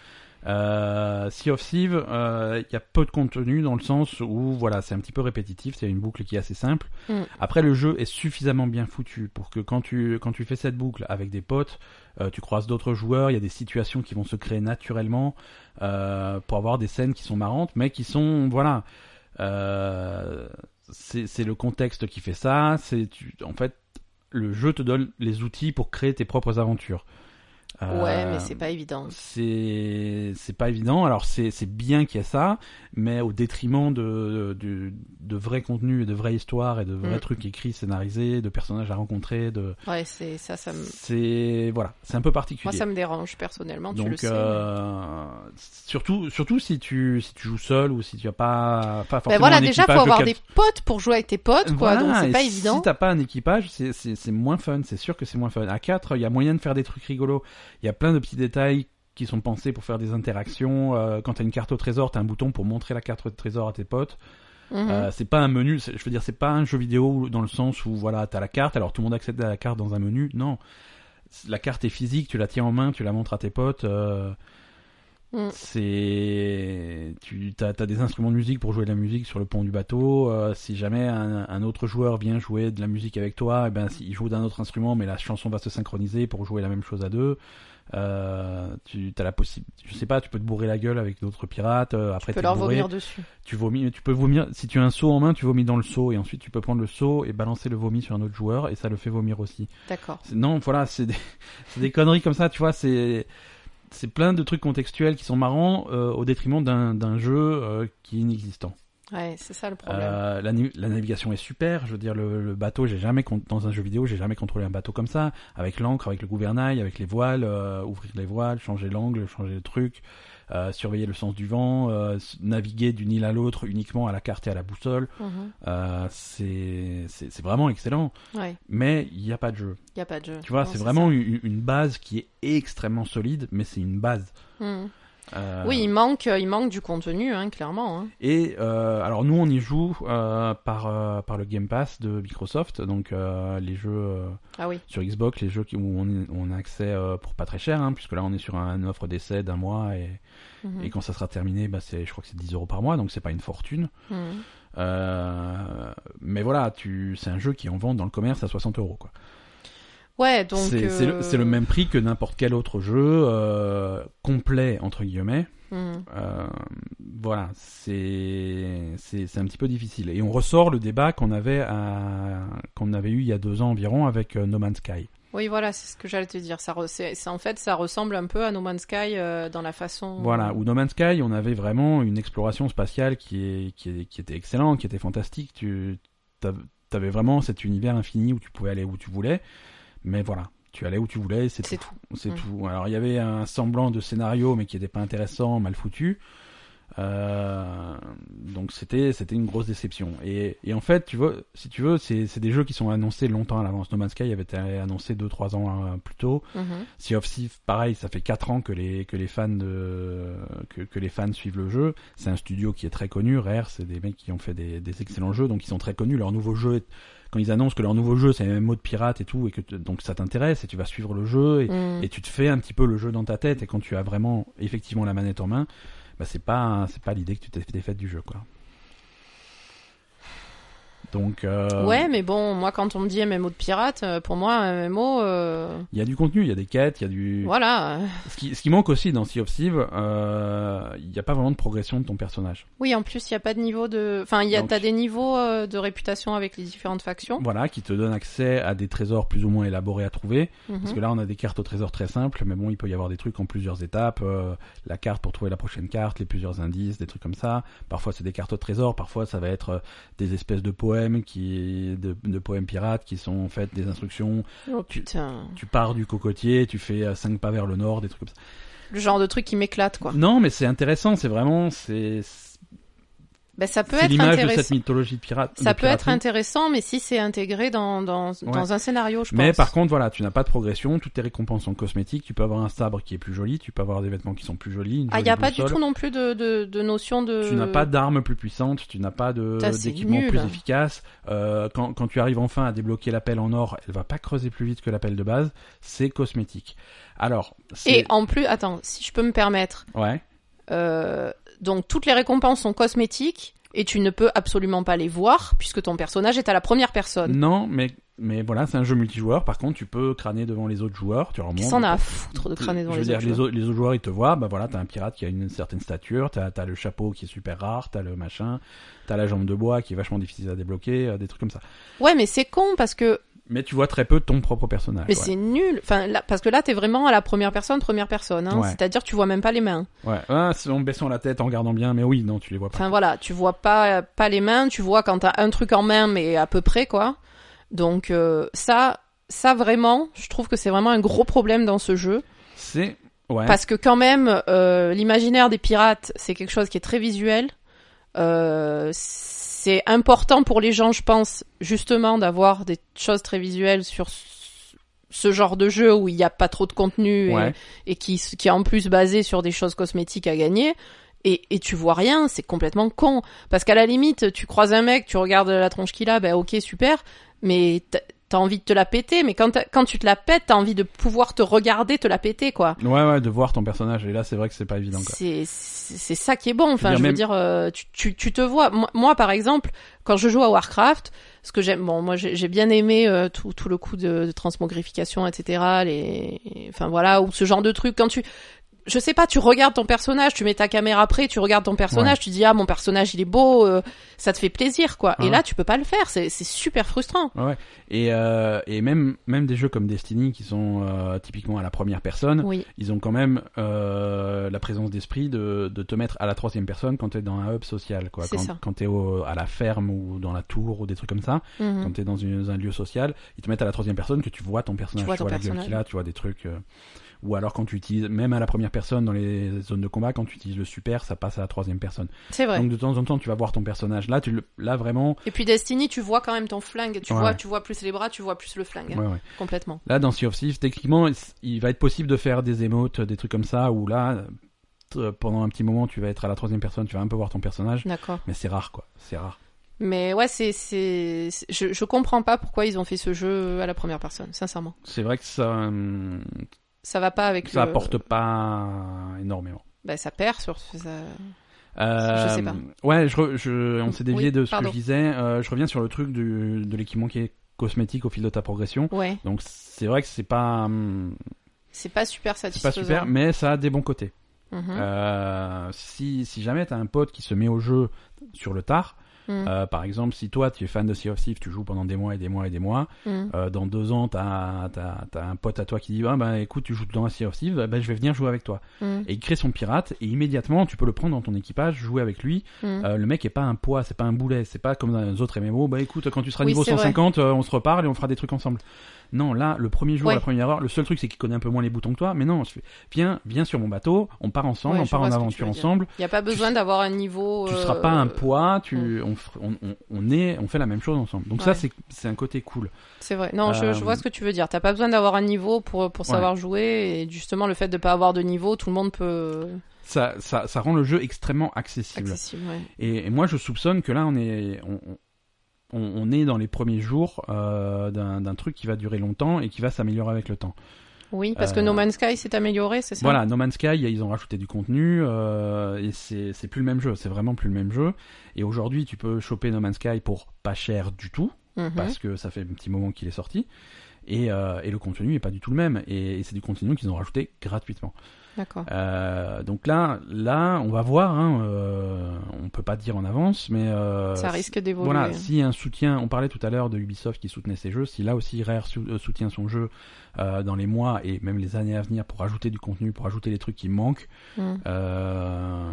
[SPEAKER 1] Euh, sea of Thieves, euh, il y a peu de contenu dans le sens où voilà, c'est un petit peu répétitif, c'est une boucle qui est assez simple.
[SPEAKER 2] Mm.
[SPEAKER 1] Après, le jeu est suffisamment bien foutu pour que quand tu quand tu fais cette boucle avec des potes, euh, tu croises d'autres joueurs, il y a des situations qui vont se créer naturellement euh, pour avoir des scènes qui sont marrantes, mais qui sont voilà, euh, c'est c'est le contexte qui fait ça. C'est tu- en fait le jeu te donne les outils pour créer tes propres aventures. Euh,
[SPEAKER 2] Ouais, mais c'est pas évident.
[SPEAKER 1] C'est c'est pas évident. Alors c'est c'est bien qu'il y a ça, mais au détriment de de, de vrai contenu et de vraies histoires et de vrais
[SPEAKER 2] Mm.
[SPEAKER 1] trucs écrits, scénarisés, de personnages à rencontrer, de
[SPEAKER 2] Ouais, c'est ça, ça me...
[SPEAKER 1] c'est voilà, c'est un peu particulier.
[SPEAKER 2] moi ça me dérange personnellement, tu le
[SPEAKER 1] Donc
[SPEAKER 2] sais. Ben mais-
[SPEAKER 1] euh, surtout surtout si tu si tu joues seul ou si tu as pas pas forcément
[SPEAKER 2] Ben voilà,
[SPEAKER 1] un
[SPEAKER 2] déjà faut
[SPEAKER 1] équipage de
[SPEAKER 2] avoir
[SPEAKER 1] quatre-
[SPEAKER 2] des potes pour jouer avec tes potes, quoi.
[SPEAKER 1] Voilà,
[SPEAKER 2] donc
[SPEAKER 1] et
[SPEAKER 2] c'est pas
[SPEAKER 1] si
[SPEAKER 2] évident.
[SPEAKER 1] Si t'as pas un équipage, c'est- c'est c'est moins fun, c'est sûr que c'est moins fun. À 4, il y a moyen de faire des trucs rigolos. Il y a plein de petits détails qui sont pensés pour faire des interactions. Euh, quand t'as une carte au trésor, t'as un bouton pour montrer la carte au trésor à tes potes.
[SPEAKER 2] Mhm.
[SPEAKER 1] Euh, c'est pas un menu, c'est- je veux dire, c'est pas un jeu vidéo dans le sens où voilà, t'as la carte, alors tout le monde accède à la carte dans un menu. Non. La carte est physique, tu la tiens en main, tu la montres à tes potes. euh,
[SPEAKER 2] Mm.
[SPEAKER 1] C'est, tu as, des instruments de musique pour jouer de la musique sur le pont du bateau. euh, si jamais un, un autre joueur vient jouer de la musique avec toi, et ben il joue d'un autre instrument, mais la chanson va se synchroniser pour jouer la même chose à deux. Euh, tu as la possibilité, je sais pas, tu peux te bourrer la gueule avec d'autres pirates. euh, après,
[SPEAKER 2] Tu peux
[SPEAKER 1] t'es
[SPEAKER 2] leur
[SPEAKER 1] bourré
[SPEAKER 2] vomir dessus.
[SPEAKER 1] tu vomis, tu peux vomir. Si tu as un seau en main, tu vomis dans le seau et ensuite tu peux prendre le seau et balancer le vomi sur un autre joueur et ça le fait vomir aussi.
[SPEAKER 2] D'accord.
[SPEAKER 1] C'est- Non, voilà, c'est des, c'est des conneries comme ça, tu vois. C'est c'est plein de trucs contextuels qui sont marrants euh, au détriment d'un d'un jeu euh, qui est inexistant.
[SPEAKER 2] Ouais, c'est ça le problème.
[SPEAKER 1] Euh, la, ni- la navigation est super. Je veux dire, le, le bateau, j'ai jamais con- dans un jeu vidéo, j'ai jamais contrôlé un bateau comme ça, avec l'ancre, avec le gouvernail, avec les voiles, euh, ouvrir les voiles, changer l'angle, changer le truc, euh, surveiller le sens du vent, euh, s- naviguer d'une île à l'autre uniquement à la carte et à la boussole.
[SPEAKER 2] Mhm.
[SPEAKER 1] Euh, c'est c'est c'est vraiment excellent.
[SPEAKER 2] Ouais,
[SPEAKER 1] Mais il n'y a pas de jeu.
[SPEAKER 2] y a pas de jeu.
[SPEAKER 1] Tu vois,
[SPEAKER 2] Non,
[SPEAKER 1] c'est vraiment une, une base qui est extrêmement solide, mais c'est une base.
[SPEAKER 2] ça. Mhm.
[SPEAKER 1] Euh,
[SPEAKER 2] Oui, il manque, il manque du contenu, hein, clairement. hein.
[SPEAKER 1] Et euh, alors nous on y joue euh, par euh, par le Game Pass de Microsoft, donc euh, les jeux euh,
[SPEAKER 2] Ah oui.
[SPEAKER 1] sur Xbox, les jeux qui, où on, on a accès euh, pour pas très cher, hein, puisque là on est sur un- une offre d'essai d'un mois et,
[SPEAKER 2] Mhm.
[SPEAKER 1] et quand ça sera terminé, bah c'est je crois que c'est 10 euros par mois, donc c'est pas une fortune.
[SPEAKER 2] Mhm.
[SPEAKER 1] Euh, mais voilà, tu c'est un jeu qui est en vente dans le commerce à 60 euros quoi.
[SPEAKER 2] Ouais, donc.
[SPEAKER 1] C'est c'est le-
[SPEAKER 2] euh,
[SPEAKER 1] c'est le, même prix que n'importe quel autre jeu euh, complet entre guillemets.
[SPEAKER 2] mhm.
[SPEAKER 1] Euh, voilà, c'est c'est c'est un petit peu difficile. Et on ressort le débat qu'on avait à- qu'on avait eu il y a deux ans environ avec euh, No Man's Sky.
[SPEAKER 2] Oui, voilà, c'est ce que j'allais te dire. Ça, re- c'est- c'est- en fait, ça ressemble un peu à No Man's Sky euh, dans la façon.
[SPEAKER 1] Voilà, où No Man's Sky, on avait vraiment une exploration spatiale qui est qui, est- qui était excellente, qui était fantastique. Tu t'av- t'avais vraiment cet univers infini où tu pouvais aller où tu voulais, mais voilà. Tu allais où tu voulais, c'est
[SPEAKER 2] C'est
[SPEAKER 1] tout. C'est
[SPEAKER 2] Mm.
[SPEAKER 1] tout. Alors il y avait un semblant de scénario, mais qui n'était pas intéressant, mal foutu. Euh, donc c'était c'était une grosse déception. Et, et en fait, tu vois, si tu veux, c'est c'est des jeux qui sont annoncés longtemps à l'avance. No Man's Sky avait été annoncé 2-3 ans euh, plus tôt.
[SPEAKER 2] Mhm.
[SPEAKER 1] Sea of Thieves, pareil, ça fait 4 ans que les que les fans de que, que les fans suivent le jeu. C'est un studio qui est très connu. Rare, c'est des mecs qui ont fait des, des excellents jeux, donc ils sont très connus. Leur nouveau jeu, est- quand ils annoncent que leur nouveau jeu c'est un MMO de pirate et tout, et que t- donc ça t'intéresse et tu vas suivre le jeu et,
[SPEAKER 2] Mhm.
[SPEAKER 1] et tu te fais un petit peu le jeu dans ta tête. Et quand tu as vraiment effectivement la manette en main, bah c'est pas c'est pas l'idée que tu t'es t'es faite du jeu quoi. Donc euh,
[SPEAKER 2] Ouais, mais bon, moi, quand on me dit MMO de pirate, euh, pour moi, un MMO, euh,
[SPEAKER 1] il y a du contenu, il y a des quêtes, il y a du
[SPEAKER 2] voilà.
[SPEAKER 1] Ce qui, ce qui manque aussi dans Sea of Thieves, euh, il n'y a pas vraiment de progression de ton personnage.
[SPEAKER 2] Oui, en plus, il n'y a pas de niveau de. Enfin, il y a,
[SPEAKER 1] Donc-
[SPEAKER 2] t'as des niveaux euh, de réputation avec les différentes factions.
[SPEAKER 1] Voilà, qui te donne accès à des trésors plus ou moins élaborés à trouver.
[SPEAKER 2] Mhm.
[SPEAKER 1] Parce que là, on a des cartes au trésor très simples, mais bon, il peut y avoir des trucs en plusieurs étapes. euh, la carte pour trouver la prochaine carte, les plusieurs indices, des trucs comme ça. Parfois, c'est des cartes au trésor. Parfois, ça va être euh, des espèces de poèmes qui, de, de poèmes pirates qui sont en fait des instructions.
[SPEAKER 2] Oh putain.
[SPEAKER 1] Tu pars du cocotier, tu fais euh, cinq pas vers le nord, des trucs comme ça.
[SPEAKER 2] Le genre de truc qui m'éclate, quoi.
[SPEAKER 1] Non, mais c'est intéressant. C'est vraiment, c'est,
[SPEAKER 2] Ben, ça peut
[SPEAKER 1] c'est
[SPEAKER 2] être
[SPEAKER 1] l'image de
[SPEAKER 2] intéressant.
[SPEAKER 1] cette mythologie de pirate.
[SPEAKER 2] ça
[SPEAKER 1] de
[SPEAKER 2] peut être
[SPEAKER 1] piraterie.
[SPEAKER 2] intéressant, mais si c'est intégré dans, dans, dans un scénario, je
[SPEAKER 1] Mais
[SPEAKER 2] pense.
[SPEAKER 1] par contre, voilà, tu n'as pas de progression, toutes tes récompenses sont cosmétiques, tu peux avoir un sabre qui est plus joli, tu peux avoir des vêtements qui sont plus jolis, une
[SPEAKER 2] ah, il
[SPEAKER 1] jolie
[SPEAKER 2] n'y a pas du
[SPEAKER 1] boussole.
[SPEAKER 2] tout non plus de, de, de notion de.
[SPEAKER 1] Tu n'as pas d'armes plus puissantes, tu n'as pas de-
[SPEAKER 2] Putain, Euh. c'est
[SPEAKER 1] d'équipement
[SPEAKER 2] nul.
[SPEAKER 1] plus efficace. Euh, quand, quand tu arrives enfin à débloquer la pelle en or, elle va pas creuser plus vite que la pelle de base, c'est cosmétique. Alors,
[SPEAKER 2] Et
[SPEAKER 1] c'est...
[SPEAKER 2] en plus, attends, si je peux me permettre,
[SPEAKER 1] Ouais,
[SPEAKER 2] euh, donc toutes les récompenses sont cosmétiques et tu ne peux absolument pas les voir puisque ton personnage est à la première personne.
[SPEAKER 1] non, mais, mais voilà, c'est un jeu multijoueur, par contre, tu peux crâner devant les autres joueurs, tu leur
[SPEAKER 2] Qui
[SPEAKER 1] montres-
[SPEAKER 2] s'en a à foutre de crâner dans
[SPEAKER 1] je veux
[SPEAKER 2] les
[SPEAKER 1] dire,
[SPEAKER 2] autres
[SPEAKER 1] les,
[SPEAKER 2] joueurs.
[SPEAKER 1] autres, les autres joueurs, ils te voient, bah voilà, t'as un pirate qui a une certaine stature, t'as as le chapeau qui est super rare, t'as le machin, t'as la jambe de bois qui est vachement difficile à débloquer, euh, des trucs comme ça.
[SPEAKER 2] Ouais, mais c'est con parce que
[SPEAKER 1] Mais tu vois très peu ton propre personnage.
[SPEAKER 2] Mais
[SPEAKER 1] ouais.
[SPEAKER 2] c'est nul. Enfin, là, parce que là, t'es vraiment à la première personne, première personne. Hein.
[SPEAKER 1] Ouais.
[SPEAKER 2] C'est-à-dire, tu vois même pas les mains.
[SPEAKER 1] Ouais. Ah, c'est en baissant la tête, en regardant bien, mais oui, non, tu les vois pas.
[SPEAKER 2] Enfin voilà, tu vois pas pas les mains. Tu vois quand t'as un truc en main, mais à peu près quoi. Donc euh, ça, ça vraiment, je trouve que c'est vraiment un gros problème dans ce jeu.
[SPEAKER 1] C'est. Ouais.
[SPEAKER 2] Parce que quand même, euh, l'imaginaire des pirates, c'est quelque chose qui est très visuel. Euh, c'est important pour les gens, je pense, justement, d'avoir des choses très visuelles sur ce- ce genre de jeu où il n'y a pas trop de contenu et,
[SPEAKER 1] Ouais.
[SPEAKER 2] et qui, s- qui est en plus basé sur des choses cosmétiques à gagner. Et, et tu vois rien, c'est complètement con. Parce qu'à la limite, tu croises un mec, tu regardes la tronche qu'il a, ben ok, super, mais t'as- t'as envie de te la péter, mais quand, t'as- quand tu te la pètes, t'as envie de pouvoir te regarder te la péter, quoi.
[SPEAKER 1] Ouais, ouais, de voir ton personnage. Et là, c'est vrai que c'est pas évident. Quoi.
[SPEAKER 2] C'est c'est c'est ça qui est bon. Enfin,
[SPEAKER 1] Je veux dire,
[SPEAKER 2] je veux
[SPEAKER 1] même-
[SPEAKER 2] dire, euh, tu, tu, tu te vois. Moi, moi, par exemple, quand je joue à Warcraft, ce que j'aime, bon, moi, j'ai j'ai bien aimé euh, tout, tout le coup de, de transmogrification, etc. Les, et- enfin voilà, ou ce genre de truc. Quand tu, je sais pas, tu regardes ton personnage, tu mets ta caméra après, tu regardes ton personnage, tu dis ah mon personnage il est beau, euh, ça te fait plaisir quoi.
[SPEAKER 1] Ouais.
[SPEAKER 2] Et là, tu peux pas le faire. C'est c'est super frustrant.
[SPEAKER 1] Et, euh, et même, même des jeux comme Destiny qui sont euh, typiquement à la première personne,
[SPEAKER 2] Oui,
[SPEAKER 1] ils ont quand même euh, la présence d'esprit de, de te mettre à la troisième personne quand t'es dans un hub social, quoi.
[SPEAKER 2] C'est
[SPEAKER 1] quand,
[SPEAKER 2] ça.
[SPEAKER 1] quand t'es au- à la ferme ou dans la tour ou des trucs comme ça,
[SPEAKER 2] Mhm.
[SPEAKER 1] quand t'es dans une- un lieu social, ils te mettent à la troisième personne que tu vois ton personnage,
[SPEAKER 2] Tu vois ton
[SPEAKER 1] la gueule
[SPEAKER 2] personnage.
[SPEAKER 1] qu'il a, tu vois des trucs. euh, Ou alors quand tu utilises, même à la première personne dans les zones de combat, quand tu utilises le super, ça passe à la troisième personne.
[SPEAKER 2] c'est vrai.
[SPEAKER 1] Donc de temps en temps, tu vas voir ton personnage. Là, tu le- là vraiment.
[SPEAKER 2] Et puis Destiny, tu vois quand même ton flingue. Tu
[SPEAKER 1] Ouais.
[SPEAKER 2] vois, tu vois plus les bras, tu vois plus le flingue. hein,
[SPEAKER 1] Ouais, ouais.
[SPEAKER 2] Complètement.
[SPEAKER 1] Là, dans Sea of Thieves, techniquement, il- il va être possible de faire des émotes, des trucs comme ça, où là, t- pendant un petit moment, tu vas être à la troisième personne, tu vas un peu voir ton personnage,
[SPEAKER 2] D'accord.
[SPEAKER 1] mais c'est rare, quoi. C'est rare.
[SPEAKER 2] Mais ouais, c'est c'est c'est- je je comprends pas pourquoi ils ont fait ce jeu à la première personne, sincèrement.
[SPEAKER 1] C'est vrai que ça, hum,
[SPEAKER 2] Ça va pas avec
[SPEAKER 1] ça
[SPEAKER 2] le
[SPEAKER 1] apporte pas énormément.
[SPEAKER 2] bah, ça perd sur ça...
[SPEAKER 1] Euh,
[SPEAKER 2] Je sais pas.
[SPEAKER 1] Ouais, je, re- je- on s'est dévié
[SPEAKER 2] Oui,
[SPEAKER 1] de ce
[SPEAKER 2] pardon.
[SPEAKER 1] que je disais. Euh, je reviens sur le truc du, de l'équipement qui est cosmétique au fil de ta progression.
[SPEAKER 2] Ouais,
[SPEAKER 1] Donc c'est vrai que c'est pas, hum,
[SPEAKER 2] c'est pas super
[SPEAKER 1] c'est pas
[SPEAKER 2] satisfaisant.
[SPEAKER 1] super, mais ça a des bons côtés.
[SPEAKER 2] Mhm,
[SPEAKER 1] Euh, si, si jamais t'as un pote qui se met au jeu sur le tard,
[SPEAKER 2] Mhm.
[SPEAKER 1] euh, par exemple, si toi tu es fan de Sea of Thieves, tu joues pendant des mois et des mois et des mois,
[SPEAKER 2] mhm.
[SPEAKER 1] euh, dans deux ans t'as as, un pote à toi qui dit ah, bah écoute tu joues dedans à Sea of Thieves, bah, je vais venir jouer avec toi.
[SPEAKER 2] Mhm.
[SPEAKER 1] Et il crée son pirate et immédiatement tu peux le prendre dans ton équipage, jouer avec lui.
[SPEAKER 2] Mhm.
[SPEAKER 1] Euh, le mec est pas un poids, c'est pas un boulet, c'est pas comme dans les autres MMO, bah écoute quand tu seras
[SPEAKER 2] Oui,
[SPEAKER 1] niveau
[SPEAKER 2] c'est vrai.
[SPEAKER 1] 150 euh, on se reparle et on fera des trucs ensemble. Non, là, le premier jour,
[SPEAKER 2] Ouais.
[SPEAKER 1] la première heure, le seul truc c'est qu'il connaît un peu moins les boutons que toi, mais non, je fais, viens, viens sur mon bateau, on part ensemble,
[SPEAKER 2] Ouais,
[SPEAKER 1] on
[SPEAKER 2] je
[SPEAKER 1] part en
[SPEAKER 2] vois ce que tu
[SPEAKER 1] aventure
[SPEAKER 2] veux dire.
[SPEAKER 1] ensemble,
[SPEAKER 2] Y a pas besoin d'avoir un niveau
[SPEAKER 1] tu
[SPEAKER 2] euh,
[SPEAKER 1] seras pas un poids, tu, on, f- on, on- on est, on fait la même chose ensemble. Donc ça,
[SPEAKER 2] Ouais.
[SPEAKER 1] c'est c'est un côté cool.
[SPEAKER 2] C'est vrai. Non, je, je
[SPEAKER 1] Euh,
[SPEAKER 2] vois ce que tu veux dire. T'as pas besoin d'avoir un niveau pour pour savoir jouer et justement le fait de pas avoir de niveau, tout le monde peut
[SPEAKER 1] Ça, ça, ça rend le jeu extrêmement accessible.
[SPEAKER 2] accessible, ouais.
[SPEAKER 1] Et, et moi, je soupçonne que là, on est, on, on, on est dans les premiers jours euh, d'un d'un truc qui va durer longtemps et qui va s'améliorer avec le temps.
[SPEAKER 2] Oui, parce que
[SPEAKER 1] Euh,
[SPEAKER 2] No Man's Sky s'est amélioré, c'est ça
[SPEAKER 1] Voilà, No Man's Sky, ils ont rajouté du contenu euh, et c'est c'est plus le même jeu, c'est vraiment plus le même jeu. Et aujourd'hui, tu peux choper No Man's Sky pour pas cher du tout.
[SPEAKER 2] Mhm.
[SPEAKER 1] parce que ça fait un petit moment qu'il est sorti. Et, euh, et le contenu n'est pas du tout le même. Et, et c'est du contenu qu'ils ont rajouté gratuitement.
[SPEAKER 2] D'accord.
[SPEAKER 1] Euh, donc là, là, on va voir. Hein, euh, on peut pas dire en avance, mais euh,
[SPEAKER 2] ça risque d'évoluer.
[SPEAKER 1] Voilà, si un soutien, on parlait tout à l'heure de Ubisoft qui soutenait ses jeux, si là aussi Rare sou- euh, soutient son jeu euh, dans les mois et même les années à venir pour ajouter du contenu, pour ajouter les trucs qui manquent,
[SPEAKER 2] Mhm.
[SPEAKER 1] euh,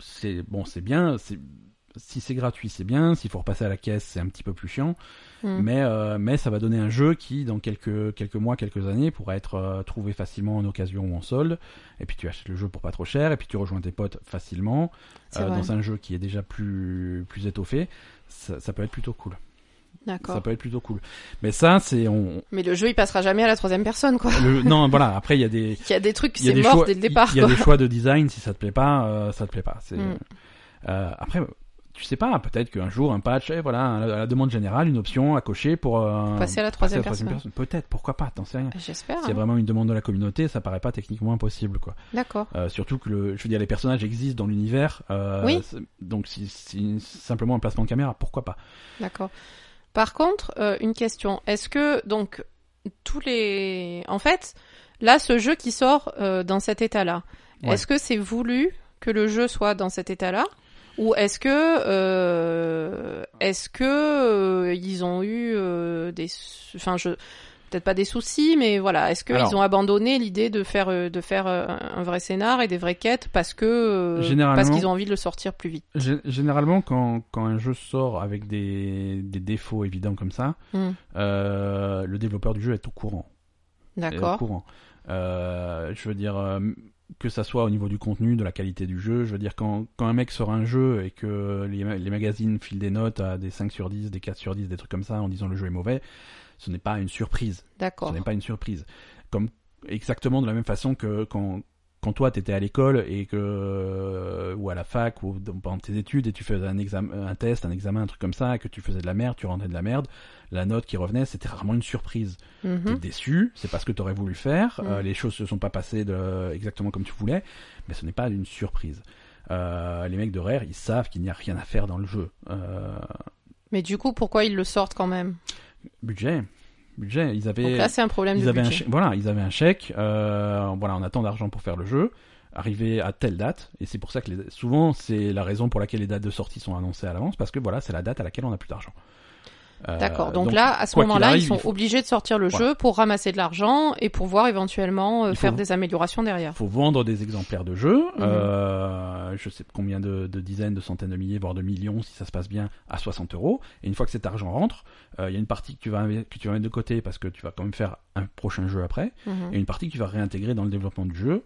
[SPEAKER 1] c'est bon, c'est bien. c'est- Si c'est gratuit, c'est bien. S'il faut repasser à la caisse, c'est un petit peu plus chiant.
[SPEAKER 2] Mhm.
[SPEAKER 1] Mais, euh, mais ça va donner un jeu qui, dans quelques, quelques mois, quelques années, pourra être euh, trouvé facilement en occasion ou en solde. Et puis tu achètes le jeu pour pas trop cher, et puis tu rejoins tes potes facilement
[SPEAKER 2] C'est
[SPEAKER 1] euh,
[SPEAKER 2] vrai.
[SPEAKER 1] dans un jeu qui est déjà plus, plus étoffé. Ça, ça peut être plutôt cool. Ça
[SPEAKER 2] D'accord.
[SPEAKER 1] peut être plutôt cool. Mais ça, c'est on.
[SPEAKER 2] Mais le jeu, il passera jamais à la troisième personne, quoi.
[SPEAKER 1] le- non, voilà. Après, il y a des.
[SPEAKER 2] Il y a des trucs,
[SPEAKER 1] Il y a
[SPEAKER 2] c'est
[SPEAKER 1] des
[SPEAKER 2] mort
[SPEAKER 1] choix.
[SPEAKER 2] dès le départ,
[SPEAKER 1] il y a
[SPEAKER 2] quoi.
[SPEAKER 1] des choix de design. Si ça te plaît pas, euh, ça te plaît pas. C'est.
[SPEAKER 2] Mm.
[SPEAKER 1] Euh, après. Tu sais pas, peut-être qu'un jour un patch, eh, voilà, à la demande générale, une option à cocher pour euh,
[SPEAKER 2] Passer à la
[SPEAKER 1] passer à
[SPEAKER 2] troisième personne.
[SPEAKER 1] Peut-être, pourquoi pas, t'en sais rien.
[SPEAKER 2] J'espère.
[SPEAKER 1] S'il y a
[SPEAKER 2] hein.
[SPEAKER 1] vraiment une demande de la communauté, ça paraît pas techniquement impossible, quoi.
[SPEAKER 2] D'accord.
[SPEAKER 1] Euh, surtout que le, je veux dire, les personnages existent dans l'univers. euh,
[SPEAKER 2] Oui.
[SPEAKER 1] c'est- Donc, si, si- simplement un placement de caméra, pourquoi pas
[SPEAKER 2] D'accord. Par contre, euh, une question. Est-ce que, donc, tous les. En fait, là, ce jeu qui sort euh, dans cet état-là,
[SPEAKER 1] Ouais.
[SPEAKER 2] est-ce que c'est voulu que le jeu soit dans cet état-là ou est-ce que euh, est-ce que euh, ils ont eu euh, des sou- enfin je peut-être pas des soucis mais voilà est-ce que
[SPEAKER 1] Alors.
[SPEAKER 2] ils ont abandonné l'idée de faire euh, de faire euh, un vrai scénar et des vraies quêtes parce que euh,
[SPEAKER 1] Généralement-
[SPEAKER 2] parce qu'ils ont envie de le sortir plus vite
[SPEAKER 1] Gé- Généralement, quand, quand un jeu sort avec des, des défauts évidents comme ça,
[SPEAKER 2] Hmm,
[SPEAKER 1] euh, le développeur du jeu est au courant. est au
[SPEAKER 2] d'accord
[SPEAKER 1] courant. Euh, je veux dire, euh, que ça soit au niveau du contenu, de la qualité du jeu, je veux dire, quand, quand un mec sort un jeu et que les, ma- les magazines filent des notes à des 5 sur 10, des 4 sur 10, des trucs comme ça en disant le jeu est mauvais, ce n'est pas une surprise.
[SPEAKER 2] d'accord
[SPEAKER 1] Ce n'est pas une surprise. Comme exactement de la même façon que quand, quand toi t'étais à l'école et que ou à la fac ou dans- pendant tes études et tu faisais un examen, un test, un examen, un truc comme ça, et que tu faisais de la merde, tu rentrais de la merde, la note qui revenait, c'était rarement une surprise. T'es
[SPEAKER 2] Mhm.
[SPEAKER 1] déçu, c'est pas ce que t'aurais voulu faire, euh,
[SPEAKER 2] Mhm.
[SPEAKER 1] les choses se sont pas passées de, exactement comme tu voulais, mais ce n'est pas une surprise. Euh, les mecs de Rare, ils savent qu'il n'y a rien à faire dans le jeu. Euh,
[SPEAKER 2] mais du coup pourquoi ils le sortent quand même
[SPEAKER 1] budget, budget, ils avaient.
[SPEAKER 2] donc là c'est un problème
[SPEAKER 1] ils
[SPEAKER 2] de
[SPEAKER 1] avaient un
[SPEAKER 2] budget
[SPEAKER 1] chè- voilà, ils avaient un chèque. euh, voilà, on a tant d'argent pour faire le jeu, arrivé à telle date, et c'est pour ça que les- souvent c'est la raison pour laquelle les dates de sortie sont annoncées à l'avance, parce que voilà, c'est la date à laquelle on a plus d'argent. Euh,
[SPEAKER 2] D'accord. Donc, là, à ce
[SPEAKER 1] quoi qu'il
[SPEAKER 2] moment-là,
[SPEAKER 1] arrive,
[SPEAKER 2] ils sont
[SPEAKER 1] il faut-
[SPEAKER 2] obligés de sortir le
[SPEAKER 1] Voilà.
[SPEAKER 2] jeu pour ramasser de l'argent et pouvoir éventuellement euh,
[SPEAKER 1] Il faut-
[SPEAKER 2] faire des améliorations derrière.
[SPEAKER 1] faut vendre des exemplaires de jeux,
[SPEAKER 2] Mhm.
[SPEAKER 1] euh, je sais combien de, de dizaines, de centaines de milliers, voire de millions, si ça se passe bien, à 60 euros. Et une fois que cet argent rentre, euh, il y a une partie que tu, vas, inv- que tu vas mettre de côté parce que tu vas quand même faire un prochain jeu après.
[SPEAKER 2] Mhm.
[SPEAKER 1] et une partie que tu vas réintégrer dans le développement du jeu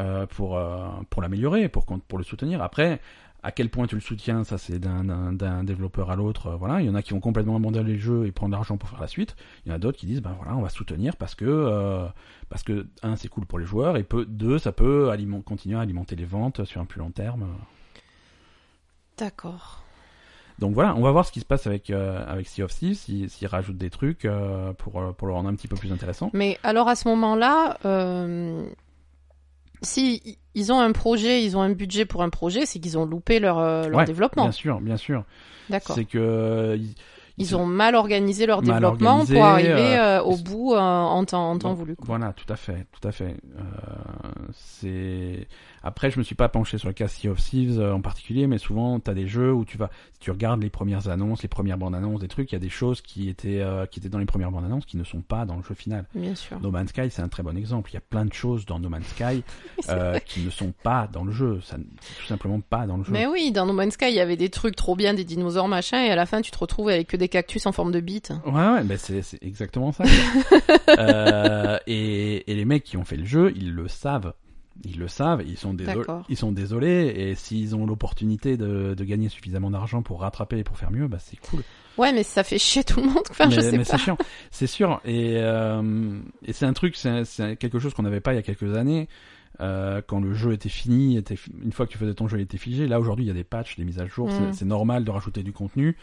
[SPEAKER 1] euh, pour, euh, pour l'améliorer, pour, qu'on- pour le soutenir. Après, à quel point tu le soutiens, ça c'est d'un- d'un d'un développeur à l'autre. euh, voilà, il y en a qui vont complètement abandonner le jeu et prendre l'argent pour faire la suite. Il y en a d'autres qui disent ben voilà, on va soutenir parce que euh, parce que un c'est cool pour les joueurs et peu, deux ça peut aliment- continuer à alimenter les ventes sur un plus long terme.
[SPEAKER 2] D'accord.
[SPEAKER 1] Donc voilà, on va voir ce qui se passe avec euh, avec Sea of Thieves, si- s'ils rajoutent des trucs euh, pour euh, pour le rendre un petit peu plus intéressant.
[SPEAKER 2] Mais alors à ce moment-là, euh, si i- ils ont un projet, ils ont un budget pour un projet, c'est qu'ils ont loupé leur, euh, leur
[SPEAKER 1] Ouais,
[SPEAKER 2] développement.
[SPEAKER 1] Bien sûr, bien sûr.
[SPEAKER 2] D'accord.
[SPEAKER 1] C'est que euh, ils-
[SPEAKER 2] Ils
[SPEAKER 1] ils-
[SPEAKER 2] ont mal organisé leur
[SPEAKER 1] Mal
[SPEAKER 2] développement
[SPEAKER 1] organisé,
[SPEAKER 2] pour arriver euh, au
[SPEAKER 1] ils-
[SPEAKER 2] bout euh, en temps, en temps
[SPEAKER 1] Donc,
[SPEAKER 2] voulu. quoi.
[SPEAKER 1] Voilà, tout à fait, tout à fait. Euh, c'est après, je me suis pas penché sur le cas Sea of Thieves euh, en particulier, mais souvent t'as des jeux où tu vas, si tu regardes les premières annonces, les premières bandes annonces, des trucs, il y a des choses qui étaient euh, qui étaient dans les premières bandes annonces qui ne sont pas dans le jeu final.
[SPEAKER 2] Bien sûr.
[SPEAKER 1] No Man's Sky, c'est un très bon exemple. Il y a plein de choses dans No Man's Sky euh, qui ne sont pas dans le jeu. Ça, n- c'est tout simplement pas dans le jeu.
[SPEAKER 2] Mais oui, dans No Man's Sky, il y avait des trucs trop bien, des dinosaures machin, et à la fin, tu te retrouves avec que des cactus en forme de bite.
[SPEAKER 1] Ouais, ouais, ben c'est c'est exactement ça. quoi. Euh, et, et les mecs qui ont fait le jeu, ils le savent. Ils le savent, ils sont, déso-
[SPEAKER 2] D'accord.
[SPEAKER 1] ils sont désolés, et s'ils ont l'opportunité de, de gagner suffisamment d'argent pour rattraper et pour faire mieux, bah c'est cool.
[SPEAKER 2] Ouais, mais ça fait chier tout le monde. Enfin, Ah, je
[SPEAKER 1] mais
[SPEAKER 2] sais
[SPEAKER 1] mais
[SPEAKER 2] pas.
[SPEAKER 1] c'est chiant, c'est sûr. Et, euh, et c'est un truc, c'est c'est quelque chose qu'on n'avait pas il y a quelques années, euh, quand le jeu était fini, était, fi- une fois que tu faisais ton jeu, il était figé. Là aujourd'hui, il y a des patchs, des mises à jour,
[SPEAKER 2] Mm.
[SPEAKER 1] c'est- c'est normal de rajouter du contenu.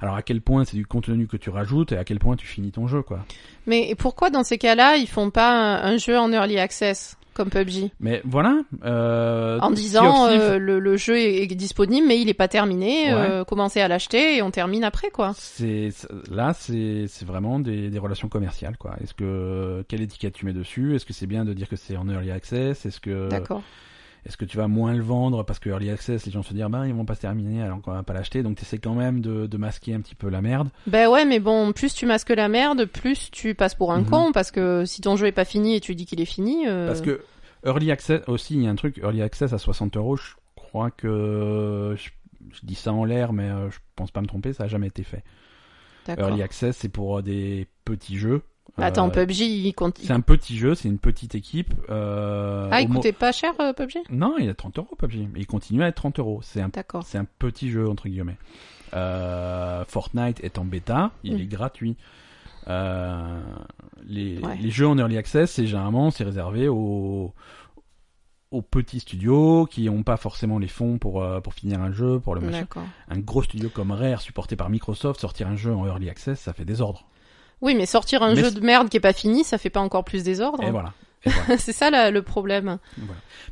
[SPEAKER 1] Alors à quel point c'est du contenu que tu rajoutes et à quel point tu finis ton jeu, quoi.
[SPEAKER 2] Mais pourquoi dans ces cas-là, ils font pas un, un jeu en early access comme PUBG
[SPEAKER 1] Mais voilà. Euh,
[SPEAKER 2] en
[SPEAKER 1] Sea
[SPEAKER 2] disant
[SPEAKER 1] of Thieves,
[SPEAKER 2] euh, le, le jeu est, est disponible mais il est pas terminé,
[SPEAKER 1] Ouais.
[SPEAKER 2] euh, commencez à l'acheter et on termine après quoi.
[SPEAKER 1] c'est c'est- là, c'est c'est vraiment des, des relations commerciales quoi. Est-ce que quelle étiquette tu mets dessus Est-ce que c'est bien de dire que c'est en early access Est-ce que
[SPEAKER 2] D'accord.
[SPEAKER 1] est-ce que tu vas moins le vendre parce que early access, les gens se disent ben ils vont pas se terminer alors qu'on va pas l'acheter. Donc t'essaies quand même de, de masquer un petit peu la merde.
[SPEAKER 2] Ben ouais, mais bon, plus tu masques la merde, plus tu passes pour un
[SPEAKER 1] Mhm.
[SPEAKER 2] con parce que si ton jeu est pas fini et tu dis qu'il est fini, euh,
[SPEAKER 1] Parce que early access aussi, il y a un truc early access à 60 euros. Je crois que je, je dis ça en l'air, mais euh, je pense pas me tromper, ça a jamais été fait.
[SPEAKER 2] d'accord.
[SPEAKER 1] Early access, c'est pour euh, des petits jeux.
[SPEAKER 2] Attends,
[SPEAKER 1] Euh,
[SPEAKER 2] PUBG, il compte.
[SPEAKER 1] C'est un petit jeu, c'est une petite équipe. Euh,
[SPEAKER 2] Ah,
[SPEAKER 1] au
[SPEAKER 2] il
[SPEAKER 1] mo-
[SPEAKER 2] coûtait pas cher euh, PUBG
[SPEAKER 1] Non, il est à 30 euros, PUBG. Il continue à être 30 euros. C'est un,
[SPEAKER 2] D'accord.
[SPEAKER 1] c'est un petit jeu, entre guillemets. Euh, Fortnite est en bêta, il
[SPEAKER 2] Mm.
[SPEAKER 1] est gratuit. Euh, les,
[SPEAKER 2] Ouais.
[SPEAKER 1] les jeux en early access, c'est généralement c'est réservé aux, aux petits studios qui n'ont pas forcément les fonds pour, euh, pour finir un jeu, pour le machin.
[SPEAKER 2] D'accord.
[SPEAKER 1] Un gros studio comme Rare, supporté par Microsoft, sortir un jeu en early access, ça fait désordre.
[SPEAKER 2] Oui, mais sortir un
[SPEAKER 1] Mais
[SPEAKER 2] jeu
[SPEAKER 1] c'est- Eh
[SPEAKER 2] de merde qui est pas fini, ça fait pas encore plus désordre.
[SPEAKER 1] Et voilà. Et voilà.
[SPEAKER 2] C'est ça là, le problème.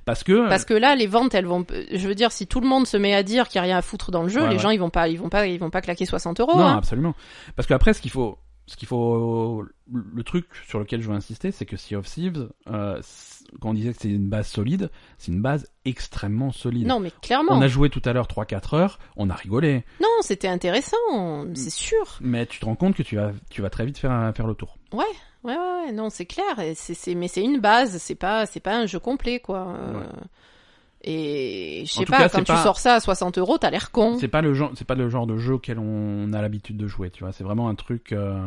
[SPEAKER 1] Parce que
[SPEAKER 2] Parce que là, les ventes, elles vont. Je veux dire, si tout le monde se met à dire qu'il n'y a rien à foutre dans le jeu,
[SPEAKER 1] Ouais,
[SPEAKER 2] les
[SPEAKER 1] ouais.
[SPEAKER 2] gens, ils vont pas, ils vont pas, ils vont pas claquer 60 euros.
[SPEAKER 1] Non, ah,
[SPEAKER 2] hein.
[SPEAKER 1] absolument. Parce qu'après, ce qu'il faut, ce qu'il faut, le truc sur lequel je veux insister, c'est que Sea of Thieves, euh, c- quand on disait que c'est une base solide, c'est une base extrêmement solide.
[SPEAKER 2] Non, mais clairement.
[SPEAKER 1] On a joué tout à l'heure 3-4 heures, on a rigolé.
[SPEAKER 2] Non, c'était intéressant,
[SPEAKER 1] Mm.
[SPEAKER 2] c'est sûr.
[SPEAKER 1] Mais tu te rends compte que tu vas, tu vas très vite faire, faire le tour.
[SPEAKER 2] Ouais, ouais, ouais, ouais, non, c'est clair. Et c'est, c'est, mais c'est une base, c'est pas, c'est pas un jeu complet, quoi. Euh,
[SPEAKER 1] Ouais.
[SPEAKER 2] Et je
[SPEAKER 1] En
[SPEAKER 2] sais
[SPEAKER 1] tout
[SPEAKER 2] pas,
[SPEAKER 1] cas,
[SPEAKER 2] quand
[SPEAKER 1] c'est
[SPEAKER 2] tu
[SPEAKER 1] pas-
[SPEAKER 2] sors ça à 60 euros, t'as l'air con.
[SPEAKER 1] C'est pas le genre, c'est pas le genre de jeu auquel on a l'habitude de jouer, tu vois. C'est vraiment un truc. euh,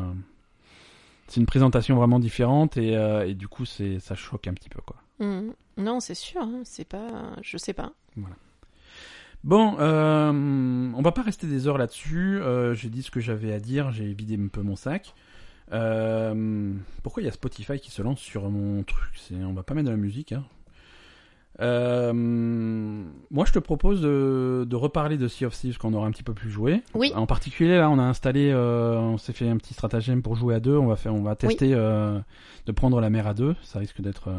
[SPEAKER 1] C'est une présentation vraiment différente et, euh, et du coup, c'est ça choque un petit peu, quoi.
[SPEAKER 2] Mm. Non, c'est sûr, hein, c'est pas, je sais pas.
[SPEAKER 1] Bon, euh, on va pas rester des heures là-dessus. Euh, j'ai dit ce que j'avais à dire, j'ai vidé un peu mon sac. Euh, pourquoi il y a Spotify qui se lance sur mon truc C'est, on va pas mettre de la musique. Hein. Euh, moi, je te propose de, de reparler de Sea of Thieves qu'on aura un petit peu plus joué.
[SPEAKER 2] Oui.
[SPEAKER 1] En particulier, là, on a installé, euh, on s'est fait un petit stratagème pour jouer à deux. On va faire, on va tester euh, de prendre la mer à deux. Ça risque d'être. euh,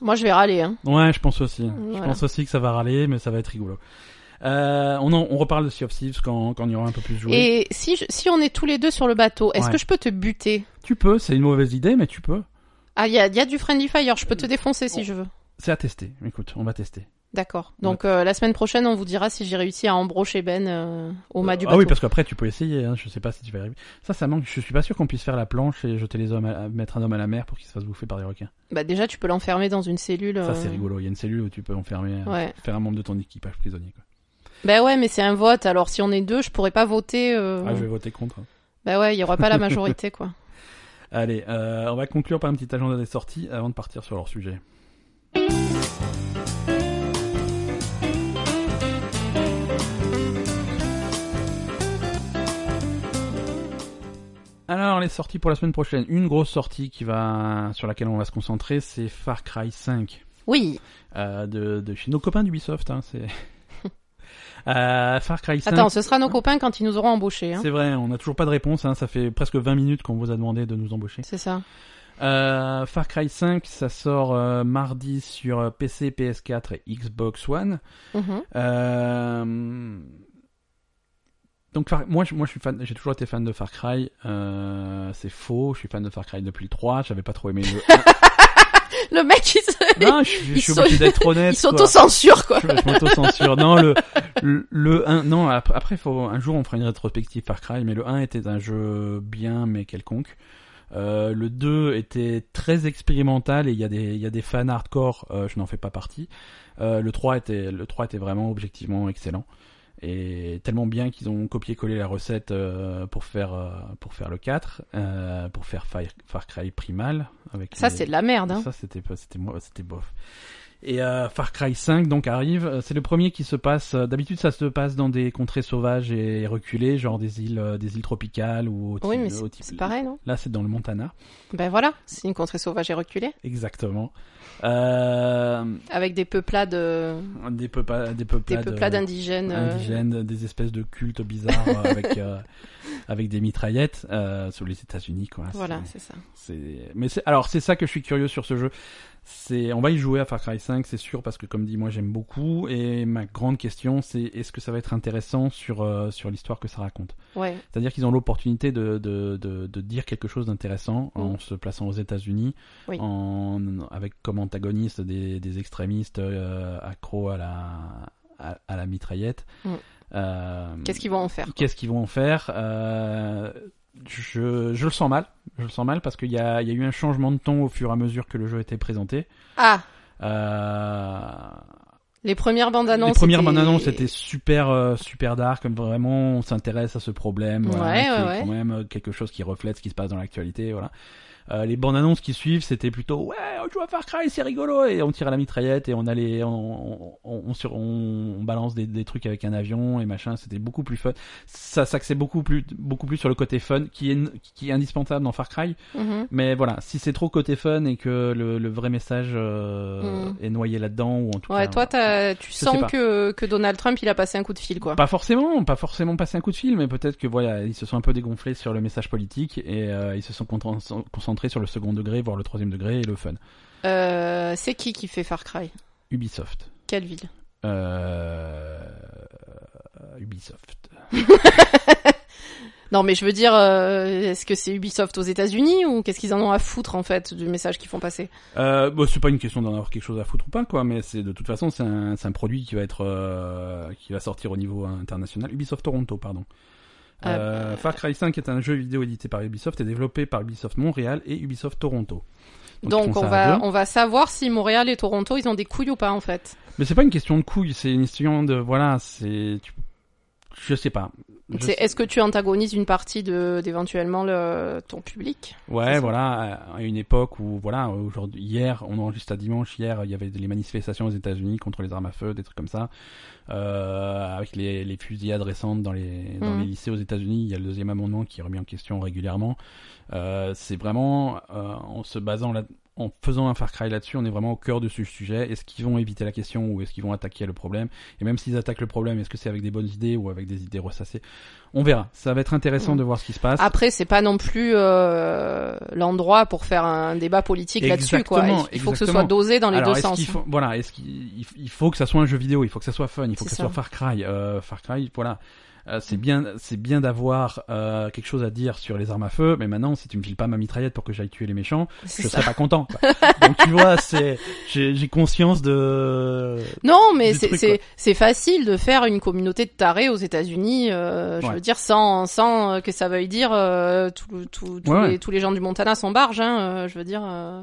[SPEAKER 2] Moi, je vais râler, hein.
[SPEAKER 1] Ouais, je pense aussi. Je
[SPEAKER 2] Voilà.
[SPEAKER 1] pense aussi que ça va râler, mais ça va être rigolo. Euh, on, en- on reparle de Sea of Thieves quand, quand il y aura un peu plus joué.
[SPEAKER 2] Et si, je- si on est tous les deux sur le bateau, est-ce
[SPEAKER 1] Ouais.
[SPEAKER 2] que je peux te buter
[SPEAKER 1] Tu peux, c'est une mauvaise idée, mais tu peux.
[SPEAKER 2] Ah, il y a, y a du friendly fire, je peux te défoncer si
[SPEAKER 1] Oh.
[SPEAKER 2] je veux.
[SPEAKER 1] C'est à tester. Écoute, on va tester.
[SPEAKER 2] D'accord. Donc euh, la semaine prochaine, on vous dira si j'ai réussi à embrocher Ben euh, au mât du
[SPEAKER 1] ah
[SPEAKER 2] bateau.
[SPEAKER 1] oui, parce qu'après tu peux essayer. Hein. Je sais pas si tu vas y arriver. Ça, ça manque. Je suis pas sûr qu'on puisse faire la planche et jeter les hommes, à, à- mettre un homme à la mer pour qu'il se fasse bouffer par des requins.
[SPEAKER 2] Bah déjà, tu peux l'enfermer dans une cellule.
[SPEAKER 1] Ça,
[SPEAKER 2] euh,
[SPEAKER 1] c'est rigolo. Il y a une cellule où tu peux enfermer, euh,
[SPEAKER 2] Ouais.
[SPEAKER 1] faire un membre de ton équipage prisonnier. Quoi.
[SPEAKER 2] Bah ouais, mais c'est un vote. Alors si on est deux, je pourrais pas voter. euh,
[SPEAKER 1] Ah, je vais voter contre.
[SPEAKER 2] Bah ouais, il y aura pas la majorité quoi.
[SPEAKER 1] Allez, euh, on va conclure par un petit agenda des sorties avant de partir sur leur sujet. Alors les sorties pour la semaine prochaine, une grosse sortie qui va sur laquelle on va se concentrer, c'est Far Cry 5
[SPEAKER 2] Oui.
[SPEAKER 1] euh, de, de chez nos copains d'Ubisoft. Hein, c'est Euh, Far Cry 5.
[SPEAKER 2] Attends, ce sera nos copains quand ils nous auront embauchés. Hein.
[SPEAKER 1] c'est vrai, on n'a toujours pas de réponse. Hein, ça fait presque 20 minutes qu'on vous a demandé de nous embaucher.
[SPEAKER 2] C'est ça.
[SPEAKER 1] Euh, Far Cry 5, ça sort euh, mardi sur euh, PC, PS4 et Xbox One.
[SPEAKER 2] Mhm.
[SPEAKER 1] Euh, Donc Far- moi, je- moi je suis fan, j'ai toujours été fan de Far Cry. Euh, c'est faux, je suis fan de Far Cry depuis le 3. J'avais pas trop aimé le.
[SPEAKER 2] Le mec, il, se-
[SPEAKER 1] non, je, suis- je suis
[SPEAKER 2] Ils
[SPEAKER 1] obligé d'être honnête.
[SPEAKER 2] il
[SPEAKER 1] quoi.
[SPEAKER 2] s'auto-censure quoi.
[SPEAKER 1] Je, je m'auto-censure. Non, le, le, le 1, non, ap- après, faut, un jour on fera une rétrospective Far Cry, mais le 1 était un jeu bien, mais quelconque. Euh, le 2 était très expérimental et il y a des, il y a des fans hardcore, euh, je n'en fais pas partie. Euh, le 3 était, le 3 était vraiment objectivement excellent. Et tellement bien qu'ils ont copié-collé la recette euh, pour faire euh, pour faire le 4, euh, pour faire Fire- Far Cry Primal avec
[SPEAKER 2] Ça,
[SPEAKER 1] les-
[SPEAKER 2] c'est de la merde. Hein.
[SPEAKER 1] ça, c'était pas- c'était moi, c'était bof. Et euh, Far Cry 5 donc arrive. Euh, C'est le premier qui se passe. euh, D'habitude, ça se passe dans des contrées sauvages et reculées, genre des îles, euh, des îles tropicales ou au type.
[SPEAKER 2] Oui, mais
[SPEAKER 1] au
[SPEAKER 2] c'est
[SPEAKER 1] type-
[SPEAKER 2] c'est pareil, non
[SPEAKER 1] Là, c'est dans le Montana,
[SPEAKER 2] Ben voilà, c'est une contrée sauvage et reculée,
[SPEAKER 1] exactement. Euh,
[SPEAKER 2] avec des peuplades, euh,
[SPEAKER 1] des peupla- des
[SPEAKER 2] des
[SPEAKER 1] peuplades,
[SPEAKER 2] peuplades
[SPEAKER 1] euh,
[SPEAKER 2] indigènes. euh,
[SPEAKER 1] indigènes, des espèces de cultes bizarres euh, avec euh, avec des mitraillettes euh, sous les États-Unis, quoi. C'est-
[SPEAKER 2] Voilà, c'est ça.
[SPEAKER 1] C'est- mais c'est alors c'est ça que je suis curieux sur ce jeu. C'est on va y jouer à Far Cry 5, c'est sûr parce que comme dit moi j'aime beaucoup et ma grande question c'est est-ce que ça va être intéressant sur euh, sur l'histoire que ça raconte.
[SPEAKER 2] Ouais.
[SPEAKER 1] C'est-à-dire qu'ils ont l'opportunité de, de, de, de dire quelque chose d'intéressant en se plaçant aux États-Unis,
[SPEAKER 2] Oui.
[SPEAKER 1] en avec comme antagoniste des, des extrémistes euh, accros à la à, à la mitraillette.
[SPEAKER 2] Mm.
[SPEAKER 1] Euh,
[SPEAKER 2] Qu'est-ce qu'ils vont en faire
[SPEAKER 1] Qu'est-ce qu'ils vont en faire Euh, je, je le sens mal. Je le sens mal parce qu'il y a, il y a eu un changement de ton au fur et à mesure que le jeu était présenté.
[SPEAKER 2] Ah,
[SPEAKER 1] Euh,
[SPEAKER 2] les premières bandes annonces.
[SPEAKER 1] les premières
[SPEAKER 2] étaient-
[SPEAKER 1] bandes annonces étaient super, euh, super dark. comme Vraiment, on s'intéresse à ce problème. voilà,
[SPEAKER 2] Ouais,
[SPEAKER 1] qui
[SPEAKER 2] ouais,
[SPEAKER 1] est
[SPEAKER 2] ouais.
[SPEAKER 1] quand même euh, quelque chose qui reflète ce qui se passe dans l'actualité. Voilà. Euh, les bandes annonces qui suivent, c'était plutôt ouais, oh, on joue à Far Cry, c'est rigolo, et on tire à la mitraillette et on a les, on, on, on, sur- on- on balance des, des trucs avec un avion et machin. C'était beaucoup plus fun. Ça s'axait beaucoup plus, beaucoup plus sur le côté fun qui est, qui est indispensable dans Far Cry.
[SPEAKER 2] Mhm.
[SPEAKER 1] Mais voilà, si c'est trop côté fun et que le, le vrai message euh,
[SPEAKER 2] Mm.
[SPEAKER 1] est noyé là-dedans ou en tout
[SPEAKER 2] Ouais,
[SPEAKER 1] cas.
[SPEAKER 2] toi, t'as- tu
[SPEAKER 1] sais
[SPEAKER 2] sens
[SPEAKER 1] pas. Bah.
[SPEAKER 2] que, que Donald Trump, il a passé un coup de fil, quoi.
[SPEAKER 1] Pas forcément, pas forcément passer un coup de fil, mais peut-être que voilà, ils se sont un peu dégonflés sur le message politique et euh, ils se sont conten- concentrés sur le second degré, voire le troisième degré et le fun.
[SPEAKER 2] Euh, c'est qui qui fait Far Cry
[SPEAKER 1] Ubisoft.
[SPEAKER 2] Quelle ville
[SPEAKER 1] Euh... Ubisoft.
[SPEAKER 2] Non, mais je veux dire, euh, est-ce que c'est Ubisoft aux États-Unis ou qu'est-ce qu'ils en ont à foutre en fait du message qu'ils font passer
[SPEAKER 1] Euh, bon, c'est pas une question d'en avoir quelque chose à foutre ou pas, quoi, mais c'est de toute façon c'est un, c'est un produit qui va être euh, qui va sortir au niveau international. Ubisoft Toronto, pardon.
[SPEAKER 2] Ah,
[SPEAKER 1] Euh, Far Cry 5 est un jeu vidéo édité par Ubisoft et développé par Ubisoft Montréal et Ubisoft Toronto. ils
[SPEAKER 2] Donc,
[SPEAKER 1] font
[SPEAKER 2] on
[SPEAKER 1] ça à
[SPEAKER 2] va
[SPEAKER 1] deux.
[SPEAKER 2] on va savoir si Montréal et Toronto ils ont des couilles ou pas en fait.
[SPEAKER 1] Mais c'est pas une question de couilles, c'est une question de voilà, c'est tu- je sais pas. Je
[SPEAKER 2] C'est est-ce que tu antagonises une partie de d'éventuellement le ton public C'est
[SPEAKER 1] Ouais,
[SPEAKER 2] ça.
[SPEAKER 1] voilà, à à une époque où, voilà, aujourd'hui, hier, on enregistre à dimanche, hier, il y avait des manifestations aux États-Unis contre les armes à feu, des trucs comme ça, euh, avec les, les fusillades récentes dans les, dans
[SPEAKER 2] Mhm.
[SPEAKER 1] les lycées aux États-Unis, il y a le deuxième amendement qui est remis en question régulièrement. Euh, c'est vraiment, euh, en se basant là, en faisant un Far Cry là-dessus, on est vraiment au cœur de ce sujet. Est-ce qu'ils vont éviter la question ou est-ce qu'ils vont attaquer le problème Et même s'ils attaquent le problème, est-ce que c'est avec des bonnes idées ou avec des idées ressassées On verra. Ça va être intéressant
[SPEAKER 2] Mhm.
[SPEAKER 1] de voir ce qui se passe.
[SPEAKER 2] Après, c'est pas non plus euh, l'endroit pour faire un débat politique là-dessus quoi. Il
[SPEAKER 1] Exactement,
[SPEAKER 2] il faut que ce
[SPEAKER 1] exactement.
[SPEAKER 2] soit dosé dans les
[SPEAKER 1] Alors,
[SPEAKER 2] deux
[SPEAKER 1] est-ce
[SPEAKER 2] sens. hein.
[SPEAKER 1] qu'il faut- voilà, est-ce qu'il il- il faut que ça soit un jeu vidéo, il faut que ça soit fun, il faut que
[SPEAKER 2] C'est
[SPEAKER 1] ça,
[SPEAKER 2] ça.
[SPEAKER 1] soit Far Cry, euh, Far Cry, voilà. Euh, c'est bien, c'est bien d'avoir euh, quelque chose à dire sur les armes à feu, mais maintenant, si tu me files pas ma mitraillette pour que j'aille tuer les méchants,
[SPEAKER 2] hein. C'est
[SPEAKER 1] je
[SPEAKER 2] ça.
[SPEAKER 1] serai pas content. quoi. Donc tu vois, c'est, j'ai j'ai conscience de.
[SPEAKER 2] Non, mais
[SPEAKER 1] du
[SPEAKER 2] c'est-
[SPEAKER 1] truc,
[SPEAKER 2] c'est c'est facile de faire une communauté de tarés aux États-Unis, euh, je
[SPEAKER 1] Ouais.
[SPEAKER 2] veux dire, sans sans euh, que ça veuille dire euh, tout, tout- tous,
[SPEAKER 1] Ouais, ouais.
[SPEAKER 2] Les, tous les gens du Montana sont barges, hein, euh, je veux dire. euh,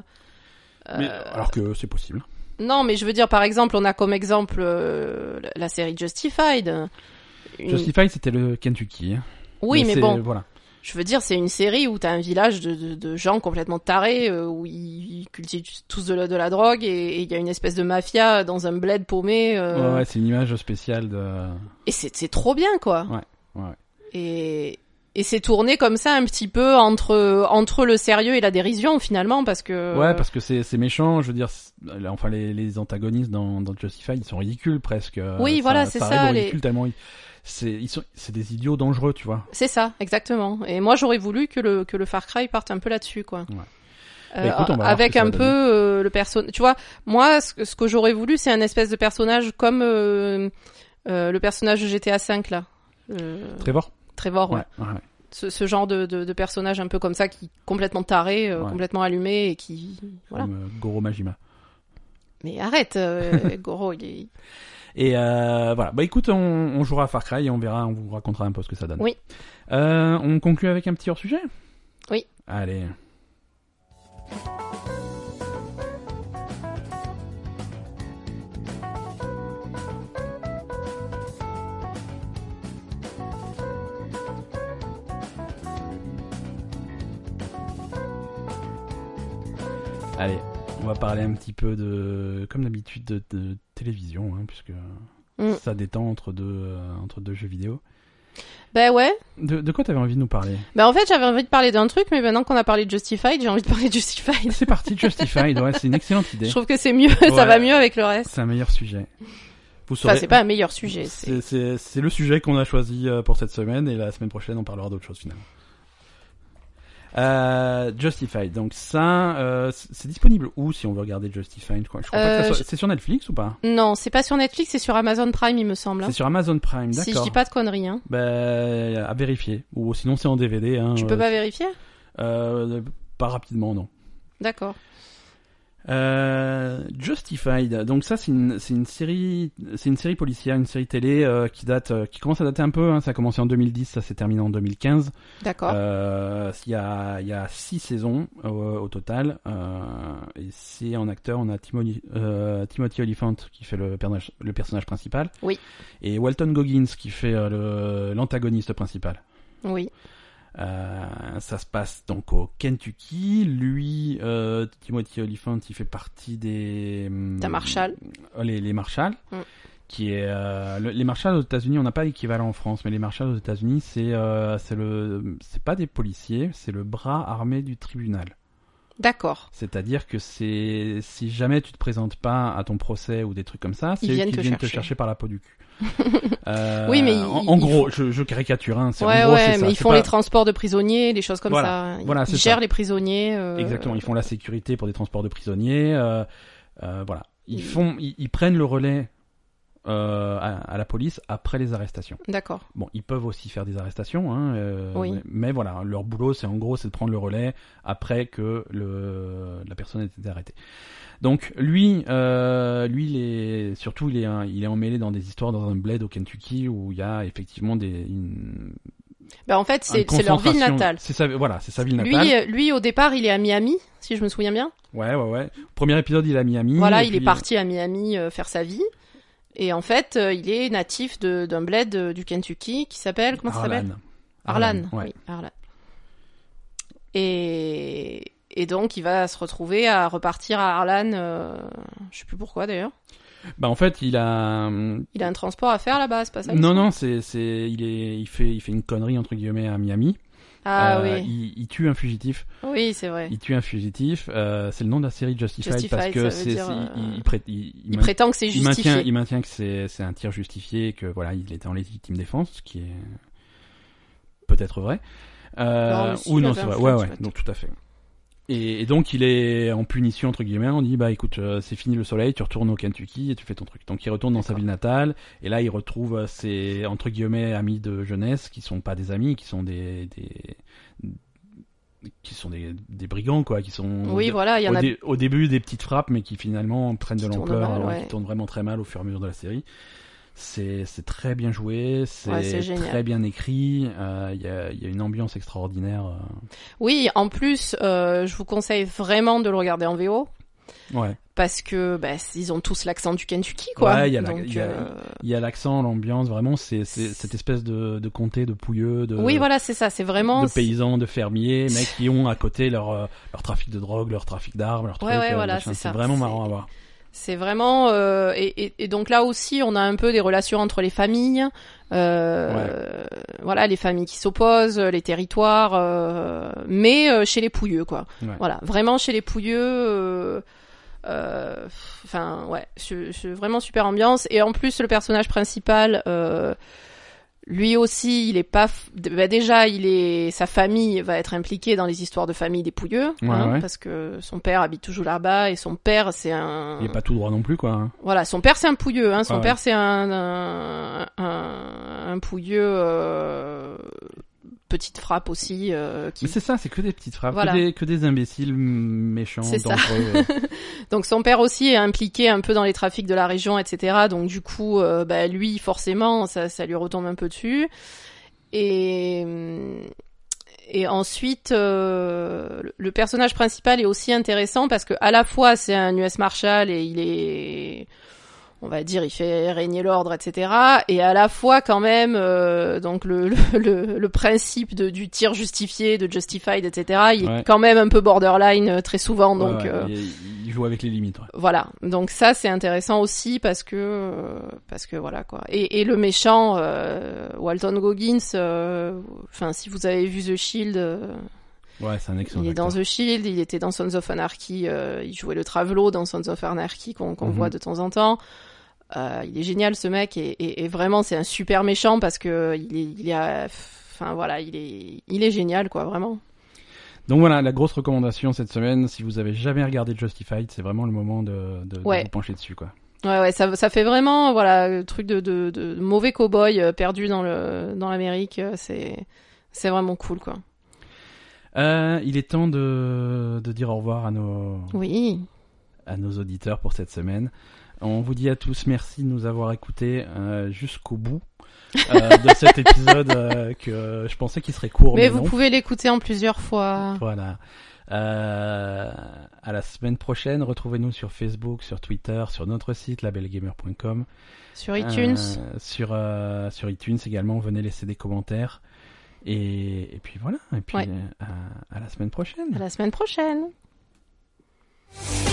[SPEAKER 1] Mais-
[SPEAKER 2] euh,
[SPEAKER 1] alors que c'est possible.
[SPEAKER 2] Non, mais je veux dire, par exemple, on a comme exemple euh, la- la série Justified. Une-
[SPEAKER 1] Justified, c'était le Kentucky. hein.
[SPEAKER 2] Oui, mais,
[SPEAKER 1] c'est-
[SPEAKER 2] bon,
[SPEAKER 1] Voilà.
[SPEAKER 2] je veux dire, c'est une série où t'as un village de, de, de gens complètement tarés, euh, où ils ils cultivent tous de la, de la drogue, et et il y a une espèce de mafia dans un bled paumé. euh,
[SPEAKER 1] Ouais, ouais, c'est une image spéciale de.
[SPEAKER 2] Et c'est c'est trop bien, quoi.
[SPEAKER 1] Ouais, ouais.
[SPEAKER 2] Et, et c'est tourné comme ça, un petit peu entre, entre le sérieux et la dérision, finalement, parce que...
[SPEAKER 1] Ouais, parce que c'est c'est méchant, je veux dire, c'est- enfin les, les antagonistes dans, dans Justified, ils sont ridicules presque. euh,
[SPEAKER 2] Oui, voilà, c'est ça,
[SPEAKER 1] arrive au
[SPEAKER 2] les-
[SPEAKER 1] ridicule tellement ils- c'est ils sont c'est des idiots dangereux, tu vois.
[SPEAKER 2] C'est ça, exactement. Et moi, j'aurais voulu que le, que le Far Cry parte un peu là-dessus, quoi.
[SPEAKER 1] Ouais.
[SPEAKER 2] Euh,
[SPEAKER 1] Bah, écoute, on va voir ce
[SPEAKER 2] avec
[SPEAKER 1] que ça
[SPEAKER 2] un
[SPEAKER 1] va
[SPEAKER 2] peu
[SPEAKER 1] donner.
[SPEAKER 2] euh, le personnage tu vois moi ce que, ce que j'aurais voulu c'est un espèce de personnage comme euh, euh, le personnage de GTA V là Euh,
[SPEAKER 1] Trevor.
[SPEAKER 2] Trevor ouais.
[SPEAKER 1] ouais, ouais.
[SPEAKER 2] ce, ce genre de, de, de personnage un peu comme ça qui complètement taré euh,
[SPEAKER 1] Ouais.
[SPEAKER 2] complètement allumé et qui voilà
[SPEAKER 1] Comme, euh, Goro Majima.
[SPEAKER 2] mais arrête euh, Goro il est
[SPEAKER 1] Et euh, voilà, bah écoute, on, on jouera à Far Cry et on verra, on vous racontera un peu ce que ça donne.
[SPEAKER 2] Oui.
[SPEAKER 1] Euh, on conclut avec un petit hors sujet.
[SPEAKER 2] Oui.
[SPEAKER 1] Allez. Allez, on va parler un petit peu de, comme d'habitude, de, de télévision, hein, puisque
[SPEAKER 2] Mm.
[SPEAKER 1] ça détend entre deux, euh, entre deux jeux vidéo.
[SPEAKER 2] Ben ouais.
[SPEAKER 1] De, de quoi t'avais envie de nous parler
[SPEAKER 2] Ben en fait, j'avais envie de parler d'un truc, mais maintenant qu'on a parlé de Justified, j'ai envie de parler de Justified.
[SPEAKER 1] C'est parti, Justified, ouais, c'est une excellente idée.
[SPEAKER 2] Je trouve que c'est mieux,
[SPEAKER 1] Ouais.
[SPEAKER 2] ça va mieux avec le reste.
[SPEAKER 1] C'est un meilleur sujet. Vous
[SPEAKER 2] Enfin,
[SPEAKER 1] saurez.
[SPEAKER 2] c'est pas un meilleur sujet.
[SPEAKER 1] C'est-
[SPEAKER 2] c'est-
[SPEAKER 1] c'est- c'est le sujet qu'on a choisi euh, pour cette semaine et la semaine prochaine on parlera d'autre chose finalement. Euh, Justified, donc ça, euh, c- c'est disponible où si on veut regarder Justified quoi. Je crois pas que ça
[SPEAKER 2] Euh,
[SPEAKER 1] soit-
[SPEAKER 2] je-
[SPEAKER 1] C'est sur Netflix ou pas
[SPEAKER 2] Non, c'est pas sur Netflix, c'est sur Amazon Prime, il me semble. hein.
[SPEAKER 1] C'est sur Amazon Prime, d'accord.
[SPEAKER 2] Si je dis pas de conneries, hein.
[SPEAKER 1] Bah, à vérifier. Ou sinon c'est en DVD. Hein,
[SPEAKER 2] Tu
[SPEAKER 1] euh,
[SPEAKER 2] peux pas vérifier
[SPEAKER 1] euh, pas rapidement, non.
[SPEAKER 2] D'accord.
[SPEAKER 1] Euh, Justified. Donc ça, c'est une, c'est une série, c'est une série policière, une série télé euh, qui date, euh, qui commence à dater un peu. hein. Ça a commencé en 2010, ça s'est terminé en 2015.
[SPEAKER 2] D'accord.
[SPEAKER 1] Euh, Il y a, il y a six saisons euh, au total. Euh, et c'est en acteur, on a Timothy, euh, Timothy Oliphant qui fait le personnage, le personnage principal.
[SPEAKER 2] Oui.
[SPEAKER 1] Et Walton Goggins qui fait euh, le- l'antagoniste principal.
[SPEAKER 2] Oui.
[SPEAKER 1] Euh, ça se passe donc au Kentucky. Lui, euh, Timothy Oliphant, il fait partie des. hum,
[SPEAKER 2] T'as Marshall.
[SPEAKER 1] Les, les Marshall.
[SPEAKER 2] Mm.
[SPEAKER 1] Qui est, euh, le- les Marshall aux États-Unis, on n'a pas l'équivalent en France, mais les Marshall aux États-Unis, c'est euh, c'est le c'est pas des policiers, c'est le bras armé du tribunal.
[SPEAKER 2] D'accord.
[SPEAKER 1] C'est-à-dire que c'est si jamais tu te présentes pas à ton procès ou des trucs comme ça, c'est
[SPEAKER 2] Ils
[SPEAKER 1] eux
[SPEAKER 2] viennent
[SPEAKER 1] qui
[SPEAKER 2] te
[SPEAKER 1] viennent te
[SPEAKER 2] chercher.
[SPEAKER 1] chercher par la peau du cul. Euh,
[SPEAKER 2] Oui, mais
[SPEAKER 1] en,
[SPEAKER 2] ils-
[SPEAKER 1] en
[SPEAKER 2] ils
[SPEAKER 1] gros, je, je caricature, hein, c'est en
[SPEAKER 2] Ouais,
[SPEAKER 1] gros, c'est
[SPEAKER 2] ouais,
[SPEAKER 1] ça,
[SPEAKER 2] mais ils
[SPEAKER 1] c'est
[SPEAKER 2] font
[SPEAKER 1] pas-
[SPEAKER 2] les transports de prisonniers, des choses comme
[SPEAKER 1] Voilà.
[SPEAKER 2] ça. hein. Ils,
[SPEAKER 1] Voilà, c'est
[SPEAKER 2] ils
[SPEAKER 1] ça.
[SPEAKER 2] gèrent les prisonniers. euh,
[SPEAKER 1] Exactement, ils font la sécurité pour des transports de prisonniers. euh, euh, voilà, ils
[SPEAKER 2] Ils-
[SPEAKER 1] font, ils, ils prennent le relais euh, à, à la police après les arrestations.
[SPEAKER 2] D'accord.
[SPEAKER 1] Bon, ils peuvent aussi faire des arrestations, hein, euh,
[SPEAKER 2] Oui.
[SPEAKER 1] mais, mais voilà, leur boulot, c'est en gros, c'est de prendre le relais après que le, la personne ait été arrêtée. Donc lui, euh, lui, il est surtout, il est, un- il est emmêlé dans des histoires dans un bled au Kentucky où il y a effectivement des, une,
[SPEAKER 2] Bah, en fait,
[SPEAKER 1] une
[SPEAKER 2] c'est c'est leur ville
[SPEAKER 1] concentration-
[SPEAKER 2] natale.
[SPEAKER 1] C'est sa, voilà, c'est sa ville natale.
[SPEAKER 2] Lui, euh, lui, au départ, il est à Miami, si je me souviens bien.
[SPEAKER 1] Ouais, ouais, ouais. Premier épisode, il est à Miami.
[SPEAKER 2] voilà,
[SPEAKER 1] et
[SPEAKER 2] il est
[SPEAKER 1] puis-
[SPEAKER 2] parti à Miami euh, faire sa vie. Et en fait, euh, il est natif de- d'un bled euh, du Kentucky qui s'appelle comment ça s'appelle
[SPEAKER 1] Harlan.
[SPEAKER 2] Arlan.
[SPEAKER 1] euh, ouais.
[SPEAKER 2] Oui, Arlan. Et et donc, il va se retrouver à repartir à Arlan. euh, Je sais plus pourquoi d'ailleurs.
[SPEAKER 1] Bah en fait, il a hum,
[SPEAKER 2] Il a un transport à faire là-bas, c'est pas ça
[SPEAKER 1] non non, c'est c'est il est il fait il fait une connerie entre guillemets à Miami.
[SPEAKER 2] Ah
[SPEAKER 1] Euh,
[SPEAKER 2] oui,
[SPEAKER 1] il, il tue un fugitif.
[SPEAKER 2] oui, c'est vrai.
[SPEAKER 1] Il tue un fugitif. Euh, c'est le nom de la série Justified,
[SPEAKER 2] Justified,
[SPEAKER 1] parce que
[SPEAKER 2] ça veut
[SPEAKER 1] c'est
[SPEAKER 2] dire, euh,
[SPEAKER 1] il, il, prête- il- il
[SPEAKER 2] Il
[SPEAKER 1] maintient-
[SPEAKER 2] prétend que c'est
[SPEAKER 1] il maintient
[SPEAKER 2] justifié.
[SPEAKER 1] il maintient que c'est c'est un tir justifié et que voilà il était en légitime défense, ce qui est peut-être vrai.
[SPEAKER 2] Non,
[SPEAKER 1] Euh,
[SPEAKER 2] mais si,
[SPEAKER 1] ou
[SPEAKER 2] il
[SPEAKER 1] non
[SPEAKER 2] avait
[SPEAKER 1] c'est
[SPEAKER 2] un
[SPEAKER 1] vrai.
[SPEAKER 2] flingue,
[SPEAKER 1] Ouais
[SPEAKER 2] je
[SPEAKER 1] ouais
[SPEAKER 2] sais pas.
[SPEAKER 1] donc tout à fait. Et, et donc il est en punition entre guillemets. On dit bah écoute euh, c'est fini le soleil, tu retournes au Kentucky et tu fais ton truc. Donc il retourne dans sa
[SPEAKER 2] D'accord.
[SPEAKER 1] ville natale et là il retrouve euh, ses entre guillemets amis de jeunesse qui sont pas des amis, qui sont des, des qui sont des, des brigands quoi, qui sont
[SPEAKER 2] Oui, voilà, il y en
[SPEAKER 1] au,
[SPEAKER 2] a.
[SPEAKER 1] dé- au début des petites frappes, mais qui finalement prennent de
[SPEAKER 2] Qui tournent
[SPEAKER 1] l'ampleur,
[SPEAKER 2] mal,
[SPEAKER 1] alors
[SPEAKER 2] ouais.
[SPEAKER 1] qui tournent vraiment très mal au fur et à mesure de la série. C'est c'est très bien joué, c'est
[SPEAKER 2] Ouais, c'est génial.
[SPEAKER 1] très bien écrit, euh, il y, a, il y a une ambiance extraordinaire. euh.
[SPEAKER 2] Oui, en plus, euh, je vous conseille vraiment de le regarder en VO.
[SPEAKER 1] Ouais.
[SPEAKER 2] parce que bah, ils ont tous l'accent du Kentucky quoi.
[SPEAKER 1] Ouais, il y a la-
[SPEAKER 2] Donc,
[SPEAKER 1] il y a-
[SPEAKER 2] euh,
[SPEAKER 1] Il y a l'accent, l'ambiance, vraiment, c'est c'est
[SPEAKER 2] C'est-
[SPEAKER 1] cette espèce de, de comté, de pouilleux, de,
[SPEAKER 2] Oui, voilà, c'est ça, c'est vraiment
[SPEAKER 1] de paysans, de fermiers, mecs qui ont à côté leur, euh, leur trafic de drogue, leur trafic d'armes, leur
[SPEAKER 2] Ouais,
[SPEAKER 1] truc,
[SPEAKER 2] ouais,
[SPEAKER 1] euh,
[SPEAKER 2] voilà,
[SPEAKER 1] machin.
[SPEAKER 2] c'est
[SPEAKER 1] c'est
[SPEAKER 2] ça,
[SPEAKER 1] vraiment
[SPEAKER 2] c'est-
[SPEAKER 1] marrant à voir.
[SPEAKER 2] c'est vraiment euh, et, et, et donc là aussi on a un peu des relations entre les familles euh, voilà, les familles qui s'opposent, les territoires euh, mais euh, chez les pouilleux quoi.
[SPEAKER 1] Ouais.
[SPEAKER 2] Voilà, vraiment chez les pouilleux euh, euh, enfin ouais, su- su- vraiment super ambiance et en plus le personnage principal euh, lui aussi, il est pas. f- d- bah déjà, il est sa famille va être impliquée dans les histoires de famille des Pouilleux, hein,
[SPEAKER 1] Ouais, ouais.
[SPEAKER 2] parce que son père habite toujours là-bas et son père c'est un.
[SPEAKER 1] Il est pas tout droit non plus, quoi. hein.
[SPEAKER 2] Voilà, son père c'est un Pouilleux, hein. Son
[SPEAKER 1] Ah Ouais,
[SPEAKER 2] père c'est un un, un un Pouilleux euh, petite frappe aussi euh, qui
[SPEAKER 1] Mais c'est ça, c'est que des petites frappes,
[SPEAKER 2] Voilà.
[SPEAKER 1] que, des, que des imbéciles méchants,
[SPEAKER 2] C'est ça.
[SPEAKER 1] dangereux. euh.
[SPEAKER 2] Donc son père aussi est impliqué un peu dans les trafics de la région, etc. Donc du coup, euh, bah, lui, forcément, ça, ça lui retombe un peu dessus. Et, et ensuite, euh, le personnage principal est aussi intéressant parce que à la fois c'est un US Marshal et il est, on va dire, il fait régner l'ordre, etc. Et à la fois quand même, euh, donc le, le, le- le principe de, du tir justifié, de justified, etc. Il
[SPEAKER 1] Ouais.
[SPEAKER 2] est quand même un peu borderline euh, très souvent.
[SPEAKER 1] Ouais,
[SPEAKER 2] Donc
[SPEAKER 1] ouais,
[SPEAKER 2] euh,
[SPEAKER 1] il, il joue avec les limites. ouais.
[SPEAKER 2] voilà, donc ça c'est intéressant aussi parce que euh, parce que voilà quoi. Et, et le méchant euh, Walton Goggins, euh, enfin si vous avez vu The Shield, euh,
[SPEAKER 1] Ouais, c'est un excellent.
[SPEAKER 2] il est dans
[SPEAKER 1] acteur.
[SPEAKER 2] The Shield, il était dans Sons of Anarchy, euh, il jouait le Travelot dans Sons of Anarchy qu'on qu'on
[SPEAKER 1] Mhm.
[SPEAKER 2] voit de temps en temps. Euh, il est génial ce mec et, et- et vraiment c'est un super méchant parce que il est, il a, enfin voilà, il est il est génial quoi vraiment.
[SPEAKER 1] Donc voilà, la grosse recommandation cette semaine, si vous avez jamais regardé Justified, c'est vraiment le moment de, de, de
[SPEAKER 2] Ouais.
[SPEAKER 1] vous pencher dessus, quoi.
[SPEAKER 2] Ouais, ouais, ça, ça fait vraiment, voilà, le truc de, de, de mauvais cow-boy euh, perdu dans le dans l'Amérique, euh, c'est c'est vraiment cool, quoi.
[SPEAKER 1] Euh, il est temps de, de dire au revoir à nos,
[SPEAKER 2] Oui.
[SPEAKER 1] à nos auditeurs pour cette semaine. On vous dit à tous merci de nous avoir écoutés euh, jusqu'au bout euh, de cet épisode euh, que euh, je pensais qu'il serait court, mais,
[SPEAKER 2] Mais vous
[SPEAKER 1] non. Ah.
[SPEAKER 2] pouvez hein. l'écouter en plusieurs fois.
[SPEAKER 1] Voilà. Euh, à la semaine prochaine, retrouvez-nous sur Facebook, sur Twitter, sur notre site labelgamer.com.
[SPEAKER 2] Sur iTunes.
[SPEAKER 1] Euh, sur, euh, sur iTunes également, venez laisser des commentaires. Et, et puis voilà, et puis
[SPEAKER 2] Ouais.
[SPEAKER 1] euh, à- à la semaine prochaine.
[SPEAKER 2] À la semaine prochaine.
[SPEAKER 3] Thank